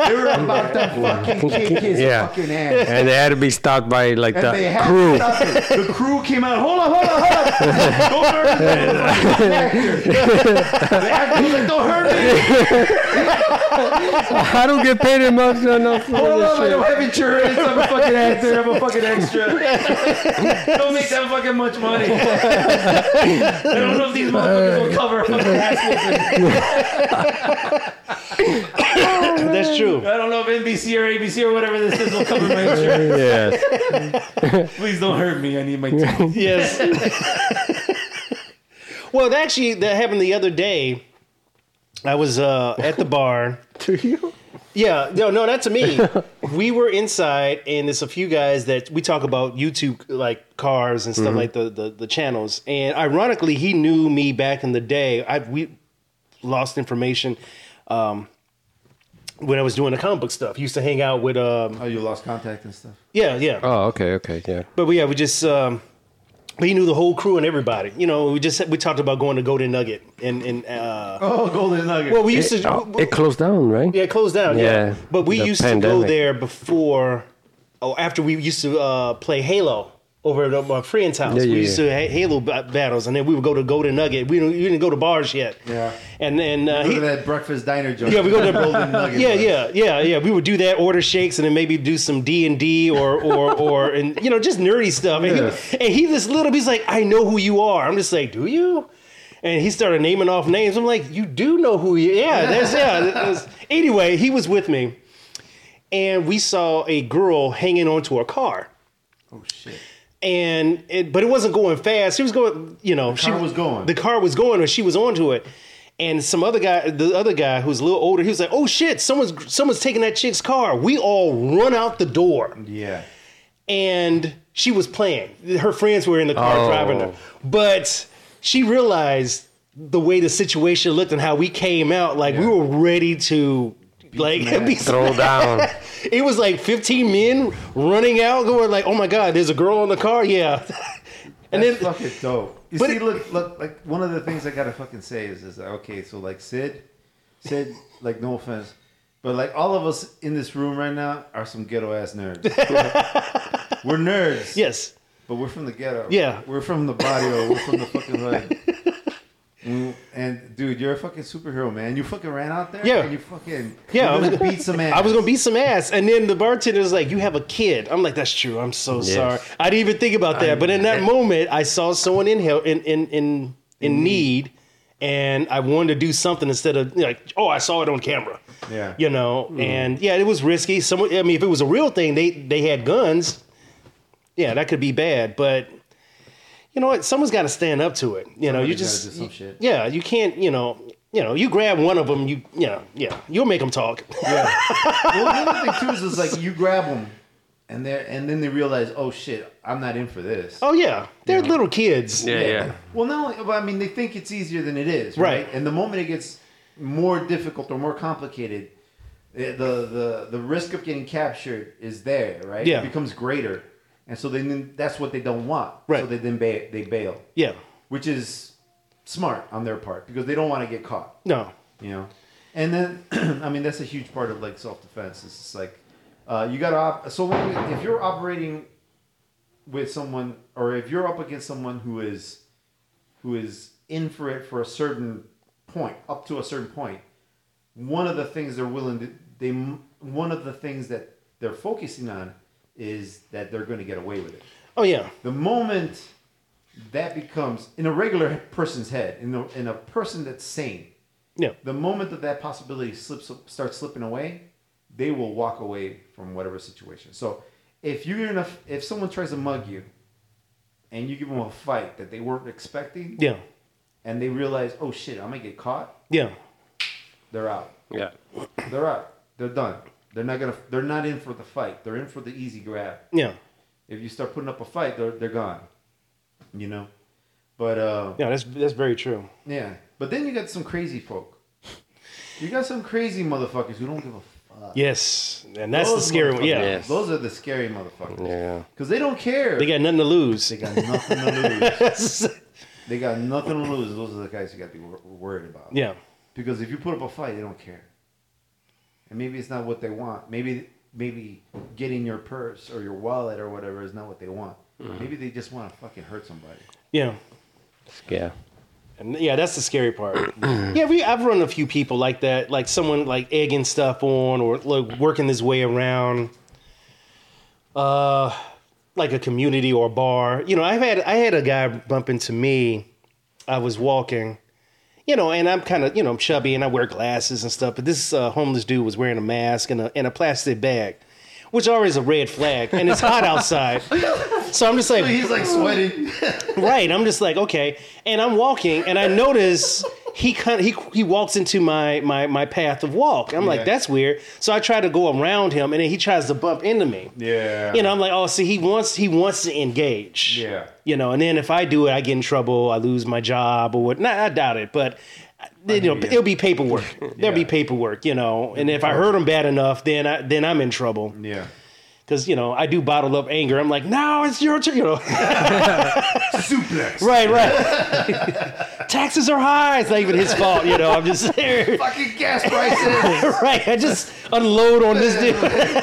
Speaker 5: they were about to fucking kick his
Speaker 4: Yeah.
Speaker 5: fucking ass.
Speaker 4: And they had to be stopped by like
Speaker 5: And they
Speaker 4: the
Speaker 5: had
Speaker 4: crew.
Speaker 5: to stop it. The crew came out. Hold on, hold on, hold on. Don't hurt me. The actor. The actor was like, don't hurt me.
Speaker 4: I don't get paid enough enough for
Speaker 5: Hold
Speaker 4: this
Speaker 5: on, I don't
Speaker 4: shit.
Speaker 5: have insurance. I'm a fucking actor. I'm a fucking extra. Don't make that fucking much money. I don't know if these motherfuckers will cover a fucking ass whooping.
Speaker 2: That's true.
Speaker 5: I don't know if NBC or ABC or whatever this is will cover my insurance.
Speaker 4: Yes.
Speaker 5: Please don't hurt me. I need my team.
Speaker 2: Yes. well, actually, that happened the other day. I was uh, at the bar.
Speaker 4: To you?
Speaker 2: Yeah, no, no, not to me. we were inside, and there's a few guys that we talk about YouTube, like cars and stuff, like the, the the channels. And ironically, he knew me back in the day. I we lost information um, when I was doing the comic book stuff. Used to hang out with, um,
Speaker 5: Oh, you lost contact and stuff.
Speaker 2: yeah, yeah.
Speaker 4: Oh, okay, okay, yeah.
Speaker 2: But we, yeah, we just um, we knew the whole crew and everybody. You know, we just we talked about going to Golden Nugget and and uh,
Speaker 3: Oh, Golden Nugget.
Speaker 2: well, we used
Speaker 4: It,
Speaker 2: to
Speaker 4: oh, it closed down, right?
Speaker 2: yeah, it closed down. Yeah,
Speaker 4: Yeah,
Speaker 2: but we
Speaker 4: the
Speaker 2: used to go
Speaker 4: pandemic.
Speaker 2: there before. Oh, after we used to uh, play Halo over at my friend's house.
Speaker 4: Yeah, yeah,
Speaker 2: we used to ha- Halo ba- battles, and then we would go to Golden Nugget. We didn't, we didn't go to bars yet.
Speaker 5: Yeah.
Speaker 2: and then uh,
Speaker 3: Go
Speaker 2: he-
Speaker 3: to that breakfast diner joint.
Speaker 2: yeah, we go to Golden
Speaker 3: Nugget
Speaker 2: Yeah,
Speaker 3: bar.
Speaker 2: yeah, yeah, yeah. We would do that, order shakes, and then maybe do some D and D or or or and you know just nerdy stuff. And, he, and he this little, he's like, I know who you are. I'm just like, do you? And he started naming off names. I'm like, you do know who you? Yeah, that's yeah. that's- anyway, he was with me, and we saw a girl hanging onto a car.
Speaker 5: Oh, shit.
Speaker 2: And it, but it wasn't going fast. She was going, you know, she
Speaker 3: car was going.
Speaker 2: The car was going, or she was onto it. And some other guy, the other guy who's a little older, he was like, "Oh shit, someone's someone's taking that chick's car." We all run out the door,
Speaker 3: Yeah.
Speaker 2: and she was playing. Her friends were in the car
Speaker 4: Oh.
Speaker 2: driving her, but she realized the way the situation looked and how we came out. Like we were ready to like be
Speaker 4: Throw down.
Speaker 2: it was like 15 men running out, going like, "Oh my god, there's a girl in the car." Yeah, and
Speaker 3: That's
Speaker 2: then
Speaker 3: fucking dope. You
Speaker 2: but
Speaker 3: see,
Speaker 2: it-
Speaker 3: look, look, like one of the things I gotta fucking say is, is okay, so like Sid, Sid, like no offense, but like all of us in this room right now are some ghetto ass nerds. we're nerds,
Speaker 2: yes,
Speaker 3: but we're from the ghetto.
Speaker 2: Yeah.
Speaker 3: we're from the barrio. We're from the fucking hood. Mm, And dude, you're a fucking superhero, man. You fucking ran out there,
Speaker 2: Yeah.
Speaker 3: And you fucking
Speaker 2: Yeah, I
Speaker 3: you
Speaker 2: was
Speaker 3: gonna
Speaker 2: gonna-
Speaker 3: beat some ass.
Speaker 2: I was gonna beat some ass, and then the bartender's like, "You have a kid." I'm like, "That's true. I'm so sorry. I didn't even think about that." but in that moment, I saw someone in hell in in in in need, and I wanted to do something instead of like, "Oh, I saw it on camera."
Speaker 3: Yeah. Hmm.
Speaker 2: you know, and yeah, it was risky. Someone, I mean, if it was a real thing, they they had guns. Yeah, that could be bad, but. You know what? Someone's got to stand up to it. You know, you
Speaker 3: Somebody's
Speaker 2: just
Speaker 3: gotta do some shit.
Speaker 2: yeah, you can't. You know, you know, you grab one of them, you you know, yeah, you'll make them talk.
Speaker 3: well, the other thing too is, is like you grab them, and they are and then they realize, oh shit, I'm not in for this.
Speaker 2: Oh yeah, they're little kids.
Speaker 4: Yeah, yeah.
Speaker 3: Well, not only, but I mean, they think it's easier than it is,
Speaker 2: Right.
Speaker 3: right? And the moment it gets more difficult or more complicated, eh, the the the, the risk of getting captured is there, right?
Speaker 2: Yeah.
Speaker 3: It becomes greater, and so then that's what they don't want.
Speaker 2: Right.
Speaker 3: So they then ba- they bail,
Speaker 2: Yeah.
Speaker 3: which is smart on their part because they don't want to get caught,
Speaker 2: No.
Speaker 3: you know. And then, I mean, that's a huge part of like self defense. It's just like uh, you got to op- so when, if you're operating with someone or if you're up against someone who is who is in for it for a certain point, up to a certain point, one of the things they're willing to they m- one of the things that they're focusing on is that they're going to get away with it.
Speaker 2: Oh yeah.
Speaker 3: The moment that becomes in a regular person's head, in the, in a person that's sane,
Speaker 2: Yeah.
Speaker 3: the moment that that possibility slips starts slipping away, they will walk away from whatever situation. So if you're in a if someone tries to mug you, and you give them a fight that they weren't expecting,
Speaker 2: Yeah.
Speaker 3: and they realize, oh shit, I'm gonna get caught.
Speaker 2: Yeah.
Speaker 3: They're out.
Speaker 4: Yeah.
Speaker 3: They're out. They're done. They're not gonna. They're not in for the fight. They're in for the easy grab.
Speaker 2: Yeah.
Speaker 3: If you start putting up a fight, they're they're gone. You know.
Speaker 6: But uh,
Speaker 2: Yeah, that's that's very true.
Speaker 6: yeah,
Speaker 3: But then you got some crazy folk. You got some crazy motherfuckers who don't give a fuck.
Speaker 2: Yes, and that's
Speaker 6: Those
Speaker 2: the scary one.
Speaker 6: motherfuckers.
Speaker 2: Yeah.
Speaker 4: Yes.
Speaker 3: Those are the scary motherfuckers.
Speaker 4: Yeah.
Speaker 3: Because they don't care.
Speaker 2: they got nothing to lose.
Speaker 3: They got nothing to lose.
Speaker 2: yeah,
Speaker 3: They got nothing to lose. Those are the guys you got to be wor- worried about. Because if you put up a fight, they don't care. And maybe it's not what they want. Maybe maybe getting your purse or your wallet or whatever is not what they want. Maybe they just want to fucking hurt somebody.
Speaker 2: yeah,
Speaker 4: Yeah.
Speaker 2: and yeah. That's the scary part. yeah, we I've run a few people like that, like someone like egging stuff on or like working this way around. Uh, like a community or a bar. You know, I've had I had a guy bump into me. I was walking, you know, and I'm kind of you know I'm chubby and I wear glasses and stuff. But this uh, homeless dude was wearing a mask and a and a plastic bag, which already is a red flag. And it's hot outside, so I'm just like
Speaker 6: he's like sweating.
Speaker 2: right. I'm just like, okay. And I'm walking, and I notice he kind of, he he walks into my my my path of walk. I'm like,
Speaker 6: Yeah.
Speaker 2: that's weird. So I try to go around him, and then he tries to bump into me.
Speaker 6: Yeah.
Speaker 2: You know, I'm like, oh, see, he wants he wants to engage.
Speaker 6: Yeah.
Speaker 2: You know, and then if I do it, I get in trouble. I lose my job or what. Nah, I doubt it, but. You know,
Speaker 6: hear you.
Speaker 2: it'll be paperwork. There'll be
Speaker 6: Yeah.
Speaker 2: paperwork, you know. And if I hurt him bad enough, then I then I'm in trouble
Speaker 6: Yeah.
Speaker 2: because you know I do bottle up anger. I'm like, no, it's your turn. You know,
Speaker 6: Suplex.
Speaker 2: Right, right. Taxes are high. It's not even his fault, you know. I'm just there.
Speaker 6: Fucking gas prices.
Speaker 2: right. I just unload on this dude.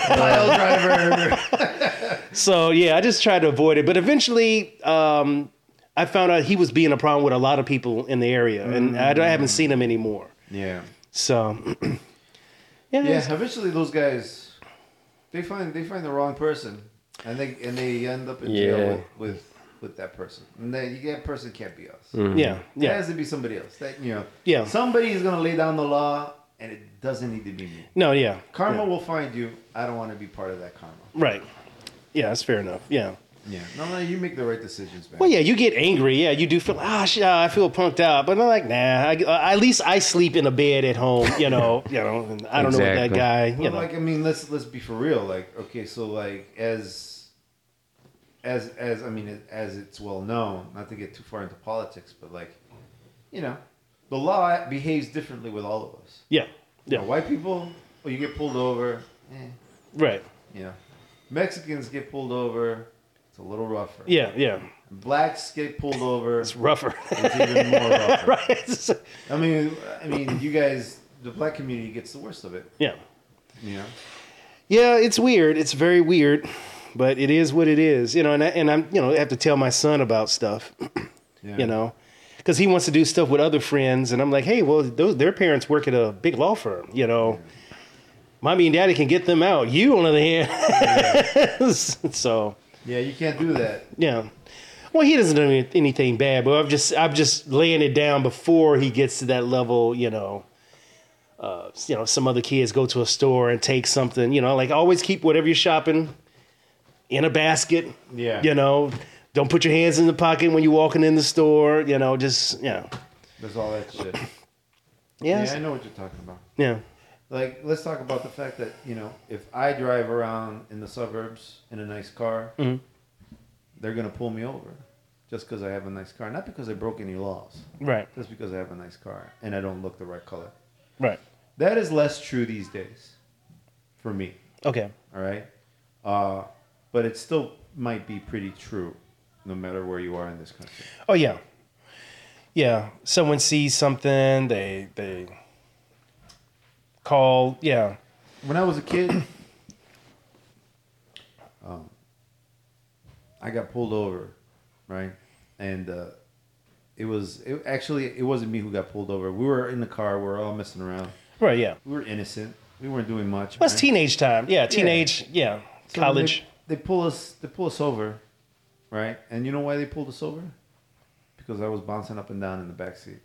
Speaker 6: Pile driver.
Speaker 2: So yeah, I just tried to avoid it. But eventually, um, I found out he was being a problem with a lot of people in the area, and I, don't- I haven't seen him anymore.
Speaker 3: Yeah.
Speaker 2: So yeah,
Speaker 3: Yeah. Eventually, those guys they find they find the wrong person, and they and they end up in jail
Speaker 4: Yeah.
Speaker 3: with, with with that person. And that that person can't be us.
Speaker 2: yeah,
Speaker 3: It
Speaker 2: yeah.
Speaker 3: has to be somebody else. That you know.
Speaker 2: Yeah.
Speaker 3: Somebody is gonna lay down the law, and it doesn't need to be me.
Speaker 2: No, yeah,
Speaker 3: Karma will find you. I don't want to be part of that karma.
Speaker 2: right. Yeah, that's fair enough. Yeah.
Speaker 3: Yeah. No, no, you make the right decisions, man.
Speaker 2: Well, yeah, you get angry. Yeah, you do feel ah, shit, ah, I feel punked out. But I'm like, nah. I, uh, at least I sleep in a bed at home. You know, you know. And I don't know what that
Speaker 4: Exactly.
Speaker 2: guy.
Speaker 3: But,
Speaker 2: You know,
Speaker 3: like I mean, let's let's be for real. Like, okay, so like as as as I mean, as it's well known, not to get too far into politics, but like, you know, the law behaves differently with all of us.
Speaker 2: yeah,
Speaker 3: You
Speaker 2: yeah,
Speaker 3: know, white people, well, you get pulled over. Eh,
Speaker 2: right,
Speaker 3: you know, Mexicans get pulled over. It's a little rougher.
Speaker 2: yeah, yeah.
Speaker 3: Blacks get pulled over.
Speaker 2: It's rougher.
Speaker 3: It's even more rougher.
Speaker 2: right. It's-
Speaker 3: I mean, I mean, you guys, the black community gets the worst of it.
Speaker 2: yeah,
Speaker 3: You know.
Speaker 2: yeah. It's weird. It's very weird, but it is what it is. You know, and I, and I'm you know I have to tell my son about stuff.
Speaker 3: Yeah.
Speaker 2: You know. Because he wants to do stuff with other friends, and I'm like, hey, well, those, their parents work at a big law firm, you know. Mommy and daddy can get them out. You, on the other hand, so
Speaker 3: Yeah, you can't do that.
Speaker 2: Yeah. Well, he doesn't do any- anything bad, but I'm just I'm just laying it down before he gets to that level. You know, uh, you know, some other kids go to a store and take something. You know, like always keep whatever you're shopping in a basket.
Speaker 3: Yeah.
Speaker 2: You know, don't put your hands in the pocket when you're walking in the store. You know, just you know,
Speaker 3: There's all that shit. Yeah, I
Speaker 2: yeah,
Speaker 3: know what you're talking about.
Speaker 2: yeah,
Speaker 3: Like, let's talk about the fact that, you know, if I drive around in the suburbs in a nice car, they're going to pull me over just because I have a nice car. Not because I broke any laws,
Speaker 2: right,
Speaker 3: just because I have a nice car and I don't look the right color.
Speaker 2: right,
Speaker 3: That is less true these days for me,
Speaker 2: okay,
Speaker 3: all right? Uh, but it still might be pretty true no matter where you are in this country.
Speaker 2: oh yeah, yeah. Someone sees something, they they call, yeah,
Speaker 3: when I was a kid, um, I got pulled over, right? And uh, it was it, actually it wasn't me who got pulled over. We were in the car. We were all messing around.
Speaker 2: right, yeah.
Speaker 3: We were innocent. We weren't doing much.
Speaker 2: That's
Speaker 3: right?
Speaker 2: teenage time. Yeah, teenage. Yeah,
Speaker 3: So
Speaker 2: college.
Speaker 3: They, they pull us. They pull us over, right? And you know why they pulled us over? Because I was bouncing up and down in the back seat.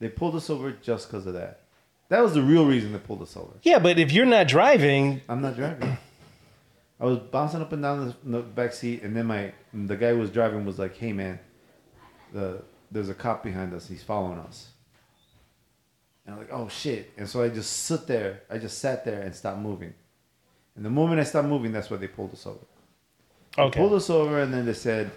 Speaker 3: They pulled us over just because of that. That was the real reason they pulled us over.
Speaker 2: yeah, but if you're not driving,
Speaker 3: I'm not driving. I was bouncing up and down the, in the back seat, and then my the guy who was driving was like, "Hey man, the there's a cop behind us. He's following us." And I'm like, "Oh shit!" And so I just sit there. I just sat there and stopped moving. And the moment I stopped moving, that's why they pulled us over. They
Speaker 2: okay,
Speaker 3: Pulled us over, and then they said,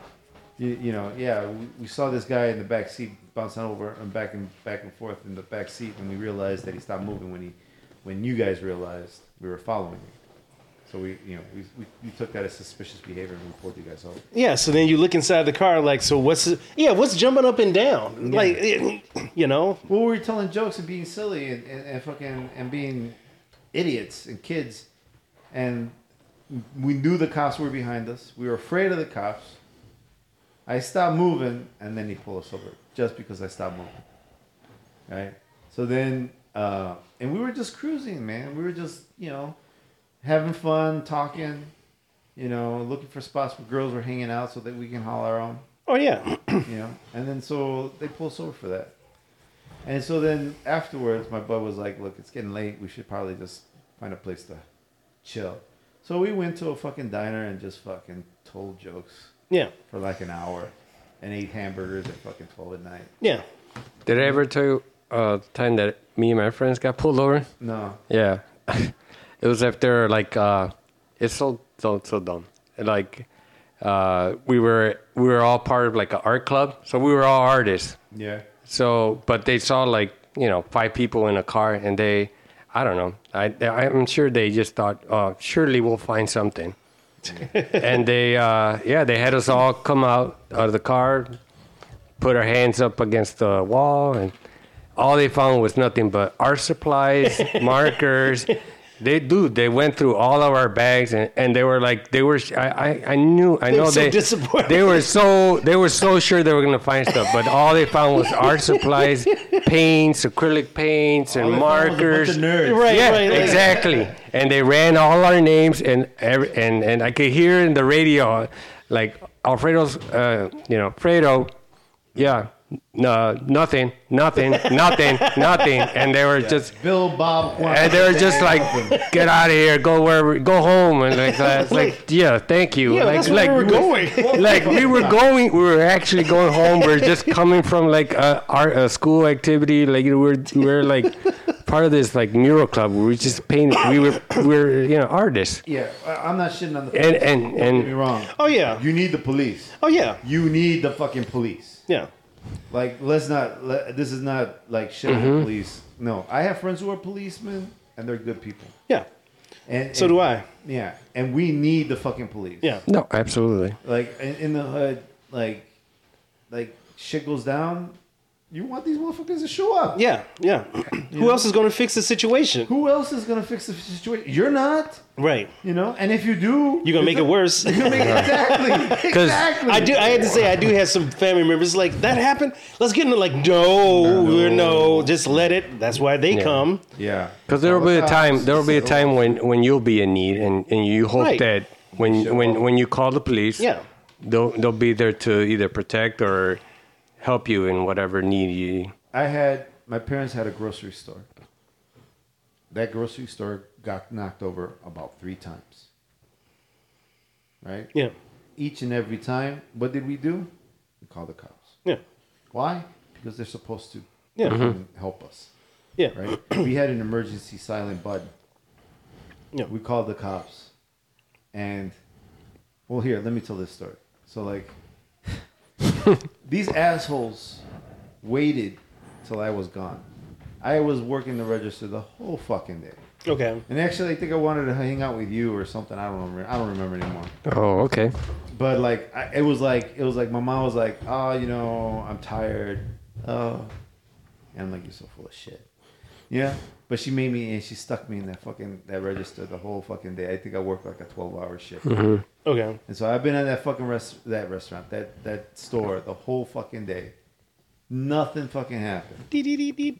Speaker 3: you, you know, yeah, we, we saw this guy in the back seat bouncing over and back and back and forth in the back seat, and we realized that he stopped moving when he, when you guys realized we were following him. So we, you know, we, we, we took that as suspicious behavior and we pulled you guys over.
Speaker 2: Yeah, so then you look inside the car, like, so what's, yeah, what's jumping up and down? Like, eh, you know,
Speaker 3: Well, we were telling jokes and being silly and, and, and fucking and being idiots and kids, and we knew the cops were behind us. We were afraid of the cops. I stopped moving, and then he pulled us over just because I stopped moving. Right. So then, uh, and we were just cruising, man. We were just you know having fun, talking, you know, looking for spots where girls were hanging out so that we can haul our own
Speaker 2: oh, yeah.
Speaker 3: you know. And then so they pull us over for that. And so then afterwards, my bud was like, "Look, it's getting late. We should probably just find a place to chill." So we went to a fucking diner and just fucking told jokes
Speaker 2: Yeah.
Speaker 3: for like an hour, and ate hamburgers at fucking twelve at night.
Speaker 2: Yeah.
Speaker 4: Did I ever tell you uh, the time that me and my friends got pulled over?
Speaker 3: No,
Speaker 4: Yeah, it was after like uh, it's so so so dumb. Like uh, we were we were all part of like an art club, so we were all artists.
Speaker 3: yeah,
Speaker 4: So, but they saw like you know five people in a car, and they, I don't know, I I'm sure they just thought, uh, surely we'll find something, and they, uh, yeah, they had us all come out of the car, put our hands up against the wall, and all they found was nothing but art supplies, markers. They dude, they went through all of our bags, and, and they were like, they were. I I, I knew, I
Speaker 2: They were
Speaker 4: know
Speaker 2: so
Speaker 4: they
Speaker 2: disappointed.
Speaker 4: they were so they were so sure they were gonna find stuff, but all they found was art supplies, paints, acrylic paints, and markers.
Speaker 2: Right,
Speaker 4: yeah,
Speaker 2: right. like-
Speaker 4: exactly. And they ran all our names, and every, and and I could hear in the radio, like Alfredo's, uh, you know, Fredo, yeah, no, nothing, nothing, nothing, nothing, and they were just.
Speaker 3: Bill Bob. Juan.
Speaker 4: And they were just like, "Get out of here! Go wherever, go home!" And like, that's like, yeah, thank you.
Speaker 2: Yeah,
Speaker 4: like,
Speaker 2: that's where
Speaker 4: like,
Speaker 2: we were going.
Speaker 4: like we were going we were actually going home we are just coming from like a art a school activity like we were we were like part of this like mural club we were just painting we were we were you know artists
Speaker 3: yeah, I- I'm not shitting on the.
Speaker 4: and and
Speaker 3: Don't get me
Speaker 4: and
Speaker 3: wrong.
Speaker 2: Oh, yeah.
Speaker 3: You need the police.
Speaker 2: Oh, yeah.
Speaker 3: You need the fucking police.
Speaker 2: Yeah.
Speaker 3: Like, let's not. Let, this is not like shit
Speaker 2: Mm-hmm.
Speaker 3: on the police. No, I have friends who are policemen, and they're good people.
Speaker 2: Yeah.
Speaker 3: And
Speaker 2: So do I.
Speaker 3: Yeah, and we need the fucking police.
Speaker 2: Yeah.
Speaker 4: no absolutely
Speaker 3: like in, in the hood, like, like shit goes down. You want these motherfuckers to show up.
Speaker 2: Yeah. Yeah. Who else is going to fix the situation?
Speaker 3: Who else is gonna fix the situation? You're not.
Speaker 2: Right.
Speaker 3: You know, and if you do,
Speaker 2: You're going to make it worse.
Speaker 3: exactly. exactly.
Speaker 2: I do. I had to say, I do have some family members like that happened. Let's get into like no, no, no just let it. That's why they come.
Speaker 3: Yeah.
Speaker 4: because there will be a time there will be a
Speaker 3: So-
Speaker 4: time when when you'll be in need and and you hope
Speaker 2: Right.
Speaker 4: that when when when you call the police
Speaker 2: Yeah.
Speaker 4: they'll they'll be there to either protect or help you in whatever need you
Speaker 3: I had my parents had a grocery store. That grocery store got knocked over about three times. Right?
Speaker 2: Yeah.
Speaker 3: Each and every time, what did we do? We called the cops.
Speaker 2: Yeah.
Speaker 3: Why? Because they're supposed to
Speaker 2: Yeah. Mm-hmm.
Speaker 3: fucking help us.
Speaker 2: Yeah.
Speaker 3: Right? we had an emergency silent button.
Speaker 2: Yeah.
Speaker 3: We called the cops. And well here, let me tell this story. So like these assholes waited till I was gone. I was working the register the whole fucking day.
Speaker 2: Okay.
Speaker 3: And actually I think I wanted to hang out with you or something. I don't remember I don't remember anymore
Speaker 4: oh okay
Speaker 3: but like I, it was like it was like my mom was like oh you know i'm tired oh and i'm like you're so full of shit yeah but she made me and she stuck me in that fucking that register the whole fucking day i think i worked like a 12 hour shift
Speaker 2: Okay.
Speaker 3: and so i've been at that fucking rest that restaurant that that store the whole fucking day nothing fucking happened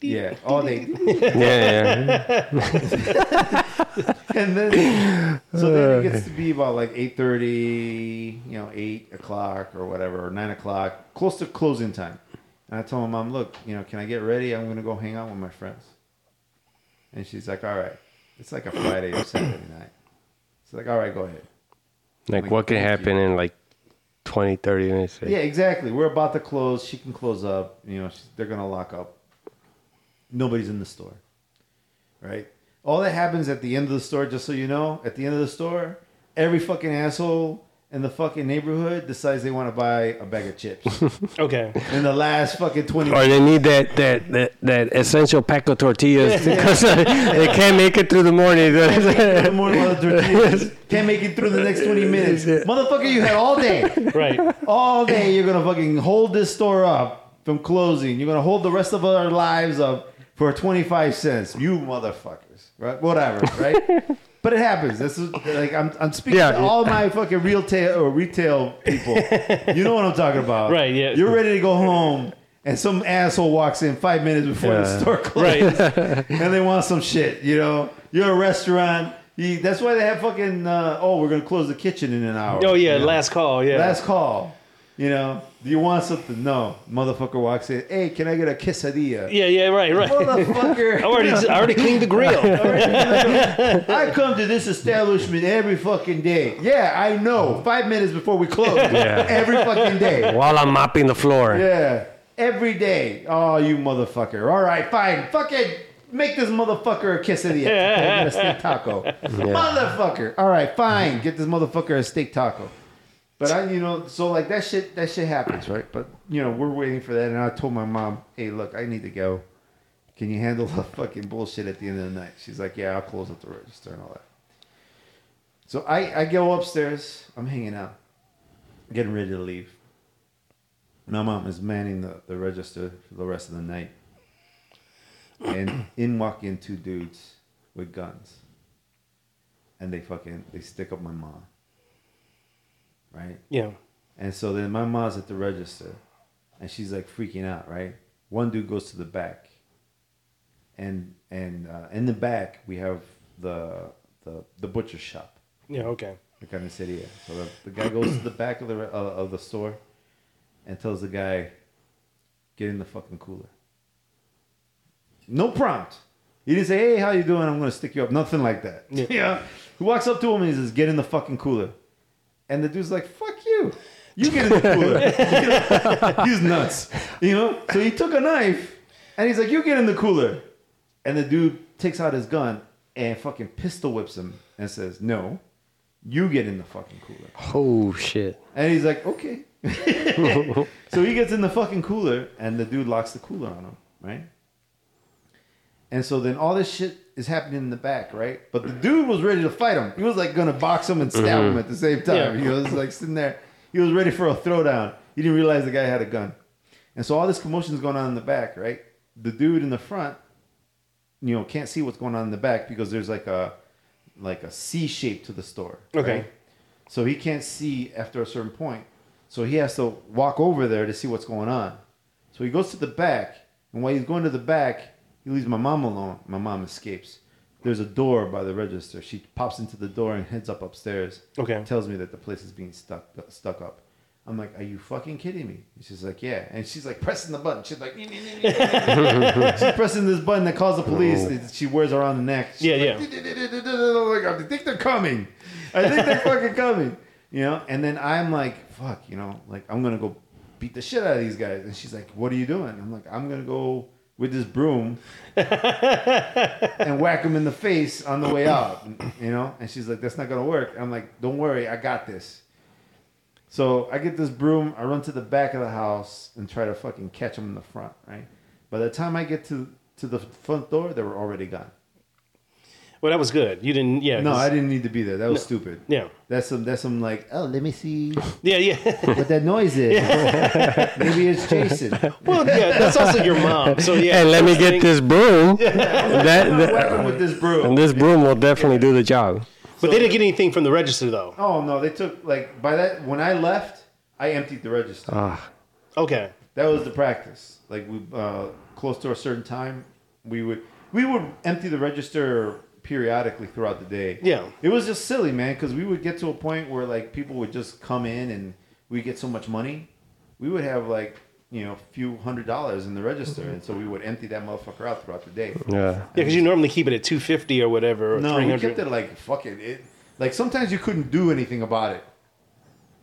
Speaker 3: yeah all day
Speaker 4: yeah, yeah.
Speaker 3: and then so then it gets to be about like 8.30 you know 8 o'clock or whatever or 9 o'clock close to closing time and i told my mom look you know can i get ready i'm gonna go hang out with my friends and she's like all right it's like a friday or saturday night it's like all right go ahead
Speaker 4: like
Speaker 3: Like,
Speaker 4: what can
Speaker 3: thank
Speaker 4: happen in like 20 30 minutes
Speaker 3: yeah exactly we're about to close she can close up you know she's, they're gonna lock up nobody's in the store right all that happens at the end of the store just so you know at the end of the store every fucking asshole and the fucking neighborhood decides they want to buy a bag of chips
Speaker 2: Okay.
Speaker 3: in the last fucking twenty.
Speaker 4: Or they need that that that, that essential pack of tortillas because they can't make it through the morning.
Speaker 3: the morning while the tortillas. Can't make it through the next 20 minutes. Motherfucker, you had all day.
Speaker 2: Right.
Speaker 3: All day Oh, you're going to fucking hold this store up from closing. You're going to hold the rest of our lives up for 25 cents. You motherfuckers. Right? Whatever, right? But it happens. This is like I'm, I'm speaking
Speaker 4: Yeah.
Speaker 3: to all my fucking real ta- or retail people. You know what I'm talking about,
Speaker 2: Right, yeah.
Speaker 3: You're ready to go home, and some asshole walks in five minutes before the
Speaker 4: Yeah.
Speaker 3: store closes
Speaker 2: Right.
Speaker 3: and they want some shit. You know, you're a restaurant. You, that's why they have fucking. Uh, oh, we're gonna close the kitchen in an hour.
Speaker 2: Oh yeah,
Speaker 3: You know?
Speaker 2: last call. Yeah.
Speaker 3: last call. You know, do you want something? No, motherfucker walks in. Hey, can I get a quesadilla?
Speaker 2: yeah, yeah, right, right. I
Speaker 3: Motherfucker,
Speaker 2: already, I already cleaned the grill.
Speaker 3: I come to this establishment every fucking day. Yeah, I know. Five minutes before we close,
Speaker 4: Yeah.
Speaker 3: every fucking day.
Speaker 4: While I'm mopping the floor.
Speaker 3: Yeah, every day. Oh, you motherfucker. All right, fine. Fucking make this motherfucker a quesadilla. Okay, get a steak taco. Motherfucker. All right, fine. Get this motherfucker a steak taco. But I, you know, so like that shit, that shit happens, right? But you know, we're waiting for that, and I told my mom, "Hey, look, I need to go. Can you handle the fucking bullshit at the end of the night?" She's like, "Yeah, I'll close up the register and all that." So I, I go upstairs. I'm hanging out, getting ready to leave. My mom is manning the, the register for the rest of the night. And in walk in two dudes with guns. And they fucking they stick up my mom. Right?
Speaker 2: Yeah.
Speaker 3: And so then my mom's at the register and she's like freaking out, right? One dude goes to the back. And and uh, in the back we have the the the butcher shop
Speaker 2: Yeah. Okay.
Speaker 3: the kind of city. yeah. So the, the guy goes to the back of the re- uh, of the store and tells the guy, "Get in the fucking cooler." No prompt. He didn't say, "Hey, how you doing? I'm gonna stick you up." Nothing like that. Yeah. He walks up to him and he says, "Get in the fucking cooler," and the dude's like, "Fuck you." You get in the cooler. You know? He's nuts. You know? So he took a knife and he's like, You get in the cooler. And the dude takes out his gun and fucking pistol whips him and says, No, you get in the fucking cooler.
Speaker 4: Oh shit.
Speaker 3: And he's like, okay. so he gets in the fucking cooler, and the dude locks the cooler on him, right? And so then all this shit is happening in the back, right? But the dude was ready to fight him. He was like gonna box him and stab
Speaker 4: Mm-hmm.
Speaker 3: him at the same time.
Speaker 2: Yeah.
Speaker 3: He was like sitting there. He was ready for a throwdown. He didn't realize the guy had a gun. And so all this commotion is going on in the back, right? The dude in the front, you know, can't see what's going on in the back because there's like a like a C shape to the store.
Speaker 2: Okay.
Speaker 3: right? So he can't see after a certain point. So he has to walk over there to see what's going on. So he goes to the back, and while he's going to the back, he leaves my mom alone. My mom escapes. There's a door by the register. She pops into the door and heads up upstairs.
Speaker 2: Okay.
Speaker 3: Tells me that the place is being stuck stuck up. I'm like, are you fucking kidding me? And she's like, yeah. And she's like pressing the button. She's like, "Nee, nee, nee, nee, nee." she's pressing this button that calls the police. She wears around the neck. She's
Speaker 2: Yeah,
Speaker 3: like,
Speaker 2: yeah.
Speaker 3: like, I think they're coming. I think they're fucking coming. You know, and then I'm like, fuck, you know, like I'm gonna go beat the shit out of these guys. And she's like, what are you doing? I'm like, I'm gonna go with this broom and whack them in the face on the way out. You know, and she's like, that's not gonna work. I'm like, don't worry, I got this. So I get this broom, I run to the back of the house and try to fucking catch them in the front. Right. By the time I get to to the front door, they were already gone.
Speaker 2: Well, that was good. You didn't. Yeah.
Speaker 3: No,
Speaker 2: 'cause-
Speaker 3: I didn't need to be there. That was stupid.
Speaker 2: Yeah.
Speaker 3: That's some. That's some like. Oh, let me see
Speaker 2: Yeah. Yeah.
Speaker 3: what that noise is. Maybe it's Jason.
Speaker 2: well, yeah. That's also your mom. So yeah.
Speaker 4: Hey, let me
Speaker 2: first
Speaker 4: get
Speaker 2: thing-
Speaker 4: this broom. That, that-
Speaker 3: with this broom.
Speaker 4: and this broom will definitely do the job.
Speaker 2: But they didn't get anything from the register though.
Speaker 3: Oh no, they took like by that when I left, I emptied the register.
Speaker 4: Ah,
Speaker 2: Okay.
Speaker 3: that was the practice. Like we uh, close to a certain time, we would we would empty the register periodically throughout the day.
Speaker 2: Yeah.
Speaker 3: it was just silly, man, because we would get to a point where like people would just come in and we get so much money, we would have like you know a few hundred dollars in the register, and so we would empty that motherfucker out throughout the day.
Speaker 4: yeah.
Speaker 2: Mm-hmm. Yeah, because you normally keep it at two fifty or whatever. Or
Speaker 3: No, we
Speaker 2: 300.
Speaker 3: kept it like fuck it. it. Like sometimes you couldn't do anything about it.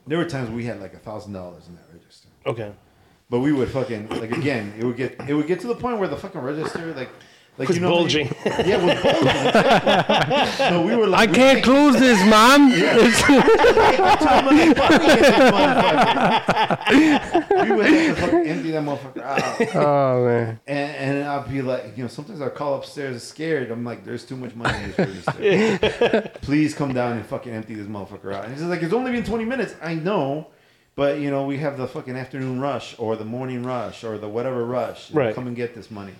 Speaker 3: There were times we had like a thousand dollars in that register.
Speaker 2: Okay.
Speaker 3: But we would fucking like again. It would get it would get to the point where the fucking register like
Speaker 7: Like
Speaker 2: Was
Speaker 7: you know,
Speaker 2: bulging.
Speaker 7: yeah, was bulging. exactly. so we were
Speaker 4: I
Speaker 7: like, we
Speaker 4: can't close this, mom.
Speaker 7: can't fucking get this motherfucker.
Speaker 3: We would have to fucking empty that motherfucker out.
Speaker 4: oh man.
Speaker 3: And, and I'd be like, you know, sometimes I call upstairs scared. I'm like, there's too much money in this register. Please come down and fucking empty this motherfucker out. And he's just like, it's only been 20 minutes. I know. But, you know, we have the fucking afternoon rush or the morning rush or the whatever rush. You know,
Speaker 2: Right.
Speaker 3: Come and get this money.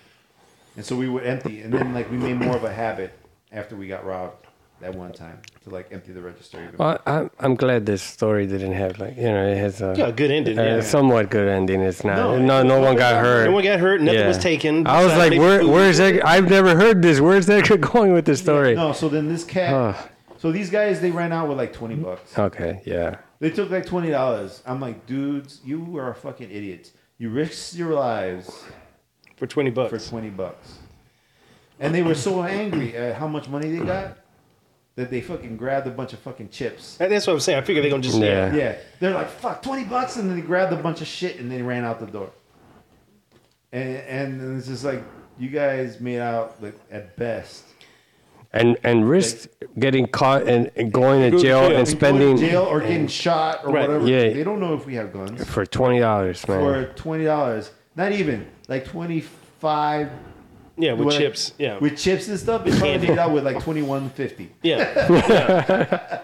Speaker 3: And so we would empty. And then, like, we made more of a habit after we got robbed that one time to, like, empty the register. even more.
Speaker 4: Well, I'm, I'm glad this story didn't have like you know it has a,
Speaker 2: Yeah, good ending.
Speaker 4: a
Speaker 2: yeah.
Speaker 4: somewhat good ending. It's not.
Speaker 2: No,
Speaker 4: No, no, one got hurt.
Speaker 2: No one got hurt. Nothing
Speaker 4: Yeah.
Speaker 2: was taken.
Speaker 4: I was
Speaker 2: Not
Speaker 4: like,
Speaker 2: even
Speaker 4: where,
Speaker 2: food.
Speaker 4: where's that? I've never heard this. Where's that going with this story?
Speaker 3: No, so then this cat.
Speaker 4: Huh.
Speaker 3: So these guys, they ran out with like twenty bucks.
Speaker 4: Okay, yeah.
Speaker 3: They took like twenty dollars. I'm like, dudes, you are fucking idiots. You risked your lives
Speaker 2: for twenty
Speaker 3: for
Speaker 2: bucks?
Speaker 3: twenty bucks, and they were so angry at how much money they got that they fucking grabbed a bunch of fucking chips.
Speaker 2: That- That's what I'm saying. I figure they're gonna just
Speaker 4: Yeah.
Speaker 3: Yeah, they're like, fuck, twenty bucks, and then they grabbed a bunch of shit and they ran out the door. And and it's just like you guys made out like at best.
Speaker 4: And and risk getting caught and, and going to jail
Speaker 2: jail.
Speaker 4: and
Speaker 3: Going
Speaker 4: spending
Speaker 3: to jail or getting shot or
Speaker 2: Right.
Speaker 3: whatever.
Speaker 4: Yeah.
Speaker 3: They don't know if we have guns.
Speaker 4: for twenty dollars, man.
Speaker 3: for twenty dollars. Not even like twenty five
Speaker 2: yeah with chips. Yeah,
Speaker 3: with chips and stuff. It's probably
Speaker 2: Candy.
Speaker 3: figured out with like twenty one fifty.
Speaker 2: yeah.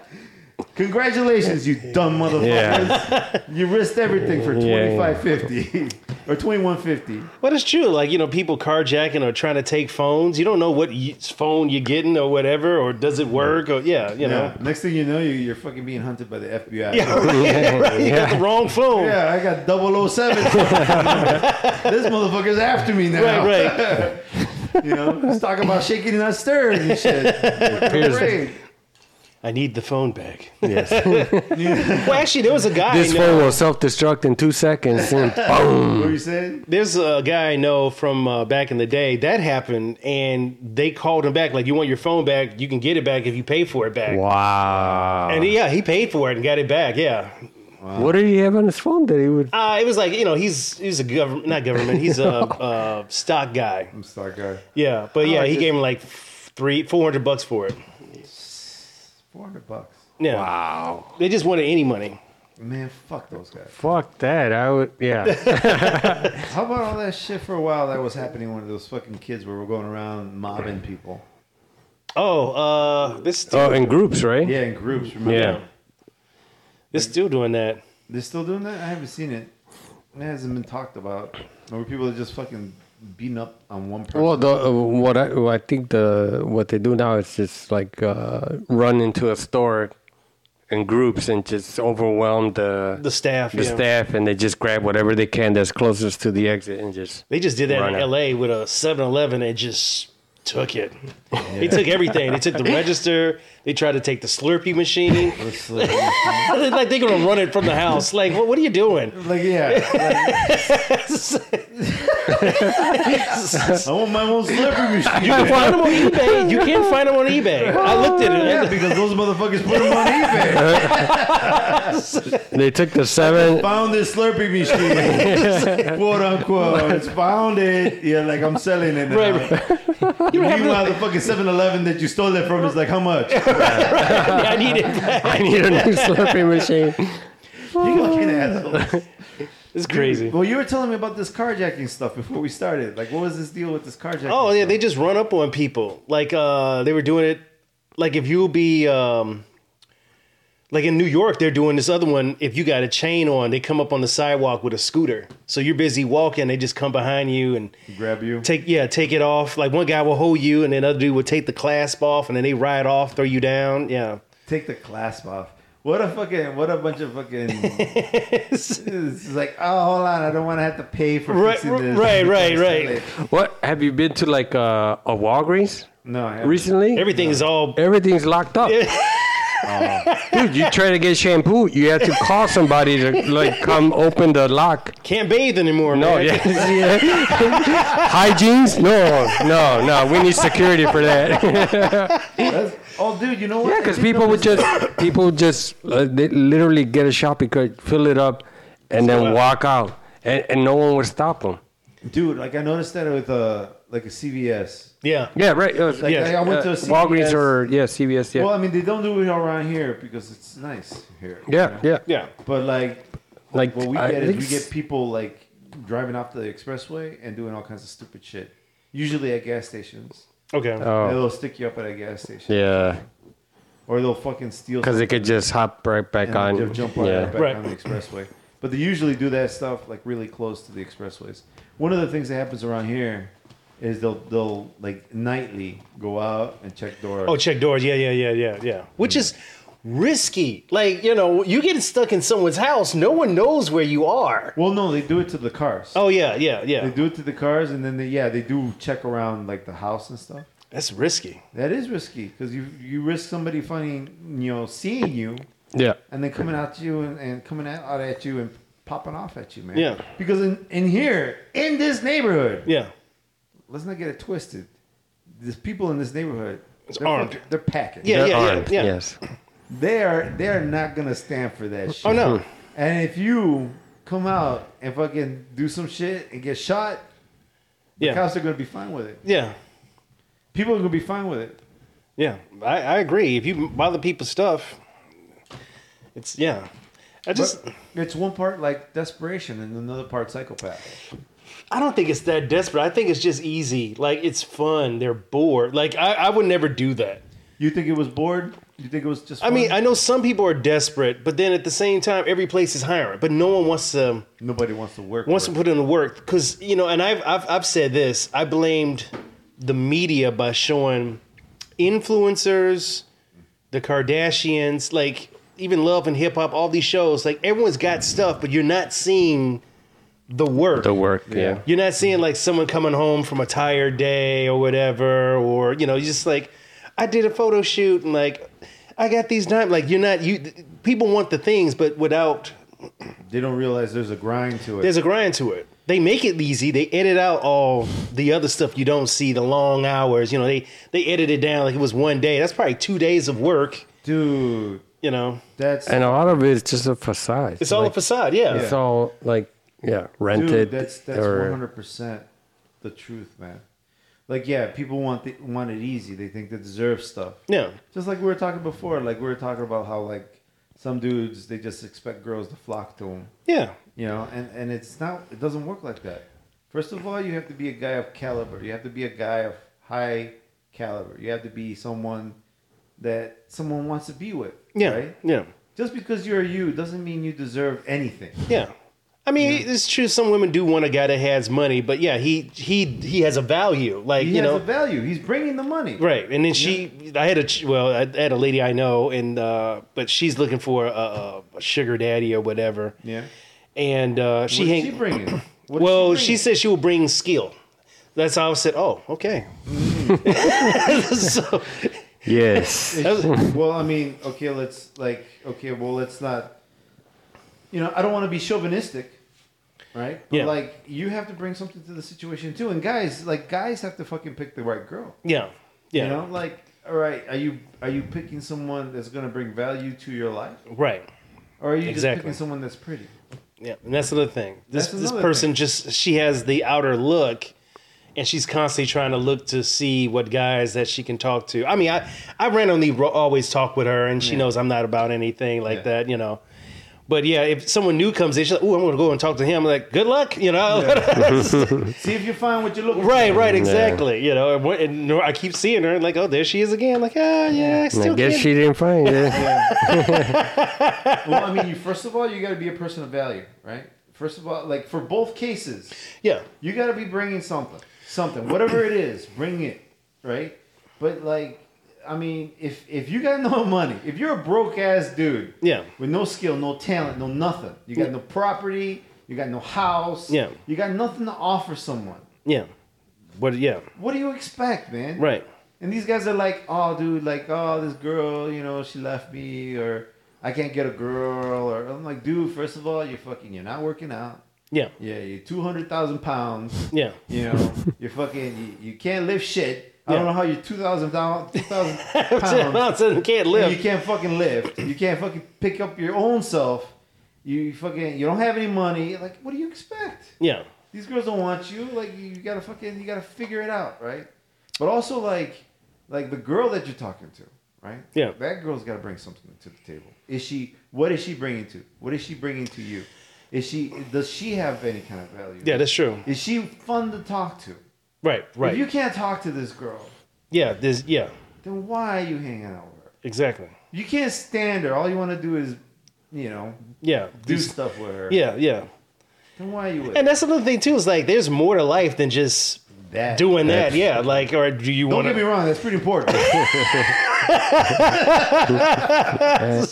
Speaker 3: Congratulations, you dumb motherfuckers! You risked everything for
Speaker 4: Yeah,
Speaker 3: twenty
Speaker 4: yeah.
Speaker 3: five fifty or twenty one fifty.
Speaker 2: But it's true. Like you know, people carjacking or trying to take phones. You don't know what y- phone you're getting or whatever, or does it work? Or yeah, you know.
Speaker 3: Yeah. Next thing you know, you, you're fucking being hunted by the FBI.
Speaker 2: Yeah, right, right. You got the wrong phone.
Speaker 3: Yeah, I got 007. this motherfucker's after me now.
Speaker 2: Right, right.
Speaker 3: You know, he's talking about shaking and not stirring and shit.
Speaker 4: Here's-
Speaker 3: Great.
Speaker 2: I need the phone back.
Speaker 4: Yes.
Speaker 2: Well, actually, there was a guy.
Speaker 4: this
Speaker 2: I know-
Speaker 4: phone will self destruct in two seconds. And
Speaker 3: What
Speaker 4: boom.
Speaker 3: were you saying?
Speaker 2: There's a guy I know from uh, back in the day that happened, and they called him back. Like, you want your phone back? You can get it back if you pay for it back.
Speaker 4: Wow.
Speaker 2: And he- yeah, he paid for it and got it back. Yeah,
Speaker 4: what did he have on his phone that he would?
Speaker 2: uh, it was like you know he's he's a government not government he's a uh, stock guy.
Speaker 3: I'm stuck, guy.
Speaker 2: Yeah,
Speaker 4: Oh,
Speaker 2: but yeah,
Speaker 3: like
Speaker 2: he
Speaker 3: this.
Speaker 2: gave him like f- three four hundred bucks for it.
Speaker 3: 400 bucks.
Speaker 2: Yeah,
Speaker 4: Wow.
Speaker 2: they just wanted any money.
Speaker 3: Man, fuck those guys.
Speaker 4: Fuck that. I would. Yeah.
Speaker 3: How about all that shit for a while that was happening when those fucking kids were going around mobbing people?
Speaker 2: Oh, uh, this dude,
Speaker 4: oh, in groups, right?
Speaker 3: Yeah, in groups, remember?
Speaker 4: Yeah.
Speaker 2: this dude doing that.
Speaker 3: They're still doing that? I haven't seen it. It hasn't been talked about. Or were people that just fucking beating up on one person?
Speaker 4: Well, the, uh, what I, what I think the what they do now is just like uh, run into a store in groups and just overwhelm the
Speaker 2: The staff,
Speaker 4: the
Speaker 2: yeah.
Speaker 4: staff, and they just grab whatever they can that's closest to the exit and just
Speaker 2: They just did that
Speaker 4: Run
Speaker 2: in
Speaker 4: out.
Speaker 2: L.A. with a 7-Eleven and just took it. They took everything. They took the register. They tried to take the Slurpee machine.
Speaker 3: It's like,
Speaker 2: They're like they're gonna run it from the house. Like, what, what are you doing?
Speaker 3: like, yeah. Like, I want my own celebrity machine.
Speaker 2: You can find them on eBay. You can find them on eBay. I looked at it.
Speaker 3: Yeah, because those motherfuckers put them on eBay.
Speaker 4: they took the seven
Speaker 3: Found this Slurpee machine, quote unquote. It's found it. Yeah, like I'm selling it. Now.
Speaker 2: Right, You don't have
Speaker 3: Meanwhile,
Speaker 2: to,
Speaker 3: the fucking 7-Eleven that you stole it from is like, how much?
Speaker 2: I need it back.
Speaker 4: I need a new slurping machine.
Speaker 3: You fucking asshole.
Speaker 2: It's crazy.
Speaker 3: Well, you were telling me about this carjacking stuff before we started. Like, what was this deal with this carjacking?
Speaker 2: Oh yeah,
Speaker 4: uh,
Speaker 2: they just run up on people. Like uh, they were doing it. Like if you be um, like in New York, they're doing this other one. If you got a chain on, they come up on the sidewalk with a scooter. So you're busy walking, they just come behind you and
Speaker 3: grab you.
Speaker 2: take yeah, take it off. Like one guy will hold you, and then other dude will take the clasp off, and then they ride off, throw you down. Yeah,
Speaker 3: Take the clasp off. What a fucking, what a bunch of fucking. it's like, oh, hold on, I don't want to have to pay for
Speaker 2: Right,
Speaker 3: fixing this.
Speaker 2: right, right, right.
Speaker 4: What have you been to like uh, a Walgreens
Speaker 3: No, I haven't.
Speaker 4: recently?
Speaker 2: everything is all
Speaker 4: Everything's locked up. Oh. Dude, you try to get shampoo, you have to call somebody to like come open the lock.
Speaker 2: can't bathe anymore.
Speaker 4: No,
Speaker 2: man.
Speaker 4: yes, yeah. Hygienes? No, no, no. We need security for that. yeah,
Speaker 3: That's- oh, dude, you know what? I
Speaker 4: because
Speaker 3: did
Speaker 4: people would
Speaker 3: notice
Speaker 4: just people would just uh, they literally get a shopping cart, fill it up, and then walk out, and, and no one would stop them.
Speaker 3: Dude, like I noticed that with uh like a CVS.
Speaker 2: Yeah.
Speaker 4: Yeah, right. It was,
Speaker 3: Like,
Speaker 4: yeah,
Speaker 3: I- I went to a
Speaker 4: uh, Walgreens
Speaker 3: CVS.
Speaker 4: or yeah, CVS. Yeah,
Speaker 3: Well, I mean, they don't do it around here because it's nice here. you
Speaker 4: yeah,
Speaker 3: know?
Speaker 4: yeah.
Speaker 2: Yeah.
Speaker 3: But like,
Speaker 4: Like
Speaker 3: what we
Speaker 4: I
Speaker 3: get is
Speaker 4: think
Speaker 3: we
Speaker 4: s-
Speaker 3: get people like driving off the expressway and doing all kinds of stupid shit. Usually at gas stations,
Speaker 2: Okay.
Speaker 4: Oh,
Speaker 3: they'll stick you up at a gas station,
Speaker 4: yeah,
Speaker 3: or they'll fucking steal.
Speaker 4: because they could just hop right back
Speaker 3: and
Speaker 4: on.
Speaker 3: they'll jump right
Speaker 4: yeah,
Speaker 3: back
Speaker 2: Right.
Speaker 3: on the expressway. But they usually do that stuff like really close to the expressways. One of the things that happens around here is they'll they'll like nightly go out and check doors.
Speaker 2: Oh, check doors. Yeah, yeah, yeah, yeah, yeah. Which is risky. Like, you know, you get stuck in someone's house, no one knows where you are.
Speaker 3: well, no, they do it to the cars.
Speaker 2: Oh, yeah, yeah,
Speaker 3: They
Speaker 2: yeah.
Speaker 3: do it to the cars, and then they yeah they do check around like the house and stuff.
Speaker 2: That's risky.
Speaker 3: That is risky because you you risk somebody finding you know seeing you
Speaker 4: yeah.
Speaker 3: and then coming at you and, and coming out, out at you and popping off at you, man.
Speaker 2: Yeah.
Speaker 3: Because in, in here in this neighborhood,
Speaker 2: Yeah.
Speaker 3: let's not get it twisted. There's people in this neighborhood. It's
Speaker 2: armed.
Speaker 3: They're packing.
Speaker 2: Yeah,
Speaker 4: They're
Speaker 2: yeah, yeah,
Speaker 4: armed,
Speaker 2: yeah.
Speaker 4: Yes.
Speaker 3: They are. They are not gonna stand for that shit.
Speaker 2: Oh, no.
Speaker 3: And if you come out and fucking do some shit and get shot, the
Speaker 2: Yeah.
Speaker 3: cops are gonna be fine with it.
Speaker 2: Yeah.
Speaker 3: People are gonna be fine with it.
Speaker 2: Yeah. I, I agree. If you bother people's stuff, it's, yeah. I just,
Speaker 3: But it's one part like desperation and another part psychopath.
Speaker 2: I don't think it's that desperate. I think it's just easy. Like, it's fun. They're bored. Like, I, I would never do that.
Speaker 3: You think it was bored? You think it was just?
Speaker 2: I mean,
Speaker 3: fun?
Speaker 2: I know some people are desperate, but then at the same time, every place is hiring. But no one wants to.
Speaker 3: nobody wants to work.
Speaker 2: Once
Speaker 3: for
Speaker 2: we
Speaker 3: it.
Speaker 2: put in the work, because you know, and I've, I've I've said this. I blamed the media by showing influencers, the Kardashians, like even Love and Hip Hop, all these shows. Like everyone's got stuff, but you're not seeing the work.
Speaker 4: The work.
Speaker 3: Yeah.
Speaker 4: Yeah.
Speaker 2: You're not seeing like someone coming home from a tired day or whatever, or you know, you're just like, I did a photo shoot and like, I got these diamonds. Like you're not you. People want the things, but without
Speaker 3: they don't realize there's a grind to it.
Speaker 2: there's a grind to it. They make it easy. They edit out all the other stuff you don't see, the long hours. You know, they they edit it down like it was one day. That's probably two days of work.
Speaker 3: Dude,
Speaker 2: You know,
Speaker 3: that's
Speaker 4: And a lot of it is just a facade.
Speaker 2: it's all
Speaker 4: like,
Speaker 2: a facade. Yeah.
Speaker 4: It's all like yeah, rented.
Speaker 3: dude. That's that's one
Speaker 4: or,
Speaker 3: hundred percent the truth, man. Like, yeah, people want the, want it easy. They think they deserve stuff.
Speaker 2: yeah,
Speaker 3: Just like we were talking before. Like we were talking about how like some dudes they just expect girls to flock to them.
Speaker 2: yeah,
Speaker 3: You know, and and it's not. It doesn't work like that. First of all, you have to be a guy of caliber. You have to be a guy of high caliber. You have to be someone that someone wants to be with.
Speaker 2: yeah,
Speaker 3: Right?
Speaker 2: yeah,
Speaker 3: Just because you're you doesn't mean you deserve anything.
Speaker 2: yeah. I mean, it's true. Some women do want a guy that has money, but yeah, he he he has a value. Like
Speaker 3: He
Speaker 2: you
Speaker 3: has
Speaker 2: know,
Speaker 3: a value. He's bringing the money.
Speaker 2: Right, and then she, I had a ch- well, I had a lady I know, and uh, but she's looking for a, a, a sugar daddy or whatever.
Speaker 3: Yeah.
Speaker 2: and uh, she
Speaker 3: What's
Speaker 2: hang-
Speaker 3: she bringing? What's
Speaker 2: well,
Speaker 3: she
Speaker 2: she, said she will bring skill. That's how I said. Oh, okay.
Speaker 3: Mm-hmm.
Speaker 2: so,
Speaker 4: yes.
Speaker 2: that was-
Speaker 3: well, I mean, okay, let's like, okay, well, let's not. You know, I don't want to be chauvinistic, right? But
Speaker 2: Yeah.
Speaker 3: like, you have to bring something to the situation too. And guys, like, guys have to fucking pick the right girl.
Speaker 2: yeah, yeah,
Speaker 3: You know, like, all right, are you are you picking someone that's gonna bring value to your life,
Speaker 2: right.
Speaker 3: or are you just
Speaker 2: Exactly.
Speaker 3: picking someone that's pretty?
Speaker 2: Yeah, and that's another thing. This
Speaker 3: That's
Speaker 2: this
Speaker 3: another
Speaker 2: person
Speaker 3: thing.
Speaker 2: just she has the outer look, and she's constantly trying to look to see what guys that she can talk to. I mean, I I randomly ro- always talk with her, and she knows I'm not about anything like
Speaker 3: Yeah.
Speaker 2: that, you know. But yeah, if someone new comes in, she's like, "Oh, I'm gonna go and talk to him." I'm like, "Good luck," you know.
Speaker 3: See if you find what you're looking
Speaker 2: right,
Speaker 3: for.
Speaker 2: right,
Speaker 4: uh,
Speaker 2: exactly. You know, and, what- and I keep seeing her, and like, "Oh, there she is again." Like, ah, yeah, I
Speaker 4: And
Speaker 2: still
Speaker 4: I guess
Speaker 2: can't-
Speaker 4: she didn't find it.
Speaker 3: Well, I mean, you first of all, you got to be a person of value, right? First of all, like for both cases,
Speaker 2: yeah,
Speaker 3: You got to be bringing something, something, whatever it is, bring it, right? But like, I mean, if if you got no money, if you're a broke ass dude,
Speaker 2: Yeah.
Speaker 3: with no skill, no talent, no nothing, you got no property, you got no house,
Speaker 2: Yeah.
Speaker 3: you got nothing to offer someone.
Speaker 2: yeah. What? Yeah,
Speaker 3: What do you expect, man?
Speaker 2: right.
Speaker 3: And these guys are like, oh, dude, like, oh, this girl, you know, she left me, or I can't get a girl, or I'm like, dude, first of all, you're fucking, you're not working out.
Speaker 2: Yeah,
Speaker 3: Yeah, you're two hundred thousand pounds.
Speaker 2: yeah,
Speaker 3: You know, you're fucking, you, you can't lift shit. I don't
Speaker 2: Yeah.
Speaker 3: know how you're 2,000 down- 2,000 pounds.
Speaker 2: Mountain can't
Speaker 3: and
Speaker 2: live.
Speaker 3: You can't fucking lift. You can't fucking pick up your own self. You fucking, you don't have any money. Like, what do you expect?
Speaker 2: yeah.
Speaker 3: These these girls don't want you. Like you gotta fucking you gotta figure it out, right? But also like like the girl that you're talking to, right?
Speaker 2: Yeah.
Speaker 3: that girl's gotta bring something to the table. Is she? What is she bringing to? What is she bringing to you? Is she? Does she have any kind of value?
Speaker 2: Yeah, that's true.
Speaker 3: Is she fun to talk to?
Speaker 2: Right, right.
Speaker 3: If you can't talk to this girl,
Speaker 2: yeah, this. Yeah,
Speaker 3: then why are you hanging out with her?
Speaker 2: exactly.
Speaker 3: You can't stand her. All you want to do is, you know,
Speaker 2: Yeah,
Speaker 3: do stuff with her.
Speaker 2: yeah, yeah.
Speaker 3: Then why are you with
Speaker 2: And that's another thing too. Is like there's more to life than just
Speaker 3: that?
Speaker 2: doing that. Yeah, like or do you
Speaker 3: Don't
Speaker 2: want
Speaker 3: get me wrong. That's pretty important.
Speaker 4: and,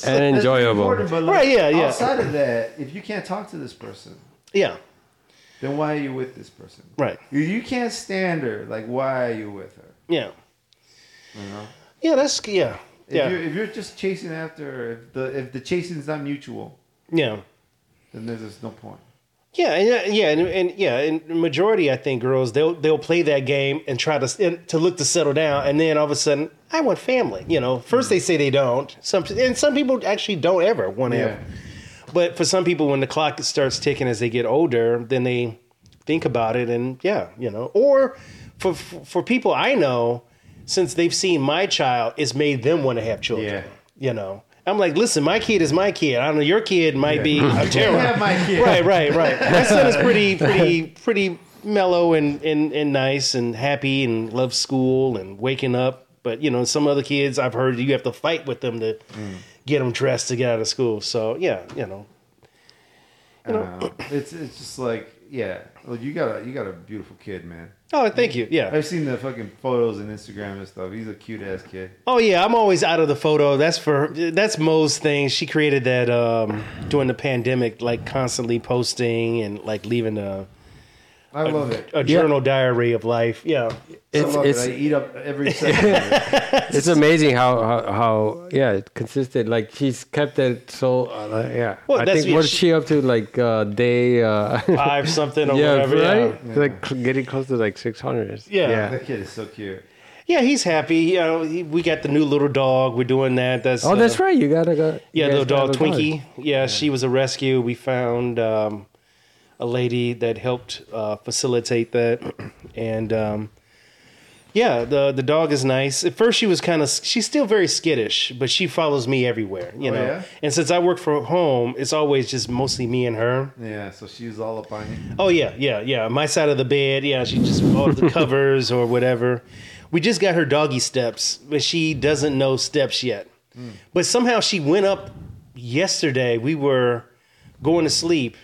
Speaker 4: and enjoyable.
Speaker 3: important, but like,
Speaker 2: Right, yeah, yeah.
Speaker 3: Outside of that, if you can't talk to this person,
Speaker 2: Yeah,
Speaker 3: then why are you with this person?
Speaker 2: right.
Speaker 3: If you can't stand her, like why are you with her?
Speaker 2: Yeah,
Speaker 3: You know?
Speaker 2: yeah. That's yeah,
Speaker 3: If
Speaker 2: yeah,
Speaker 3: you're if you're just chasing after her, if the if the chasing's not mutual,
Speaker 2: yeah.
Speaker 3: then there's just no point.
Speaker 2: Yeah, and, uh, yeah, and, and yeah, and majority I think girls they'll they'll play that game and try to and, to look to settle down, and then all of a sudden I want family. You know, first they say they don't, some and some people actually don't ever want to.
Speaker 3: Yeah.
Speaker 2: Have, but for some people, when the clock starts ticking as they get older, then they think about it, and yeah, you know. Or for for people I know, since they've seen my child, it's made them want to have children.
Speaker 3: Yeah.
Speaker 2: You know, I'm like, listen, my kid is my kid. I don't know, your kid might be a terror.
Speaker 3: have my kid.
Speaker 2: Right, right, right. My son is pretty, pretty, pretty mellow and, and, and nice and happy and loves school and waking up. But you know, some other kids I've heard you have to fight with them to
Speaker 4: Mm.
Speaker 2: get them dressed to get out of school. So yeah, you know,
Speaker 3: I don't know. It's it's just like yeah. Well, you got a you got a beautiful kid, man.
Speaker 2: Oh, thank you. Yeah.
Speaker 3: I've seen the fucking photos and Instagram and stuff. He's a cute ass kid.
Speaker 2: Oh, yeah. I'm always out of the photo. That's for that's Mo's thing. She created that um, during the pandemic, like constantly posting and like leaving a,
Speaker 3: I love it.
Speaker 2: a journal diary of life. Yeah.
Speaker 4: It's
Speaker 3: I love
Speaker 4: it's
Speaker 3: it. I eat up every second. of it.
Speaker 4: it's amazing how, how how yeah consistent. Like she's kept it so uh, yeah.
Speaker 2: Well,
Speaker 4: I
Speaker 2: that's
Speaker 4: think
Speaker 2: what
Speaker 4: what's
Speaker 2: she-
Speaker 4: she up to? Like uh, day uh,
Speaker 2: Five something or
Speaker 4: yeah,
Speaker 2: whatever.
Speaker 4: right?
Speaker 2: Yeah.
Speaker 4: Like cl- getting close to like six hundred.
Speaker 2: Yeah.
Speaker 3: That kid is so cute.
Speaker 2: Yeah, he's happy. You know, he, we got the new little dog. We're doing that. That's
Speaker 4: Oh, that's
Speaker 2: uh,
Speaker 4: right. You gotta go.
Speaker 2: Yeah,
Speaker 4: you
Speaker 2: little
Speaker 4: guys got
Speaker 2: dog
Speaker 4: a dog.
Speaker 2: Twinkie. Yeah, she was a rescue. We found um, a lady that helped uh, facilitate that, and um, yeah, the the dog is nice. At first, she was kind of she's still very skittish, but she follows me everywhere. You
Speaker 3: Oh,
Speaker 2: know,
Speaker 3: yeah?
Speaker 2: and since I work from home, it's always just mostly me and her.
Speaker 3: Yeah, so she's all up on you.
Speaker 2: Oh yeah, yeah, yeah. My side of the bed. Yeah, she just all the covers or whatever. We just got her doggy steps, but she doesn't know steps yet. But somehow she went up yesterday. We were going to sleep,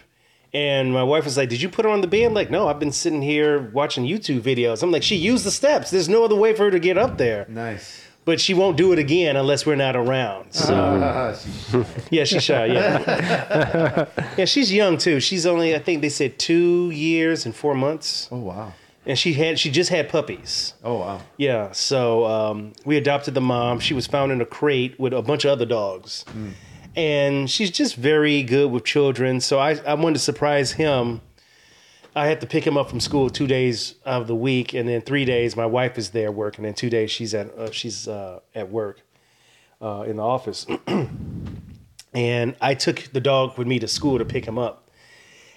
Speaker 2: and my wife was like, "Did you put her on the bed?" I'm like, no, I've been sitting here watching YouTube videos. I'm like, she used the steps. There's no other way for her to get up there.
Speaker 3: Nice.
Speaker 2: But she won't do it again unless we're not around. So
Speaker 3: Ah, she's
Speaker 2: yeah, she's shy. Yeah, yeah, she's young too. She's only I think they said two years and four months,
Speaker 3: oh wow.
Speaker 2: and she had she just had puppies.
Speaker 3: Oh wow.
Speaker 2: Yeah, so um, we adopted the mom. She was found in a crate with a bunch of other dogs, and she's just very good with children. So I I wanted to surprise him. I had to pick him up from school two days of the week, and then three days my wife is there working, and two days she's at uh, she's uh, at work uh, in the office. and I took the dog with me to school to pick him up,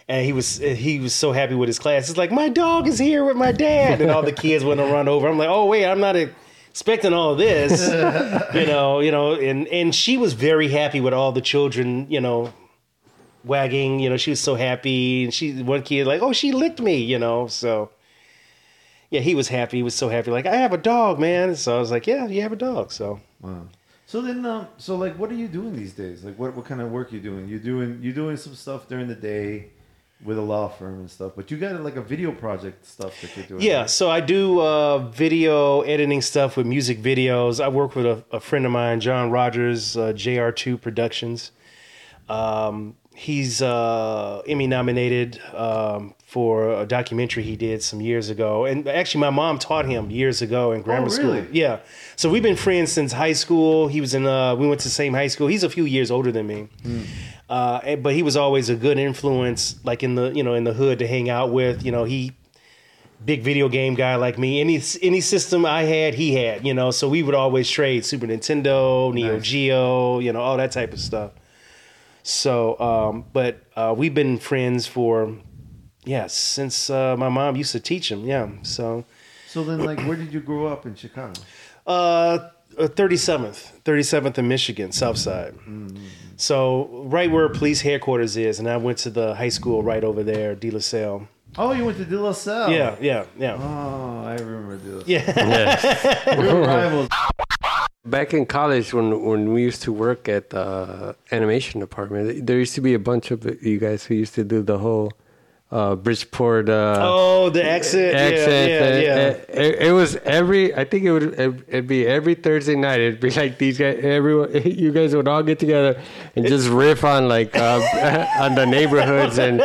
Speaker 2: and he was he was so happy with his class. It's like my dog is here with my dad, and all the kids went to run over. I'm like, oh wait, I'm not expecting all of this, you know, you know, and and she was very happy with all the children, you know. Wagging, you know, she was so happy, and she one kid like, oh, she licked me, you know. So, yeah, he was happy. He was so happy, like I have a dog, man. So I was like, yeah, you have a dog. So
Speaker 3: Wow. So then, um, so like, what are you doing these days? Like, what, what kind of work you doing? You doing you doing some stuff during the day with a law firm and stuff, but you got like a video project stuff that you're doing.
Speaker 2: Yeah, so I do uh, video editing stuff with music videos. I work with a, a friend of mine, John Rogers, uh, JR2 Productions. Um, he's uh, Emmy nominated um, for a documentary he did some years ago. And actually, my mom taught him years ago in grammar
Speaker 3: really?
Speaker 2: school. Yeah. So we've been friends since high school. He was in, uh, we went to the same high school. He's a few years older than me. Uh, and- but he was always a good influence, like in the, you know, in the hood to hang out with. You know, he, big video game guy like me. Any any system I had, he had. You know, so we would always trade Super Nintendo, Neo Geo, you know, all that type of stuff. So, um, but uh, we've been friends for yeah, since uh, my mom used to teach him. Yeah, so
Speaker 3: So then, like, where did you grow up in Chicago?
Speaker 2: uh, uh, 37th, 37th in Michigan, South Side. So right where police headquarters is, and I went to the high school right over there, De La Salle.
Speaker 3: Oh, you went to De La Salle.
Speaker 2: Yeah, yeah, yeah.
Speaker 3: Oh, I remember De La Salle.
Speaker 2: Yeah.
Speaker 3: We were rivals.
Speaker 4: Back in college, when when we used to work at the animation department, there used to be a bunch of you guys who used to do the whole uh, Bridgeport. Uh,
Speaker 2: Oh, the exit.
Speaker 4: accent.
Speaker 2: Yeah, yeah, yeah.
Speaker 4: uh, uh, It, it was every. I think it would. It'd be every Thursday night. It'd be like these guys. Everyone, you guys would all get together and just riff on like uh, on the neighborhoods and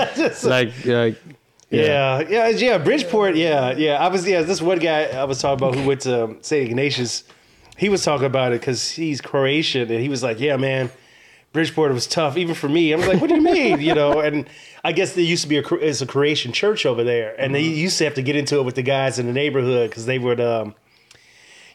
Speaker 4: like like.
Speaker 2: Yeah, yeah, yeah, Bridgeport. Yeah, yeah. I was yeah. This one guy I was talking about who went to St. Ignatius, he was talking about it because he's Croatian, and he was like, "Yeah, man, Bridgeport was tough, even for me." I was like, "What do you mean?" you know, and I guess there used to be a Cro- it's a Croatian church over there, and they used to have to get into it with the guys in the neighborhood because they would. um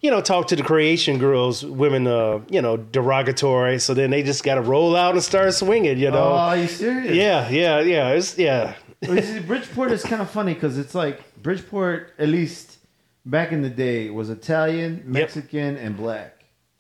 Speaker 2: you know, talk to the Croatian girls, women, uh, you know, derogatory. So then they just got to roll out and start swinging, you
Speaker 3: Oh,
Speaker 2: know?
Speaker 3: are you serious?
Speaker 2: yeah, yeah, yeah. It's, yeah.
Speaker 3: Well, you see, Bridgeport is kind of funny because it's like Bridgeport, at least back in the day, was Italian, Mexican, and black.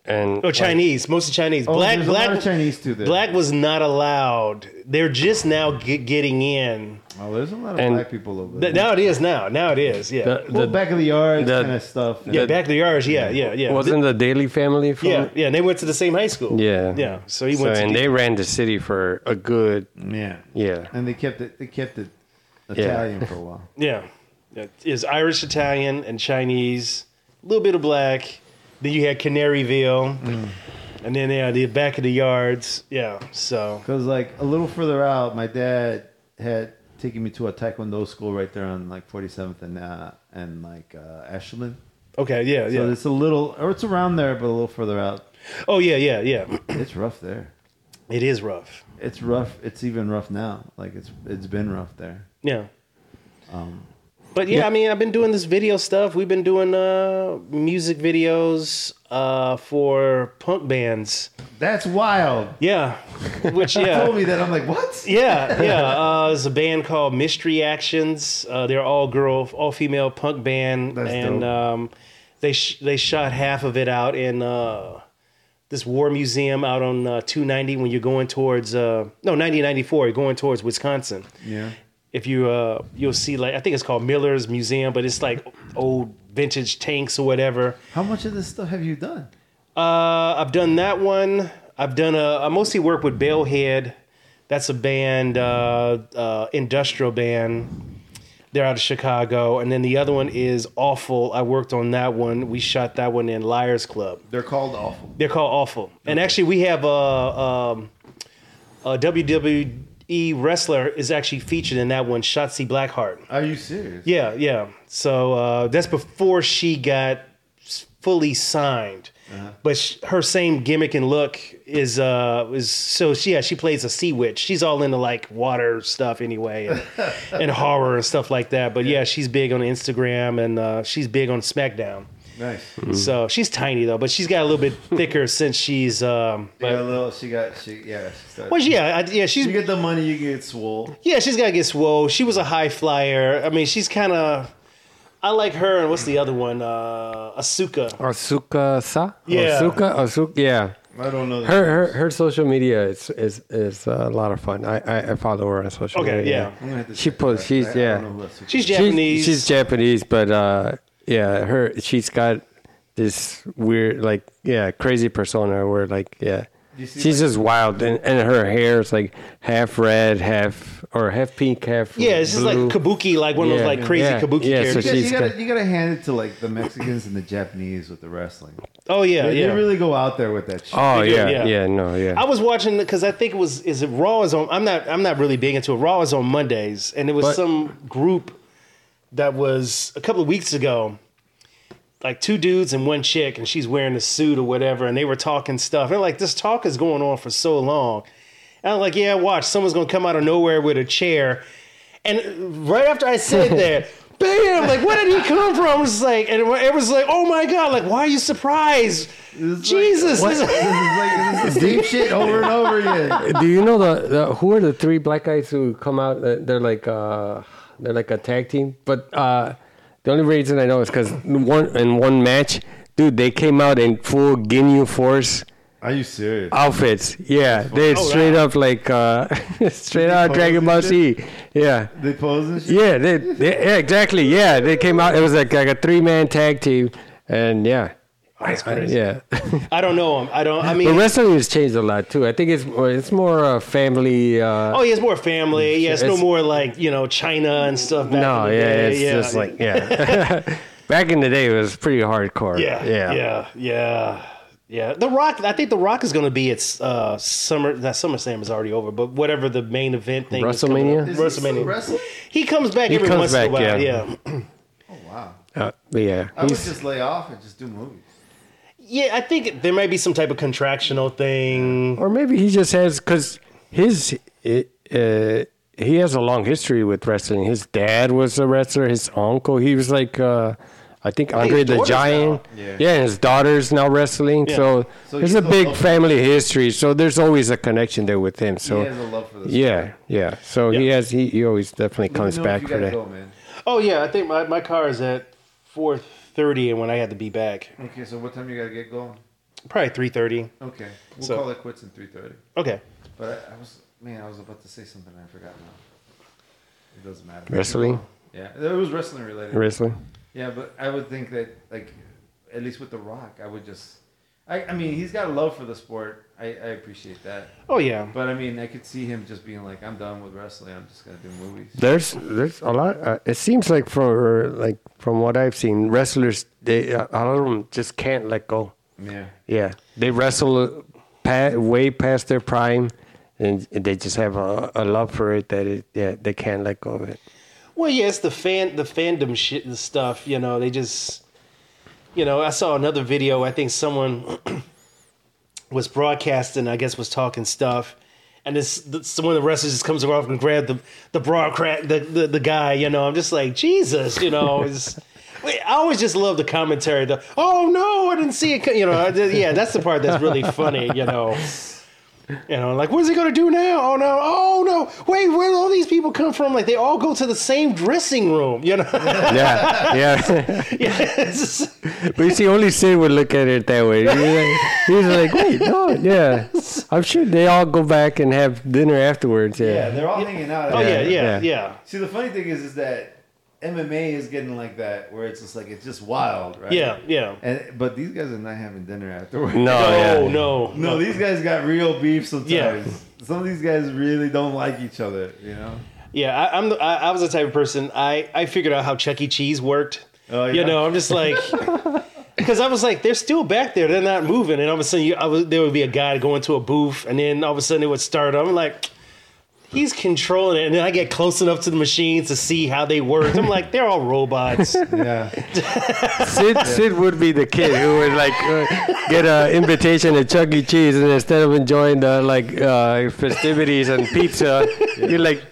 Speaker 4: And
Speaker 2: Oh, Chinese, mostly Chinese.
Speaker 3: Oh,
Speaker 2: black,
Speaker 3: there's
Speaker 2: black,
Speaker 3: a lot of Chinese too. There.
Speaker 2: black was not allowed. They're just now get, getting in.
Speaker 3: Oh, there's a lot of
Speaker 4: And-
Speaker 3: black people over there.
Speaker 2: Th- Now it is. Now, now it is. Yeah,
Speaker 4: the,
Speaker 3: well,
Speaker 4: the-
Speaker 3: back of the yard
Speaker 4: the-
Speaker 3: kind of stuff.
Speaker 2: yeah. back to the Irish. Yeah, yeah, yeah.
Speaker 4: wasn't the Daily Family from
Speaker 2: yeah, yeah. And they went to the same high school.
Speaker 4: yeah
Speaker 2: yeah. So he
Speaker 4: So,
Speaker 2: went. to
Speaker 4: and
Speaker 2: the-
Speaker 4: they ran the city for a good
Speaker 3: yeah,
Speaker 4: yeah.
Speaker 3: and they kept it. They kept it Italian for a while.
Speaker 2: yeah, yeah. Is Irish, Italian, and Chinese. A little bit of black. Then you had Canaryville, and then yeah, the back of the yards. Yeah. So
Speaker 3: Because like a little further out, my dad had taken me to a taekwondo school right there on like 47th and uh, and like uh, Ashland.
Speaker 2: okay. Yeah.
Speaker 3: So
Speaker 2: Yeah.
Speaker 3: it's a little, or it's around there, but a little further out.
Speaker 2: oh yeah. Yeah. Yeah.
Speaker 3: It's rough there.
Speaker 2: It is rough.
Speaker 3: It's rough. It's even rough now. Like it's it's been rough there.
Speaker 2: Yeah. but yeah, I mean, I've been doing this video stuff. We've been doing uh, music videos uh, for punk bands.
Speaker 3: That's wild.
Speaker 2: Yeah. Which
Speaker 3: Told
Speaker 2: yeah.
Speaker 3: me that. I'm like, what?
Speaker 2: Yeah, yeah. Uh, there's a band called Mystery Actions. Uh, they're all girl, all female punk band,
Speaker 3: That's
Speaker 2: and
Speaker 3: dope.
Speaker 2: um, they sh- they shot half of it out in uh, this war museum out on uh, 290 when you're going towards uh, no 9094. You're going towards Wisconsin
Speaker 3: Yeah.
Speaker 2: if you uh you'll see like I think it's called Miller's Museum, but it's like old vintage tanks or whatever.
Speaker 3: How much of this stuff have you done?
Speaker 2: Uh, I've done that one. I've done a I mostly work with Bellhead. That's a band, uh, uh, industrial band. They're out of Chicago, and then the other one is Awful. I worked on that one. We shot that one in Liars Club.
Speaker 3: They're called awful.
Speaker 2: They're called Awful. And actually, we have a, um, a WWE wrestler is actually featured in that one, Shotzi Blackheart.
Speaker 3: Are you serious?
Speaker 2: Yeah, yeah. So uh, that's before she got s- fully signed. But sh- her same gimmick and look is uh is so she yeah she plays a sea witch. She's all into like water stuff anyway, and, and horror and stuff like that. But yeah, she's big on Instagram and uh, she's big on SmackDown.
Speaker 3: Nice.
Speaker 2: So she's tiny though, but she's got a little bit thicker since she's um.
Speaker 3: She got a little. She got. She yeah. She started.
Speaker 2: Well, yeah, I, yeah, she's
Speaker 3: you get the money, you get swole.
Speaker 2: Yeah, she's gotta get swole. She was a high flyer. I mean, she's kind of. I like her and what's the other one? Uh, Asuka.
Speaker 4: Asuka Sa?
Speaker 2: Yeah.
Speaker 4: Asuka? Asuka, yeah.
Speaker 3: I don't know.
Speaker 4: Her, her her social media is is, is a lot of fun. I, I, I follow her on social
Speaker 2: Okay,
Speaker 4: media.
Speaker 2: yeah.
Speaker 3: I'm gonna have to
Speaker 4: She
Speaker 3: check
Speaker 4: posts-
Speaker 3: that.
Speaker 4: she's-
Speaker 3: I- I
Speaker 4: yeah.
Speaker 3: don't know who that's-
Speaker 2: She's Japanese.
Speaker 4: She's, she's Japanese, but uh, yeah, her she's got this weird, like, yeah, crazy persona where, like, yeah,
Speaker 3: You see,
Speaker 4: she's just wild, and, and her hair is like half red, half or half pink, half
Speaker 2: yeah, it's just like
Speaker 4: blue.
Speaker 2: kabuki, like one of
Speaker 4: Yeah.
Speaker 2: those like crazy
Speaker 4: Yeah.
Speaker 2: kabuki
Speaker 4: Yeah, so
Speaker 2: characters.
Speaker 3: You,
Speaker 4: she's
Speaker 3: gotta,
Speaker 4: got-
Speaker 3: you gotta hand it to like the Mexicans and the Japanese with the wrestling.
Speaker 2: oh yeah,
Speaker 3: They,
Speaker 2: yeah.
Speaker 3: they really go out there with that shit.
Speaker 4: Oh
Speaker 2: They do,
Speaker 4: yeah,
Speaker 2: yeah.
Speaker 4: yeah, no, yeah.
Speaker 2: I was watching because I think it was is it Raw is on. I'm not I'm not really big into it. Raw is on Mondays, and it was
Speaker 4: But-
Speaker 2: some group that was a couple of weeks ago, like two dudes and one chick, and she's wearing a suit or whatever, and they were talking stuff. And like this talk is going on for so long, and I'm like, yeah, watch, someone's gonna come out of nowhere with a chair, and right after I said that. Bam! Like, where did he come from? It's like, and it was like, oh my god! Like, why are you surprised?
Speaker 3: It's like-
Speaker 2: Jesus!
Speaker 3: this is like this is deep shit over and over again.
Speaker 4: Do you know the, the who are the three black guys who come out? uh, They're like uh, They're like a tag team. But uh, the only reason I know is because one in one match, dude, they came out in full Ginyu Force
Speaker 8: Are you serious?
Speaker 4: outfits. Yeah, they
Speaker 2: Oh,
Speaker 4: straight up like uh, straight out Dragon Ball Z. Yeah.
Speaker 8: they pose and shit.
Speaker 4: Yeah, they, they, yeah, exactly. Yeah, they came out. It was like, like a three man tag team, and yeah, I- I- yeah.
Speaker 2: I don't know him. I don't. I mean,
Speaker 4: But wrestling has changed a lot too. I think it's it's more uh, family. Uh,
Speaker 2: oh, he has more family. He has no
Speaker 4: It's-
Speaker 2: more like you know China and stuff. Oh, Back
Speaker 4: no,
Speaker 2: in
Speaker 4: yeah,
Speaker 2: the day.
Speaker 4: it's
Speaker 2: yeah,
Speaker 4: just like yeah. Back in the day, it was pretty hardcore.
Speaker 2: yeah, yeah, yeah, yeah, yeah. The Rock. I think The Rock is going to be its uh, summer. That SummerSlam is already over, but whatever the main event thing. is coming
Speaker 4: WrestleMania?
Speaker 2: up-
Speaker 4: Is
Speaker 3: he still
Speaker 2: WrestleMania.
Speaker 3: wrestling?
Speaker 2: He comes back every
Speaker 4: comes
Speaker 2: once in a
Speaker 4: back,
Speaker 2: while.
Speaker 4: yeah.
Speaker 2: yeah.
Speaker 3: Oh wow.
Speaker 4: Uh, but yeah.
Speaker 3: I would
Speaker 4: he's-
Speaker 3: just lay off and just do movies.
Speaker 2: Yeah, I think there might be some type of contractional thing.
Speaker 4: or maybe he just has because his it, uh, he has a long history with wrestling. His dad was a wrestler. His uncle, he was like uh, I think Andre
Speaker 2: his
Speaker 4: the
Speaker 2: daughter's
Speaker 4: Giant.
Speaker 8: Yeah.
Speaker 4: Yeah. and his daughter's now wrestling.
Speaker 2: Yeah.
Speaker 4: So,
Speaker 8: So
Speaker 4: there's
Speaker 8: he's
Speaker 4: a
Speaker 8: still
Speaker 4: big
Speaker 8: local.
Speaker 4: family history. So there's always a connection there with him. So
Speaker 3: he has a love for this.
Speaker 4: yeah, yeah. So he
Speaker 2: Yeah.
Speaker 4: has he, he always definitely
Speaker 3: Let me
Speaker 4: comes
Speaker 3: know if
Speaker 4: back
Speaker 3: you
Speaker 4: for
Speaker 3: gotta
Speaker 4: that.
Speaker 3: Go, man.
Speaker 2: Oh yeah, I think my, my car is at four thirty, and when I had to be back,
Speaker 3: Okay, so what time you gotta get going?
Speaker 2: probably three thirty.
Speaker 3: Okay, we'll
Speaker 2: So-
Speaker 3: call it quits in three thirty.
Speaker 2: Okay.
Speaker 3: But I, I was, man, I was about to say something and I forgot now. It doesn't matter.
Speaker 4: Wrestling,
Speaker 3: Yeah, it was wrestling related.
Speaker 4: wrestling.
Speaker 3: Yeah, but I would think that like at least with The Rock, I would just I, I mean he's got a love for the sport. I, I appreciate that.
Speaker 2: Oh yeah.
Speaker 3: But I mean I could see him just being like, I'm done with wrestling, I'm just gonna do movies.
Speaker 4: There's there's a lot. Uh, it seems like for like from what I've seen, wrestlers they a lot of them just can't let go.
Speaker 3: Yeah.
Speaker 4: Yeah, they wrestle uh, pa way past their prime, and they just have a, a love for it that it, yeah they can't let go of it.
Speaker 2: Well, yeah, it's the fan the fandom shit and stuff. You know, they just, you know, I saw another video. I think someone was broadcasting. I guess was talking stuff, and this, this one of the wrestlers just comes off and grab the the broadcast the, the the guy. You know, I'm just like Jesus. You know, it's. Wait, I always just love the commentary. The oh no, I didn't see it. co-" You know, I did- yeah, that's the part that's really funny. You know, you know, like, what is he going to do now? Oh, no. Oh, no. Wait, where did all these people come from? Like, they all go to the same dressing room, you know?
Speaker 4: Yeah, yeah.
Speaker 2: yes.
Speaker 4: but you see, only Sid would look at it that way. He's like, he's like, wait, no, yeah. I'm sure they all go back and have dinner afterwards.
Speaker 3: Yeah,
Speaker 4: Yeah,
Speaker 3: they're all hanging out.
Speaker 2: Oh, yeah, yeah, yeah.
Speaker 4: Yeah.
Speaker 3: See the funny thing is is that MMA is getting like that where it's just like it's just wild, right?
Speaker 2: Yeah, yeah.
Speaker 3: And but these guys are not having dinner afterwards.
Speaker 4: no, yeah.
Speaker 2: Oh, no.
Speaker 3: No, these guys got real beef sometimes.
Speaker 2: Yeah.
Speaker 3: Some of these guys really don't like each other, you know?
Speaker 2: Yeah, I, I'm the, I, I was the type of person, I, I figured out how Chuck E. Cheese worked.
Speaker 3: Oh,
Speaker 2: You
Speaker 3: yeah?
Speaker 2: know, I'm just like... Because I was like, they're still back there. They're not moving. And all of a sudden, you, I was, there would be a guy going to a booth. And then all of a sudden, it would start. I'm like... He's controlling it, and then I get close enough to the machines to see how they work. I'm like, they're all robots.
Speaker 3: Yeah.
Speaker 4: Sid, Sid would be the kid who would like uh, get an invitation to Chuck E. Cheese, and instead of enjoying the like uh, festivities and pizza, you're like,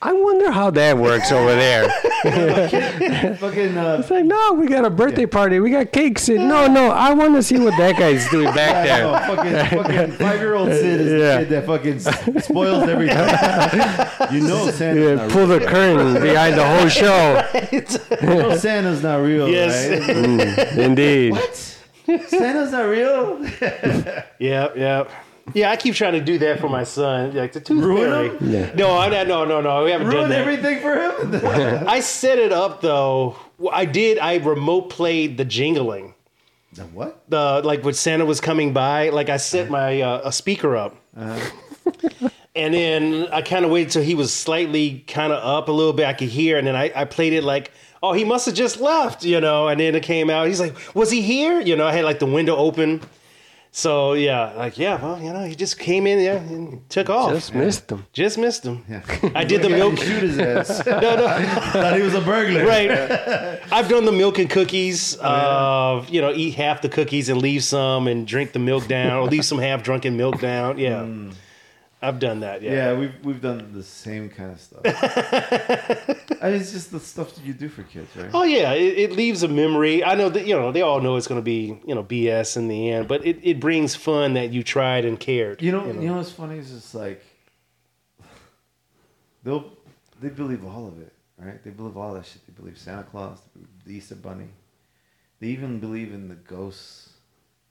Speaker 4: I wonder how that works over there.
Speaker 3: Fucking uh,
Speaker 4: It's like, no, we got a birthday party, we got cakes. Sid, no, no, I want to see what that guy's doing back there.
Speaker 3: No, oh, fucking, fucking five-year-old Sid is
Speaker 4: Yeah.
Speaker 3: the kid that fucking s- spoils everything. you know Santa's
Speaker 4: Yeah,
Speaker 3: not
Speaker 4: pull the curtain behind the whole show.
Speaker 3: real. You know Santa's not real,
Speaker 2: Yes.
Speaker 3: right?
Speaker 4: Indeed.
Speaker 3: Santa's not real.
Speaker 2: Yep, yep. Yeah, I keep trying to do that for my son. Like the tooth
Speaker 3: Ruin
Speaker 2: fairy.
Speaker 3: him?
Speaker 4: Yeah.
Speaker 2: No, I'm not, no, no, no. We haven't done
Speaker 3: Ruin
Speaker 2: that.
Speaker 3: everything for him.
Speaker 2: I set it up though. Well, I did. I remote played the jingling.
Speaker 3: The what?
Speaker 2: The like when Santa was coming by. Like I set my uh, a speaker up. And then I kind of waited till he was slightly kind of up a little bit. I could hear, and then I, I played it like, oh, he must have just left, you know. And then it came out. He's like, was he here? You know, I had like the window open. So yeah, like yeah, well, you know, he just came in, yeah, and took off.
Speaker 4: Just missed him.
Speaker 2: Just missed him.
Speaker 3: Yeah.
Speaker 2: I did the
Speaker 3: Guy who
Speaker 2: milk.
Speaker 3: Shoot his ass. Thought he was a burglar.
Speaker 2: Right. I've done the milk and
Speaker 3: Oh,
Speaker 2: cookies. Uh, you know, eat half the cookies and leave some, and drink the milk down, or leave some half drunken milk down. Yeah, I've done that. Yeah.
Speaker 3: Hmm. Yeah, we've we've done the same kind of stuff. I mean, it's just the stuff that you do for kids, right?
Speaker 2: Oh yeah, it, it leaves a memory. I know that you know they all know it's going to be you know BS in the end, but it, it brings fun that you tried and cared.
Speaker 3: You know, you know, what's funny is it's like they'll they believe all of it. right? They believe all that shit. They believe Santa Claus, they believe the Easter Bunny. They even believe in the ghosts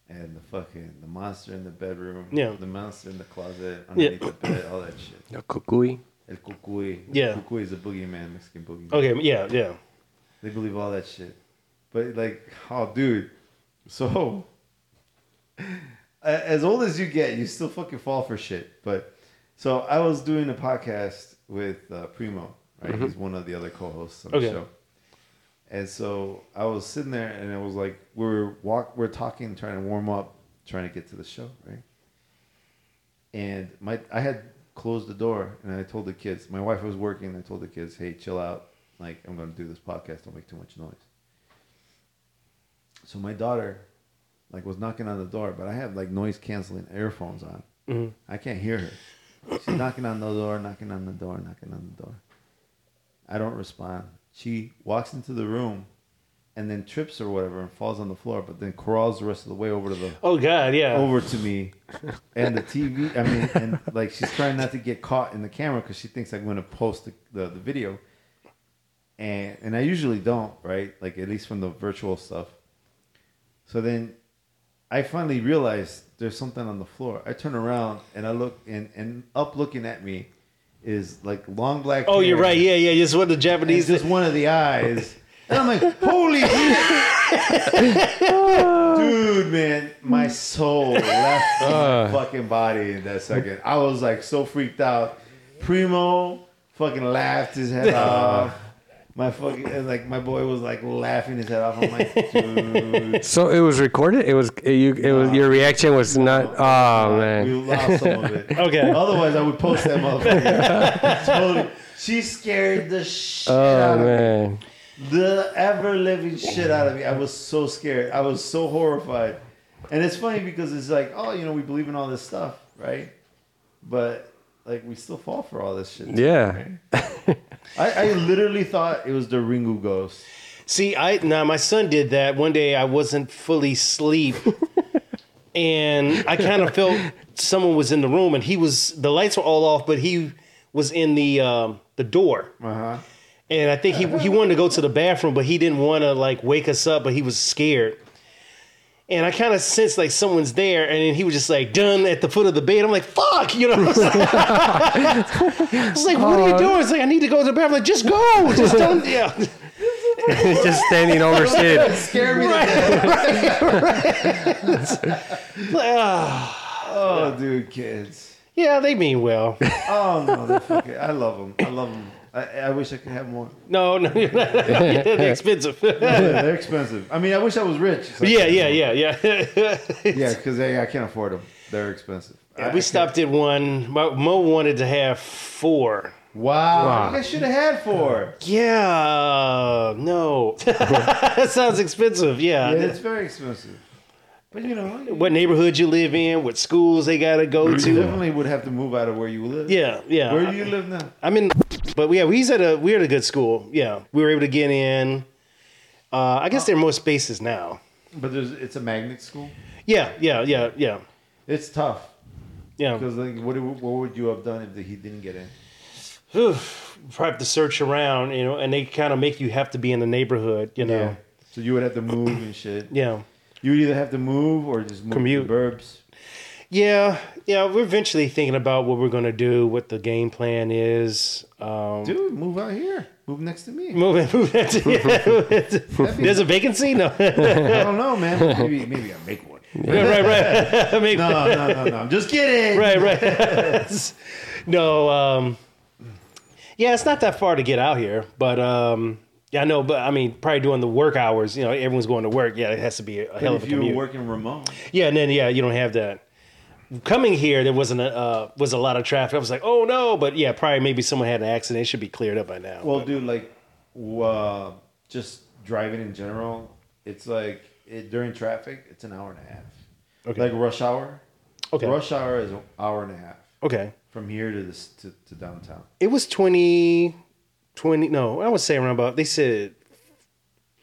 Speaker 3: and the fucking the monster in the bedroom,
Speaker 2: Yeah.
Speaker 3: the monster in the closet, underneath the bed, all that shit.
Speaker 4: The cucuy.
Speaker 3: El cucuy.
Speaker 2: Yeah. Oh,
Speaker 3: Cucuy is a boogeyman, Mexican boogeyman.
Speaker 2: Okay, yeah, yeah.
Speaker 3: They believe all that shit. But like, oh, dude. So, a- as old as you get, you still fucking fall for shit. But so I was doing a podcast with uh, Primo, right? He's one of the other co-hosts on
Speaker 2: Okay.
Speaker 3: the show. And so I was sitting there, and it was like we we're walk, we we're talking, trying to warm up, trying to get to the show, right? And my, I had closed the door, and I told the kids. My wife was working. and I told the kids, "Hey, chill out. Like I'm gonna do this podcast. Don't make too much noise." So my daughter, like, was knocking on the door, but I had like noise canceling earphones on. I can't hear her. She's knocking on the door, knocking on the door, knocking on the door. I don't respond. She walks into the room and then trips or whatever and falls on the floor, but then crawls the rest of the way over to the
Speaker 2: Oh God, yeah.
Speaker 3: over to me and the TV. I mean, and like she's trying not to get caught in the camera because she thinks I'm going to post the, the, the video. And, and I usually don't, right? Like at least from the virtual stuff. So then I finally realized there's something on the floor. I turn around and I look, and, and up looking at me is like long black.
Speaker 2: Oh, you're
Speaker 3: hair
Speaker 2: right. Yeah, yeah. Just what the
Speaker 3: and
Speaker 2: Japanese.
Speaker 3: it's just one of the eyes. And I'm like, holy shit. Dude, man, my soul left my fucking body in that second. I was like so freaked out. Primo fucking laughed his head off. My fucking and like my boy was like laughing his head off. I'm like, dude,
Speaker 4: So it was recorded. It was you. It was your reaction was not. Oh
Speaker 3: we
Speaker 4: man.
Speaker 3: lost some of it.
Speaker 2: Okay.
Speaker 3: Otherwise, I would post that motherfucker. totally. She scared the shit
Speaker 4: Oh
Speaker 3: out of me.
Speaker 4: man.
Speaker 3: the ever living shit out of me. I was so scared. I was so horrified. And it's funny because it's like, oh, you know, we believe in all this stuff, right? But like, we still fall for all this shit.
Speaker 4: Yeah.
Speaker 3: I, I literally thought it was the Ringu ghost.
Speaker 2: See, I now my son did that one day. I wasn't fully asleep, and I kind of felt someone was in the room, and he was the lights were all off, but he was in the um, the door,
Speaker 3: Uh huh.
Speaker 2: and I think he he wanted to go to the bathroom, but he didn't want to like wake us up, but he was scared. And I kind of sensed like someone's there, and then he was just like done at the foot of the bed. I'm like, "Fuck," you know. It's like, "What are you doing?" It's like, "I need to go to the bathroom." I'm like, just go, just don't. Yeah.
Speaker 4: Just standing over Sid.
Speaker 3: Scared me. to death.
Speaker 2: ah.
Speaker 3: Oh, dude, kids.
Speaker 2: Yeah, they mean well.
Speaker 3: Oh, motherfucker. I love them. I love them. I, I wish I could have more.
Speaker 2: No, no, you're not. they're expensive. yeah,
Speaker 3: They're expensive. I mean, I wish I was rich. It's like-
Speaker 2: yeah, yeah, yeah.
Speaker 3: Yeah, because I, I can't afford them. They're expensive. I- I
Speaker 2: we
Speaker 3: can't-
Speaker 2: stopped at one. Mo Mo wanted to have four.
Speaker 3: Wow.
Speaker 4: Wow.
Speaker 3: I should have had four.
Speaker 2: Yeah, uh, no, that sounds expensive. Yeah.
Speaker 3: Yeah, it's very expensive. But you know, you
Speaker 2: What neighborhood you live in? What schools they gotta go to?
Speaker 3: definitely would have to move out of where you live.
Speaker 2: Yeah, yeah.
Speaker 3: Where do you live now?
Speaker 2: I'm in, but yeah, we at a we're at a good school. Yeah, we were able to get in. Uh, I guess
Speaker 3: Oh.
Speaker 2: there are more spaces now.
Speaker 3: But there's it's a magnet school.
Speaker 2: Yeah, yeah, yeah, yeah,
Speaker 3: It's tough
Speaker 2: yeah.
Speaker 3: because like, what what would you have done if the, he didn't get in?
Speaker 2: Oof, probably have to search around, you know, and they kind of make you have to be in the neighborhood, you know.
Speaker 3: So you would have to move and shit.
Speaker 2: Yeah.
Speaker 3: You would either have to move or just move
Speaker 2: Commute.
Speaker 3: to the burbs.
Speaker 2: Yeah. Yeah. We're eventually thinking about what we're going to do, what the game plan is. Um,
Speaker 3: Dude, move out here. Move next to me.
Speaker 2: move it, move that. to- yeah.
Speaker 3: That'd be-
Speaker 2: There's a vacancy? No. right,
Speaker 3: I don't know, man. Maybe maybe I make one.
Speaker 2: right. I mean,
Speaker 3: No, no, no, no. I'm just kidding.
Speaker 2: Right, right. no. Um, yeah, it's not that far to get out here, but. Um, yeah, I know, but I mean, probably doing the work hours. You know, everyone's going to work. Yeah, it has to be a hell of
Speaker 3: But
Speaker 2: a
Speaker 3: if you were
Speaker 2: commute.
Speaker 3: working remote,
Speaker 2: Yeah, and then yeah, you don't have that. Coming here, there wasn't a uh, was a lot of traffic. I was like, oh no, but yeah, probably maybe someone had an accident. It should be cleared up by now.
Speaker 3: Well, dude, like, w- uh, just driving in general, it's like it, during traffic, it's an hour and a half.
Speaker 2: Okay.
Speaker 3: Like rush hour.
Speaker 2: Okay.
Speaker 3: Rush hour is an hour and a half
Speaker 2: okay,
Speaker 3: from here to this to, to downtown.
Speaker 2: it was 20, 20 No, I would say around about. They said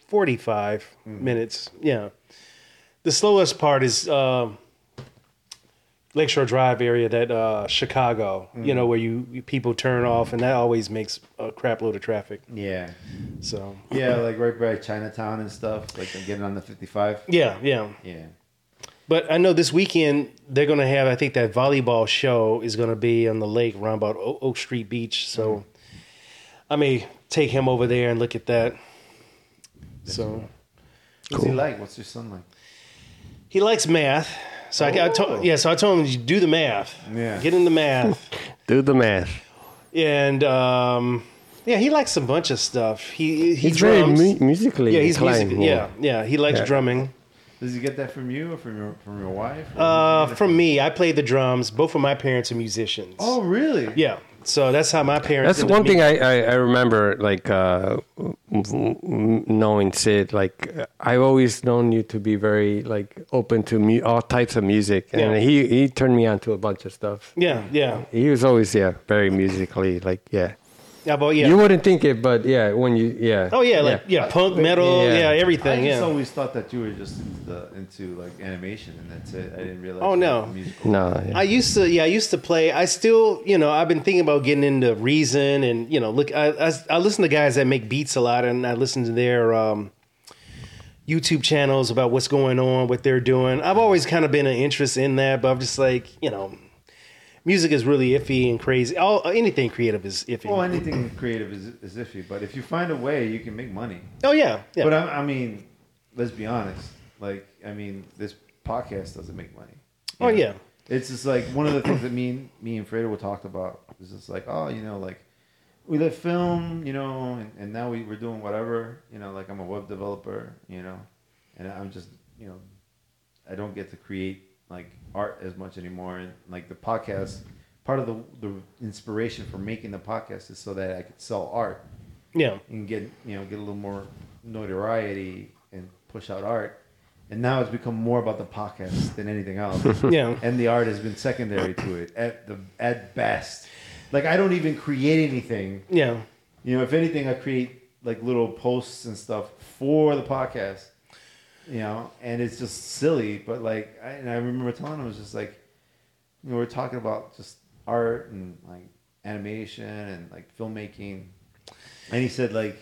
Speaker 2: forty five
Speaker 3: Mm.
Speaker 2: minutes. Yeah, the slowest part is um Lakeshore Drive area, that uh, Chicago, you
Speaker 3: Mm.
Speaker 2: know, where you, you people turn off, and that always makes a crap load of traffic.
Speaker 5: Yeah.
Speaker 2: So
Speaker 5: Yeah, like right by Chinatown and stuff. Like I'm getting on the 55.
Speaker 2: yeah, yeah.
Speaker 5: Yeah.
Speaker 2: But I know this weekend they're going to have. I think that volleyball show is going to be on the lake around about o- Oak Street Beach. So
Speaker 5: Mm-hmm.
Speaker 2: I may take him over there and look at that. So
Speaker 5: What's he like? What's your son like?
Speaker 2: he likes math. So I, I told yeah. So I told him you do the math.
Speaker 5: Oh. Yeah.
Speaker 2: Get into math.
Speaker 4: Do the math.
Speaker 2: and um, yeah, he likes a bunch of stuff. He he
Speaker 4: he's
Speaker 2: drums.
Speaker 4: very mu- musically
Speaker 2: yeah, he's
Speaker 4: inclined.
Speaker 2: music. Yeah, yeah, he likes
Speaker 4: Yeah.
Speaker 2: drumming.
Speaker 5: Does he get that from you or from your from your wife? or-
Speaker 2: Uh, from me, I play the drums. Both of my parents are musicians.
Speaker 5: oh, really?
Speaker 2: yeah. So that's how my parents.
Speaker 4: That's one thing I, I, I remember, like uh, m- m- knowing Sid. Like uh, I've always known you to be very like open to mu- all types of music, and
Speaker 2: Yeah.
Speaker 4: he he turned me on to a bunch of stuff.
Speaker 2: yeah, yeah,
Speaker 4: He was always yeah very musically like yeah.
Speaker 2: yeah, but yeah.
Speaker 4: You wouldn't think it, but yeah, when you yeah.
Speaker 2: oh yeah, like yeah, punk metal, yeah,
Speaker 4: Yeah.
Speaker 2: everything.
Speaker 3: I
Speaker 2: Yeah.
Speaker 3: just always thought that you were just into, the, into like animation and that's it. I didn't realize.
Speaker 2: Oh,
Speaker 3: you
Speaker 2: no.
Speaker 3: were musical.
Speaker 4: No. Yeah.
Speaker 2: I used to, yeah, I used to play. I still, you know, I've been thinking about getting into Reason and, you know, look, I, I, I listen to guys that make beats a lot and I listen to their um, YouTube channels about what's going on, what they're doing. I've always kind of been an interest in that, but I'm just like, you know, music is really iffy and crazy. All, anything creative is iffy.
Speaker 3: Well, anything creative is, is iffy, but if you find a way, you can make money.
Speaker 2: oh, yeah. yeah.
Speaker 3: But I, I mean, let's be honest. Like, I mean, this podcast doesn't make money.
Speaker 2: oh, yeah.
Speaker 3: It's just like one of the things that me and me and Fredo were talked about is just like, oh, you know, like we live film, you know, and, and now we, we're doing whatever, you know, like I'm a web developer, you know, and I'm just, you know, I don't get to create like art as much anymore. And like the podcast, part of the, the inspiration for making the podcast is so that I could sell art
Speaker 2: Yeah.
Speaker 3: and get, you know, get a little more notoriety and push out art. And now it's become more about the podcast than anything else.
Speaker 2: Yeah.
Speaker 3: and the art has been secondary to it at the at best. Like I don't even create anything.
Speaker 2: Yeah.
Speaker 3: You know, if anything, I create like little posts and stuff for the podcast. You know, and it's just silly, but like, I, and I remember telling him it was just like, you know, we we're talking about just art and like animation and like filmmaking, and he said like,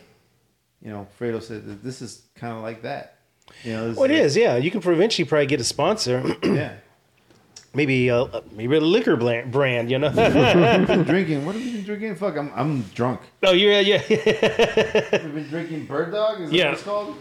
Speaker 3: you know, Fredo said that this is kind of like that. You know, this
Speaker 2: Well, it is. Yeah. You can eventually probably get a sponsor.
Speaker 3: Yeah,
Speaker 2: maybe, a, maybe a liquor blan- brand, you know?
Speaker 3: drinking. What have you been drinking? Fuck, I'm I'm drunk.
Speaker 2: oh, yeah, yeah.
Speaker 3: We've been drinking Bird Dog. Is that
Speaker 2: Yeah.
Speaker 3: what it's called?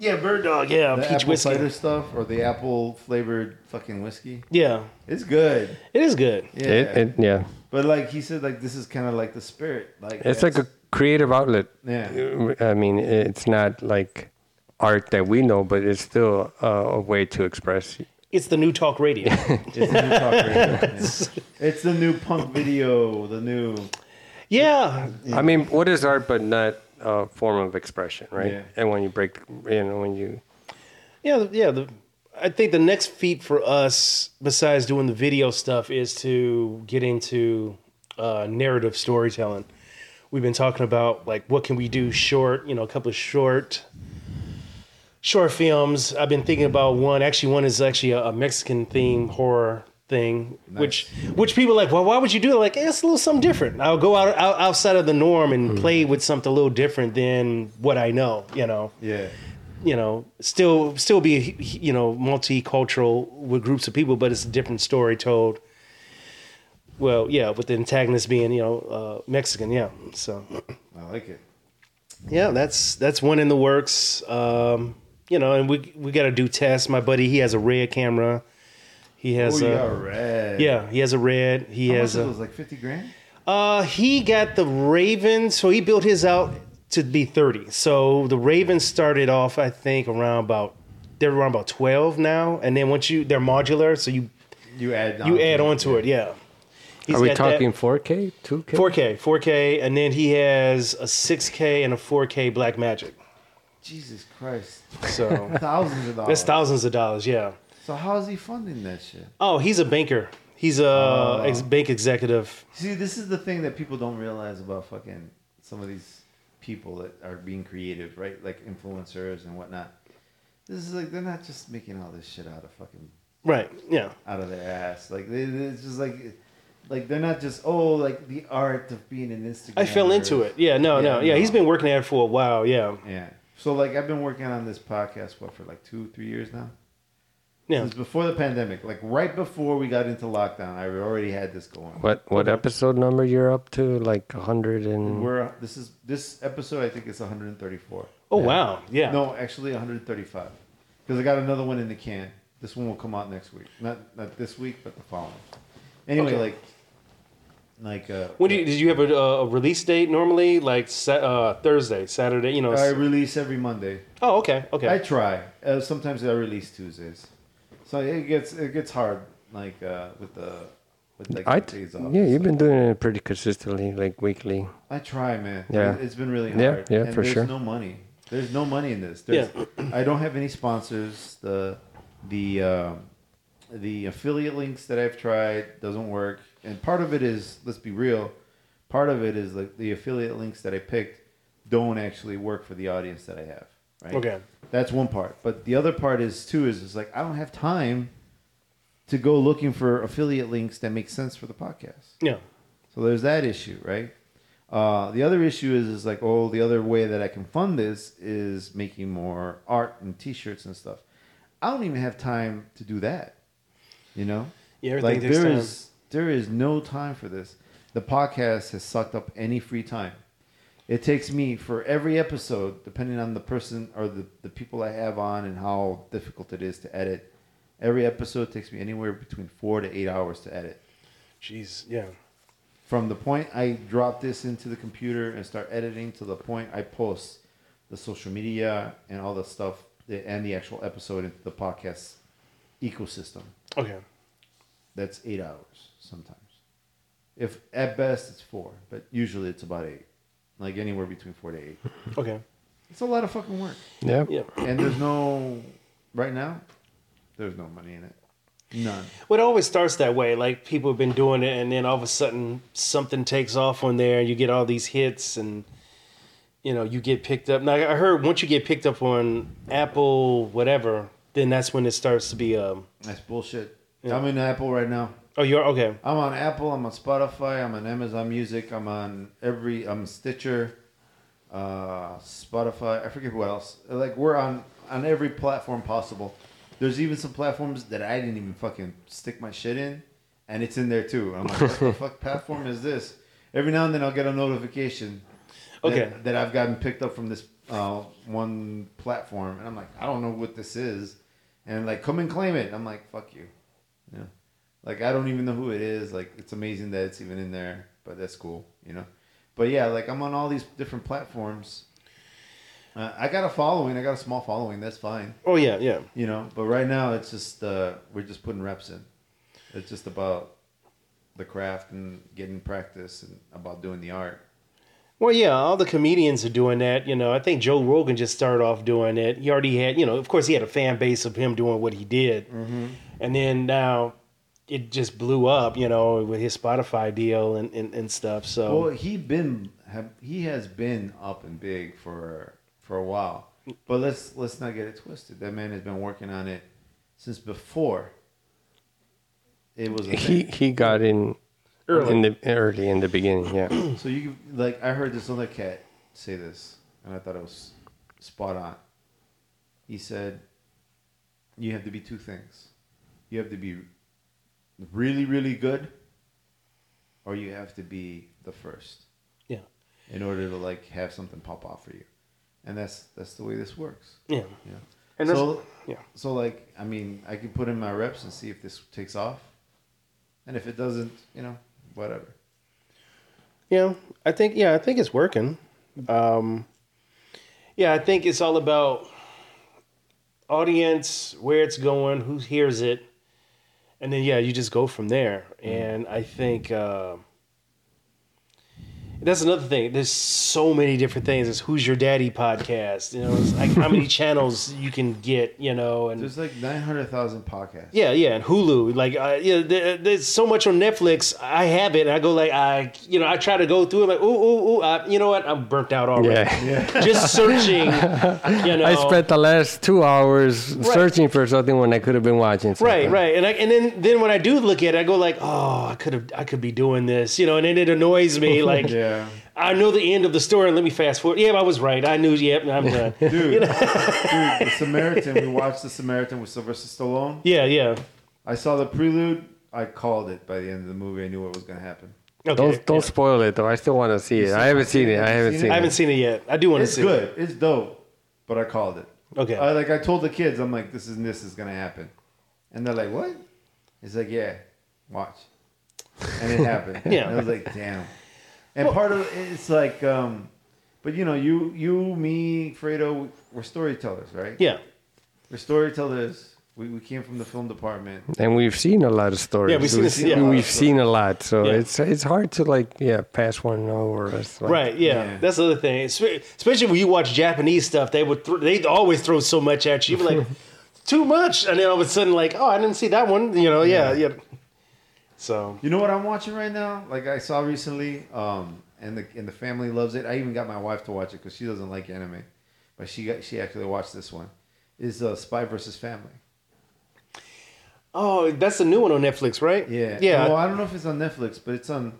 Speaker 2: Yeah, bird dog. Yeah,
Speaker 3: The
Speaker 2: peach
Speaker 3: apple
Speaker 2: whiskey.
Speaker 3: cider stuff or the apple flavored fucking whiskey.
Speaker 2: Yeah,
Speaker 3: It's good.
Speaker 2: it is good.
Speaker 3: Yeah.
Speaker 4: It, it, yeah.
Speaker 3: but like he said, like this is kind of like the spirit. Like
Speaker 4: It's like a creative outlet.
Speaker 3: Yeah.
Speaker 4: I mean, it's not like art that we know, but it's still uh, a way to express.
Speaker 2: It's the new talk radio.
Speaker 3: it's the new talk radio. Yeah. It's the new punk video. The new
Speaker 2: yeah,
Speaker 4: I mean, what is art but not a form of expression, right?
Speaker 3: Yeah.
Speaker 4: And when you break, you know, when you
Speaker 2: yeah, yeah. The, I think the next feat for us, besides doing the video stuff, is to get into uh, narrative storytelling. We've been talking about like what can we do short, you know, a couple of short, short films. I've been thinking about one. Actually, one is actually a, a Mexican theme horror thing, which which people are like. Well, why would you do it? Like, eh, it's a little something different. I'll go out, out outside of the norm and play with something a little different than what I know. You know
Speaker 3: yeah.
Speaker 2: you know, still still be you know multicultural with groups of people, but it's a different story told. Well, yeah, with the antagonist being you know uh, Mexican, yeah. So
Speaker 3: I like it.
Speaker 2: yeah, that's that's one in the works. Um, you know, and we we got to do tests. My buddy, he has a red camera. He
Speaker 3: Oh,
Speaker 2: has
Speaker 3: you
Speaker 2: a
Speaker 3: got red.
Speaker 2: yeah, he has a red. He
Speaker 3: How much
Speaker 2: has
Speaker 3: is
Speaker 2: a
Speaker 3: those? Like fifty grand.
Speaker 2: uh, he got the Raven, so he built his out to be 30. So the Raven started off, I think, around about they're around about 12 now, and then once you they're modular, so you
Speaker 3: You add.
Speaker 2: you add on to it, yeah. He's
Speaker 4: are we
Speaker 2: got that-
Speaker 4: talking 4K, 2K?
Speaker 2: 4K, 4K, and then he has a 6K and a 4K Black Magic.
Speaker 3: Jesus Christ,
Speaker 2: So
Speaker 3: thousands of dollars.
Speaker 2: that's thousands of dollars, yeah.
Speaker 3: so how's he funding that shit?
Speaker 2: Oh, he's a banker. He's a ex- bank executive.
Speaker 3: See, this is the thing that people don't realize about fucking some of these people that are being creative, right? Like influencers and whatnot. This is like they're not just making all this shit out of fucking
Speaker 2: Right. Yeah.
Speaker 3: out of their ass. Like they, they- it's just like, like they're not just oh like the art of being an Instagram.
Speaker 2: I fell into it. Yeah. No. no.
Speaker 3: Yeah,
Speaker 2: Yeah.
Speaker 3: no.
Speaker 2: He's been working at it for a while. Yeah.
Speaker 3: Yeah. So like I've been working on this podcast what for like two three years now.
Speaker 2: Yeah.
Speaker 3: Since before the pandemic, like right before we got into lockdown, I already had this going.
Speaker 4: What what episode number you're up to? Like a hundred and
Speaker 3: We're this is this episode I think is 134.
Speaker 2: Oh wow. Yeah.
Speaker 3: No, actually 135 because I got another one in the can. This one will come out next week. Not not this week, but the following. Anyway,
Speaker 2: Okay.
Speaker 3: like like uh,
Speaker 2: When do you, did you have a, a release date normally? Like sa- uh, Thursday, Saturday, you know?
Speaker 3: I
Speaker 2: s-
Speaker 3: release every Monday.
Speaker 2: oh, okay, okay.
Speaker 3: I try. Uh, sometimes I release Tuesdays, so it gets it gets hard. Like uh, with the with like
Speaker 4: I
Speaker 3: the
Speaker 4: t-
Speaker 3: days off.
Speaker 4: yeah, you've been doing it pretty consistently, like weekly.
Speaker 3: I try, man.
Speaker 4: Yeah.
Speaker 3: It- it's been really
Speaker 4: Yeah,
Speaker 3: hard.
Speaker 4: yeah,
Speaker 3: and
Speaker 4: for
Speaker 3: there's
Speaker 4: sure.
Speaker 3: No money. There's no money in this. There's, I don't have any sponsors. The the um, the affiliate links that I've tried doesn't work. And part of it is let's be real. Part of it is like the affiliate links that I picked don't actually work for the audience that I have. Right.
Speaker 2: Okay.
Speaker 3: That's one part. But the other part is too is it's like I don't have time to go looking for affiliate links that make sense for the podcast.
Speaker 2: yeah.
Speaker 3: So there's that issue, right? Uh, the other issue is is like, oh, the other way that I can fund this is making more art and T-shirts and stuff. I don't even have time to do that. You know,
Speaker 2: Yeah, everything
Speaker 3: like
Speaker 2: takes
Speaker 3: there
Speaker 2: time.
Speaker 3: is- there is no time for this. The podcast has sucked up any free time. It takes me for every episode, depending on the person or the, the people I have on and how difficult it is to edit. Every episode takes me anywhere between four to eight hours to edit
Speaker 2: Jeez. Yeah.
Speaker 3: from the point I drop this into the computer and start editing to the point I post the social media and all the stuff the- and the actual episode into the podcast ecosystem.
Speaker 2: Okay.
Speaker 3: That's eight hours sometimes. If at best it's four, but usually it's about eight, like anywhere between four to eight.
Speaker 2: Okay.
Speaker 3: It's a lot of fucking work,
Speaker 4: Yeah.
Speaker 2: Yeah.
Speaker 3: and there's no right now. There's no money in it, none.
Speaker 2: Well, it always starts that way. Like people have been doing it, and then all of a sudden something takes off on there, and you get all these hits, and you know you get picked up. Now I heard once you get picked up on Apple, whatever, then that's when it starts to be. Um,
Speaker 3: That's bullshit. I'm in Apple right now.
Speaker 2: oh, you're okay.
Speaker 3: I'm on Apple. I'm on Spotify. I'm on Amazon Music. I'm on every. I'm Stitcher, uh, Spotify. I forget who else. Like we're on on every platform possible. There's even some platforms that I didn't even fucking stick my shit in, and it's in there too. I'm like, what the fuck platform is this? Every now and then I'll get a notification. that-
Speaker 2: Okay.
Speaker 3: That, I've gotten picked up from this uh, one platform, and I'm like, I don't know what this is, and like, come and claim it. I'm like, fuck you. Yeah. Like I don't even know who it is. Like it's amazing that it's even in there, but that's cool, you know. But yeah, like I'm on all these different platforms. Uh, I got a following. I got a small following. That's fine,
Speaker 2: Oh yeah, yeah.
Speaker 3: you know. But right now, it's just uh, we're just putting reps in. It's just about the craft and getting practice and about doing the art.
Speaker 2: Well, yeah, all the comedians are doing that. You know, I think Joe Rogan just started off doing it. He already had, you know, of course, he had a fan base of him doing what he did,
Speaker 3: Mm-hmm.
Speaker 2: and then now it just blew up. You know, with his Spotify deal and and, and stuff. So
Speaker 3: Well, he been have, he has been up and big for for a while. But let's let's not get it twisted. That man has been working on it since before it was a
Speaker 4: He
Speaker 3: thing.
Speaker 4: he got in
Speaker 2: Early.
Speaker 4: in the early in the beginning. Yeah.
Speaker 3: So you like I heard this other cat say this, and I thought it was spot on. He said, "You have to be two things. You have to be really really good, or you have to be the first.
Speaker 2: yeah,
Speaker 3: in order to like have something pop off for you, and that's that's the way this works.
Speaker 2: yeah,
Speaker 3: Yeah.
Speaker 2: And
Speaker 3: so
Speaker 2: yeah.
Speaker 3: So like I mean I can put in my reps and see if this takes off, and if it doesn't, you know, whatever.
Speaker 2: Yeah, I think yeah, I think it's working. Um, yeah, I think it's all about audience, where it's going, who hears it, and then yeah, you just go from there. And I think uh, That's another thing. There's so many different things. It's Who's Your Daddy podcast. You know, it's like how many channels you can get. You know, and
Speaker 3: There's like 900,000 podcasts.
Speaker 2: yeah, yeah, and Hulu. Like, uh, yeah, there, there's so much on Netflix. I have it. And I go like, I, you know, I try to go through it. Like, ooh, ooh, ooh. I, you know what? I'm burnt out already.
Speaker 4: Yeah.
Speaker 2: Just searching. You know,
Speaker 4: I spent the last two hours searching for something when I could have been watching. Something.
Speaker 2: Right, right, and I, and then then when I do look at it, I go like, oh, I could have, I could be doing this, you know, and then it annoys me. Like,
Speaker 3: Yeah.
Speaker 2: I know the end of the story, and let me fast forward. Yeah, I was right. I knew. Yep, I'm done.
Speaker 3: Dude, dude, The Samaritan. We watched The Samaritan with Sylvester Stallone.
Speaker 2: yeah, yeah.
Speaker 3: I saw the prelude. I called it by the end of the movie. I knew what was going to happen.
Speaker 2: Okay.
Speaker 4: Don't don't
Speaker 2: yeah.
Speaker 4: spoil it though. I still want to see it. I haven't seen it. I haven't seen it.
Speaker 2: I haven't seen it yet. I do want to
Speaker 3: It's
Speaker 2: see
Speaker 3: good.
Speaker 2: it.
Speaker 3: It's dope. But I called it.
Speaker 2: Okay.
Speaker 3: I, like I told the kids, I'm like, this is this is gonna happen, and they're like, what? It's like, yeah, watch, and it happened.
Speaker 2: Yeah.
Speaker 3: and I was like, damn. And part of it's like, um, but you know, you you me Fredo, we're storytellers, right?
Speaker 2: yeah.
Speaker 3: we're storytellers. We, we came from the film department.
Speaker 4: And we've seen a lot of stories.
Speaker 2: Yeah, we've seen this- yeah.
Speaker 4: we've seen a lot, so
Speaker 2: Yeah.
Speaker 4: it's it's hard to like yeah pass one over us. Like,
Speaker 2: Right, yeah.
Speaker 3: Yeah.
Speaker 2: that's the other thing. Espe- Especially when you watch Japanese stuff, they would th- they always throw so much at you. You'd be like, too much, and then all of a sudden, like, oh, I didn't see that one. You know, yeah, yeah. So
Speaker 3: You know what I'm watching right now? Like I saw recently, um, and the and the family loves it. I even got my wife to watch it because she doesn't like anime, but she got she actually watched this one. Is uh, Spy versus Family?
Speaker 2: Oh, that's the new one on Netflix, right?
Speaker 3: Yeah.
Speaker 2: Yeah.
Speaker 3: Well, I don't know if it's on Netflix, but it's on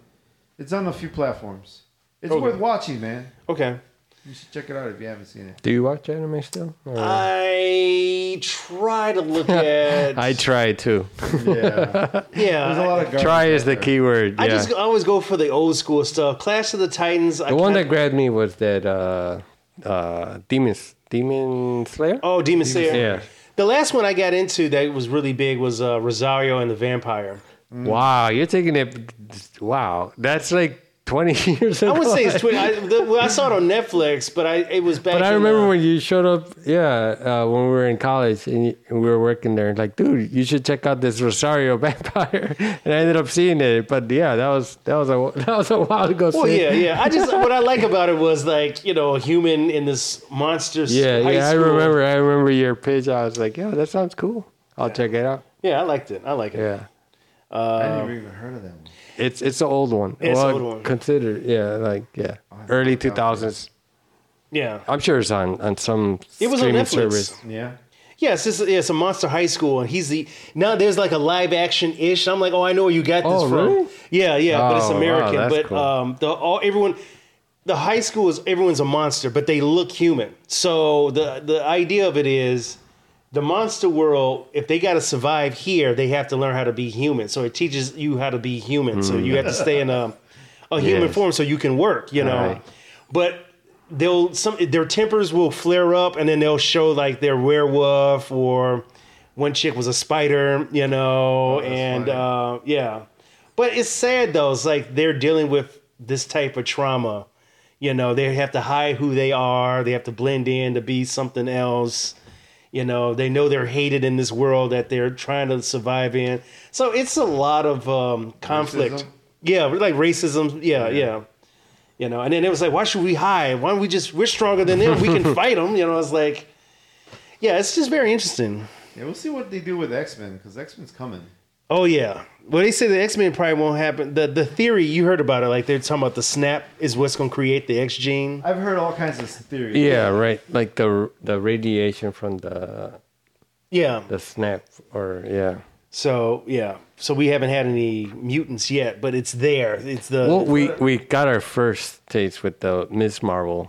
Speaker 3: it's on a few platforms. It's
Speaker 2: Okay.
Speaker 3: worth watching, man.
Speaker 2: okay.
Speaker 3: You should check it out if you haven't seen it.
Speaker 4: Do you watch anime still? Or-
Speaker 2: I try to look at.
Speaker 4: I try too.
Speaker 3: Yeah.
Speaker 2: yeah.
Speaker 3: There's a lot of garbage
Speaker 4: Try is
Speaker 3: out
Speaker 4: the
Speaker 3: there.
Speaker 4: key word. Yeah.
Speaker 2: I just always go for the old school stuff. Clash of the Titans. I
Speaker 4: the one
Speaker 2: kinda-
Speaker 4: that grabbed me was that uh, uh, Demon Demon Slayer.
Speaker 2: Oh, Demon Slayer.
Speaker 4: Slayer.
Speaker 2: The last one I got into that was really big was uh, Rosario and the Vampire.
Speaker 4: Mm. Wow, you're taking it. Wow, that's like 20 years ago.
Speaker 2: I would say it's Twitter. I, the, well, I saw it on Netflix, but I it was back.
Speaker 4: But I
Speaker 2: in,
Speaker 4: remember
Speaker 2: uh,
Speaker 4: when you showed up, yeah, uh, when we were in college and, you, and we were working there, like, dude, you should check out this Rosario Vampire, and I ended up seeing it. But yeah, that was that was a that was a while ago.
Speaker 2: Well,
Speaker 4: see.
Speaker 2: oh, yeah, yeah. I just what I like about it was like you know a human in this monster. s-
Speaker 4: yeah,
Speaker 2: high
Speaker 4: yeah. I
Speaker 2: school.
Speaker 4: remember, I remember your pitch. I was like, yeah, that sounds cool. I'll check it out.
Speaker 2: Yeah, I liked it. I like it.
Speaker 4: Yeah,
Speaker 3: I never even heard of that one.
Speaker 4: it's it's an old one.
Speaker 2: It's an
Speaker 4: Well,
Speaker 2: old one. Oh,
Speaker 4: Considered, yeah, like yeah, early two thousands.
Speaker 2: Yeah,
Speaker 4: I'm sure it's on on some
Speaker 2: it was on
Speaker 4: streaming
Speaker 2: Netflix.
Speaker 4: service.
Speaker 3: Yeah.
Speaker 2: Yeah, it's just yeah, it's a monster high school, and he's the now there's like a live action ish. I'm like, oh, I know where you got this
Speaker 4: Oh,
Speaker 2: from.
Speaker 4: really?
Speaker 2: Yeah, yeah, but it's
Speaker 4: Oh, wow,
Speaker 2: American.
Speaker 4: that's
Speaker 2: but
Speaker 4: cool.
Speaker 2: um, the all everyone, the high school is everyone's a monster, but they look human. So the the idea of it is. The monster world, if they got to survive here, they have to learn how to be human. So it teaches you how to be human. So you have to stay in a, a human
Speaker 4: Mm. Yes.
Speaker 2: form so you can work, you know.
Speaker 4: Right.
Speaker 2: But they'll some their tempers will flare up and then they'll show like their werewolf or one chick was a spider, you know, and
Speaker 3: Oh, funny.
Speaker 2: uh, yeah. But it's sad though. It's like they're dealing with this type of trauma. You know, they have to hide who they are. They have to blend in to be something else. You know, they know they're hated in this world that they're trying to survive in. So it's a lot of um, conflict.
Speaker 3: Racism?
Speaker 2: Yeah, like racism. Yeah, yeah, You know, and then it was like, why should we hide? Why don't we just, we're stronger than them. We can fight them. You know, it's like, yeah, it's just very interesting.
Speaker 3: Yeah, we'll see what they do with X Men because X Men's coming.
Speaker 2: Oh yeah. Well, they say the X Men probably won't happen. The the theory you heard about it, like they're talking about the snap is what's going to create the X gene.
Speaker 3: I've heard all kinds of theories.
Speaker 4: Yeah, right. Like the the radiation from the
Speaker 2: Yeah.
Speaker 4: the snap, or yeah.
Speaker 2: So yeah. So we haven't had any mutants yet, but it's there. It's the
Speaker 4: Well, we we got our first taste with the Miss Marvel.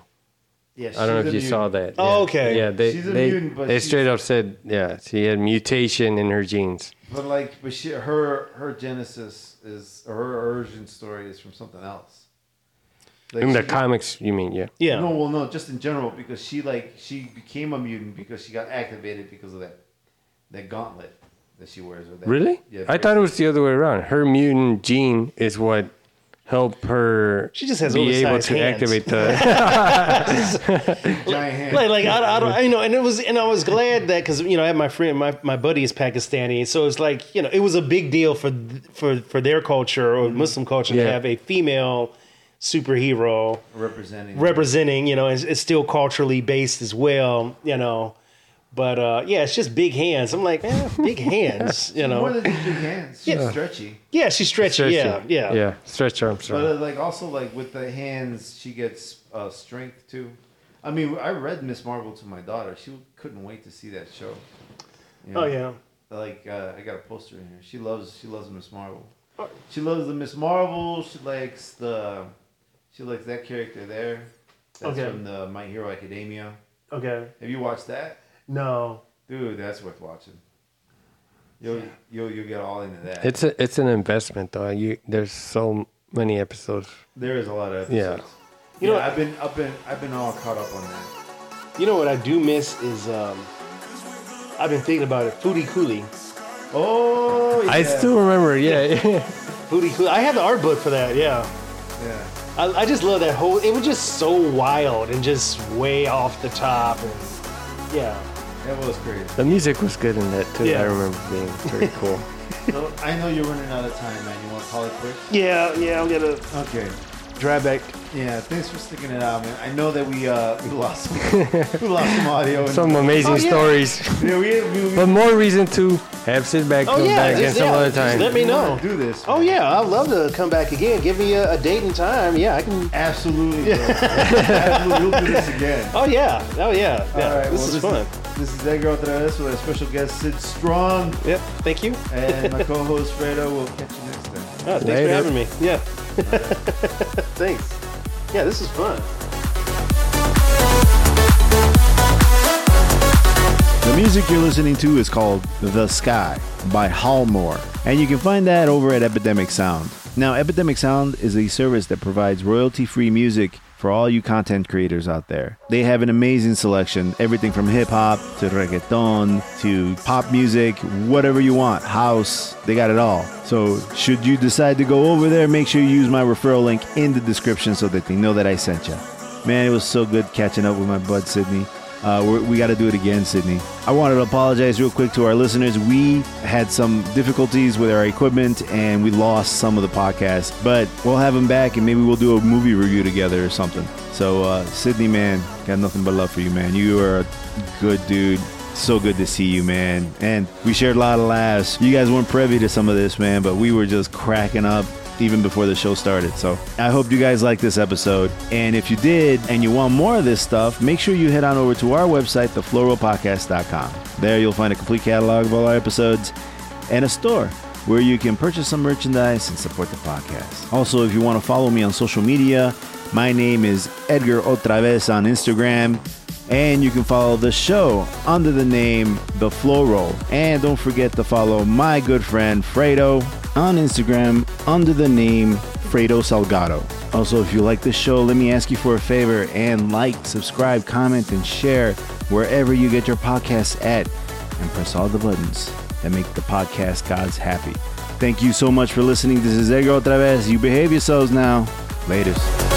Speaker 3: yeah.
Speaker 4: I don't know
Speaker 3: she's
Speaker 4: if
Speaker 3: a
Speaker 4: you saw
Speaker 3: mutant.
Speaker 4: that.
Speaker 2: Oh,
Speaker 4: Yeah.
Speaker 2: okay.
Speaker 4: Yeah, they
Speaker 3: She's a
Speaker 4: they,
Speaker 3: mutant, but
Speaker 4: they
Speaker 3: she's-
Speaker 4: straight up said yeah she had mutation in her genes.
Speaker 3: But like, but she, her her genesis is or her origin story is from something else. Like
Speaker 4: In the
Speaker 3: she-
Speaker 4: comics, you mean? Yeah.
Speaker 2: yeah.
Speaker 3: No, well, no, just in general because she like she became a mutant because she got activated because of that that gauntlet that she wears. Or that,
Speaker 4: Really?
Speaker 3: Yeah.
Speaker 4: I thought it was the other way around. Her mutant gene is what helped her.
Speaker 2: She just has
Speaker 4: be able
Speaker 2: oversized
Speaker 4: to
Speaker 2: hands.
Speaker 4: activate the.
Speaker 3: giant hand.
Speaker 2: Like, like I, I don't, you know, and it was, and I was glad that because you know, I had my friend, my, my buddy is Pakistani, so it's like you know, it was a big deal for th- for for their culture or Muslim culture
Speaker 4: Yeah.
Speaker 2: to have a female superhero
Speaker 9: representing.
Speaker 2: representing, you know, it's, it's still culturally based as well, you know. But uh, yeah, it's just big hands. I'm like, man, big hands, you
Speaker 3: More
Speaker 2: know.
Speaker 3: than just big hands. She's stretchy.
Speaker 2: Yeah, she's stretchy.
Speaker 4: Stretch
Speaker 2: Yeah,
Speaker 4: it.
Speaker 2: yeah,
Speaker 4: yeah. Stretch arm strong.
Speaker 9: But uh,
Speaker 3: But like also like with the hands, she gets uh, strength too. I mean, I read Miss Marvel to my daughter. She couldn't wait to see that show. You know?
Speaker 2: Oh yeah.
Speaker 3: Like uh, I got a poster in here. She loves she loves Miss Marvel.
Speaker 2: Oh.
Speaker 3: She loves the Miss Marvel. She likes the she likes that character there. That's
Speaker 2: Okay.
Speaker 3: from the My Hero Academia.
Speaker 2: Okay.
Speaker 3: Have you watched that?
Speaker 2: No.
Speaker 3: Dude, that's worth watching. You'll you'll you'll get all into
Speaker 2: uh,
Speaker 3: that.
Speaker 4: It's a, it's an investment though. You there's so many episodes.
Speaker 3: there is a lot of
Speaker 4: Yeah.
Speaker 3: episodes.
Speaker 2: You
Speaker 3: You
Speaker 2: know
Speaker 3: know,
Speaker 2: what-
Speaker 3: I've been I've been I've been all caught up on that.
Speaker 2: You know what I do miss is um, I've been thinking about it. Foodie Cooley.
Speaker 3: Oh, yeah.
Speaker 4: I still remember. Yeah,
Speaker 2: Foodie Cooley. I had the art book for that. Yeah.
Speaker 3: Yeah.
Speaker 2: I, I just love that whole. It was just so wild and just way off the top. And yeah.
Speaker 3: That was crazy.
Speaker 4: the music was good in that too.
Speaker 2: Yeah.
Speaker 4: I remember being pretty cool.
Speaker 3: So I know you're running out of time, man. You want to call it quits?
Speaker 2: Yeah. Yeah. I'm gonna
Speaker 3: Okay.
Speaker 2: drive back.
Speaker 3: Yeah. Thanks for sticking it out, man. I know that we uh we lost some, we lost some audio. and-
Speaker 4: Some amazing
Speaker 2: Oh, yeah.
Speaker 4: stories,
Speaker 3: yeah, we, we, we
Speaker 4: but more reason to have sit back,
Speaker 2: Oh
Speaker 4: come
Speaker 2: yeah.
Speaker 4: back, and
Speaker 2: Just,
Speaker 4: some
Speaker 2: yeah
Speaker 4: other
Speaker 2: just
Speaker 4: time.
Speaker 2: let me know.
Speaker 3: do this.
Speaker 2: Oh yeah, I'd love to come back again. Give me a, a date and time. Yeah, I can.
Speaker 3: Absolutely. bro. Absolutely. We'll do this again.
Speaker 2: Oh yeah, oh yeah, yeah.
Speaker 3: All right.
Speaker 2: this
Speaker 3: well,
Speaker 2: is
Speaker 3: this
Speaker 2: fun.
Speaker 3: Is, this is Edgar Otra with our special guest Sid Strong
Speaker 2: Yep. Thank you.
Speaker 3: and my co-host Fredo. We'll catch you next time.
Speaker 2: Oh, thanks
Speaker 4: Later.
Speaker 2: for having me. Yeah. thanks. Yeah, this is fun.
Speaker 1: The music you're listening to is called The Sky by Hallmore, and you can find that over at Epidemic Sound. Now, Epidemic Sound is a service that provides royalty free music for all you content creators out there. They have an amazing selection everything from hip hop to reggaeton to pop music, whatever you want, house, they got it all. So, should you decide to go over there, make sure you use my referral link in the description so that they know that I sent you. Man, it was so good catching up with my bud Sydney. Uh, we're, we got to do it again, Sydney. I wanted to apologize real quick to our listeners. We had some difficulties with our equipment and we lost some of the podcast, but we'll have him back and maybe we'll do a movie review together or something. So, uh, Sydney, man, got nothing but love for you, man. You are a good dude. So good to see you, man. And we shared a lot of laughs. You guys weren't privy to some of this, man, but we were just cracking up even before the show started. So I hope you guys liked this episode. And if you did and you want more of this stuff, make sure you head on over to our website, thefloralpodcast.com. There you'll find a complete catalog of all our episodes and a store where you can purchase some merchandise and support the podcast. Also, if you want to follow me on social media, my name is Edgar Otraves on Instagram. And you can follow the show under the name The Flow Roll. And don't forget to follow my good friend Fredo on Instagram under the name Fredo Salgado. Also, if you like this show, let me ask you for a favor and like, subscribe, comment, and share wherever you get your podcasts at. And press all the buttons that make the podcast gods happy. Thank you so much for listening. This is Edgar Otra vez. You behave yourselves now. Latest.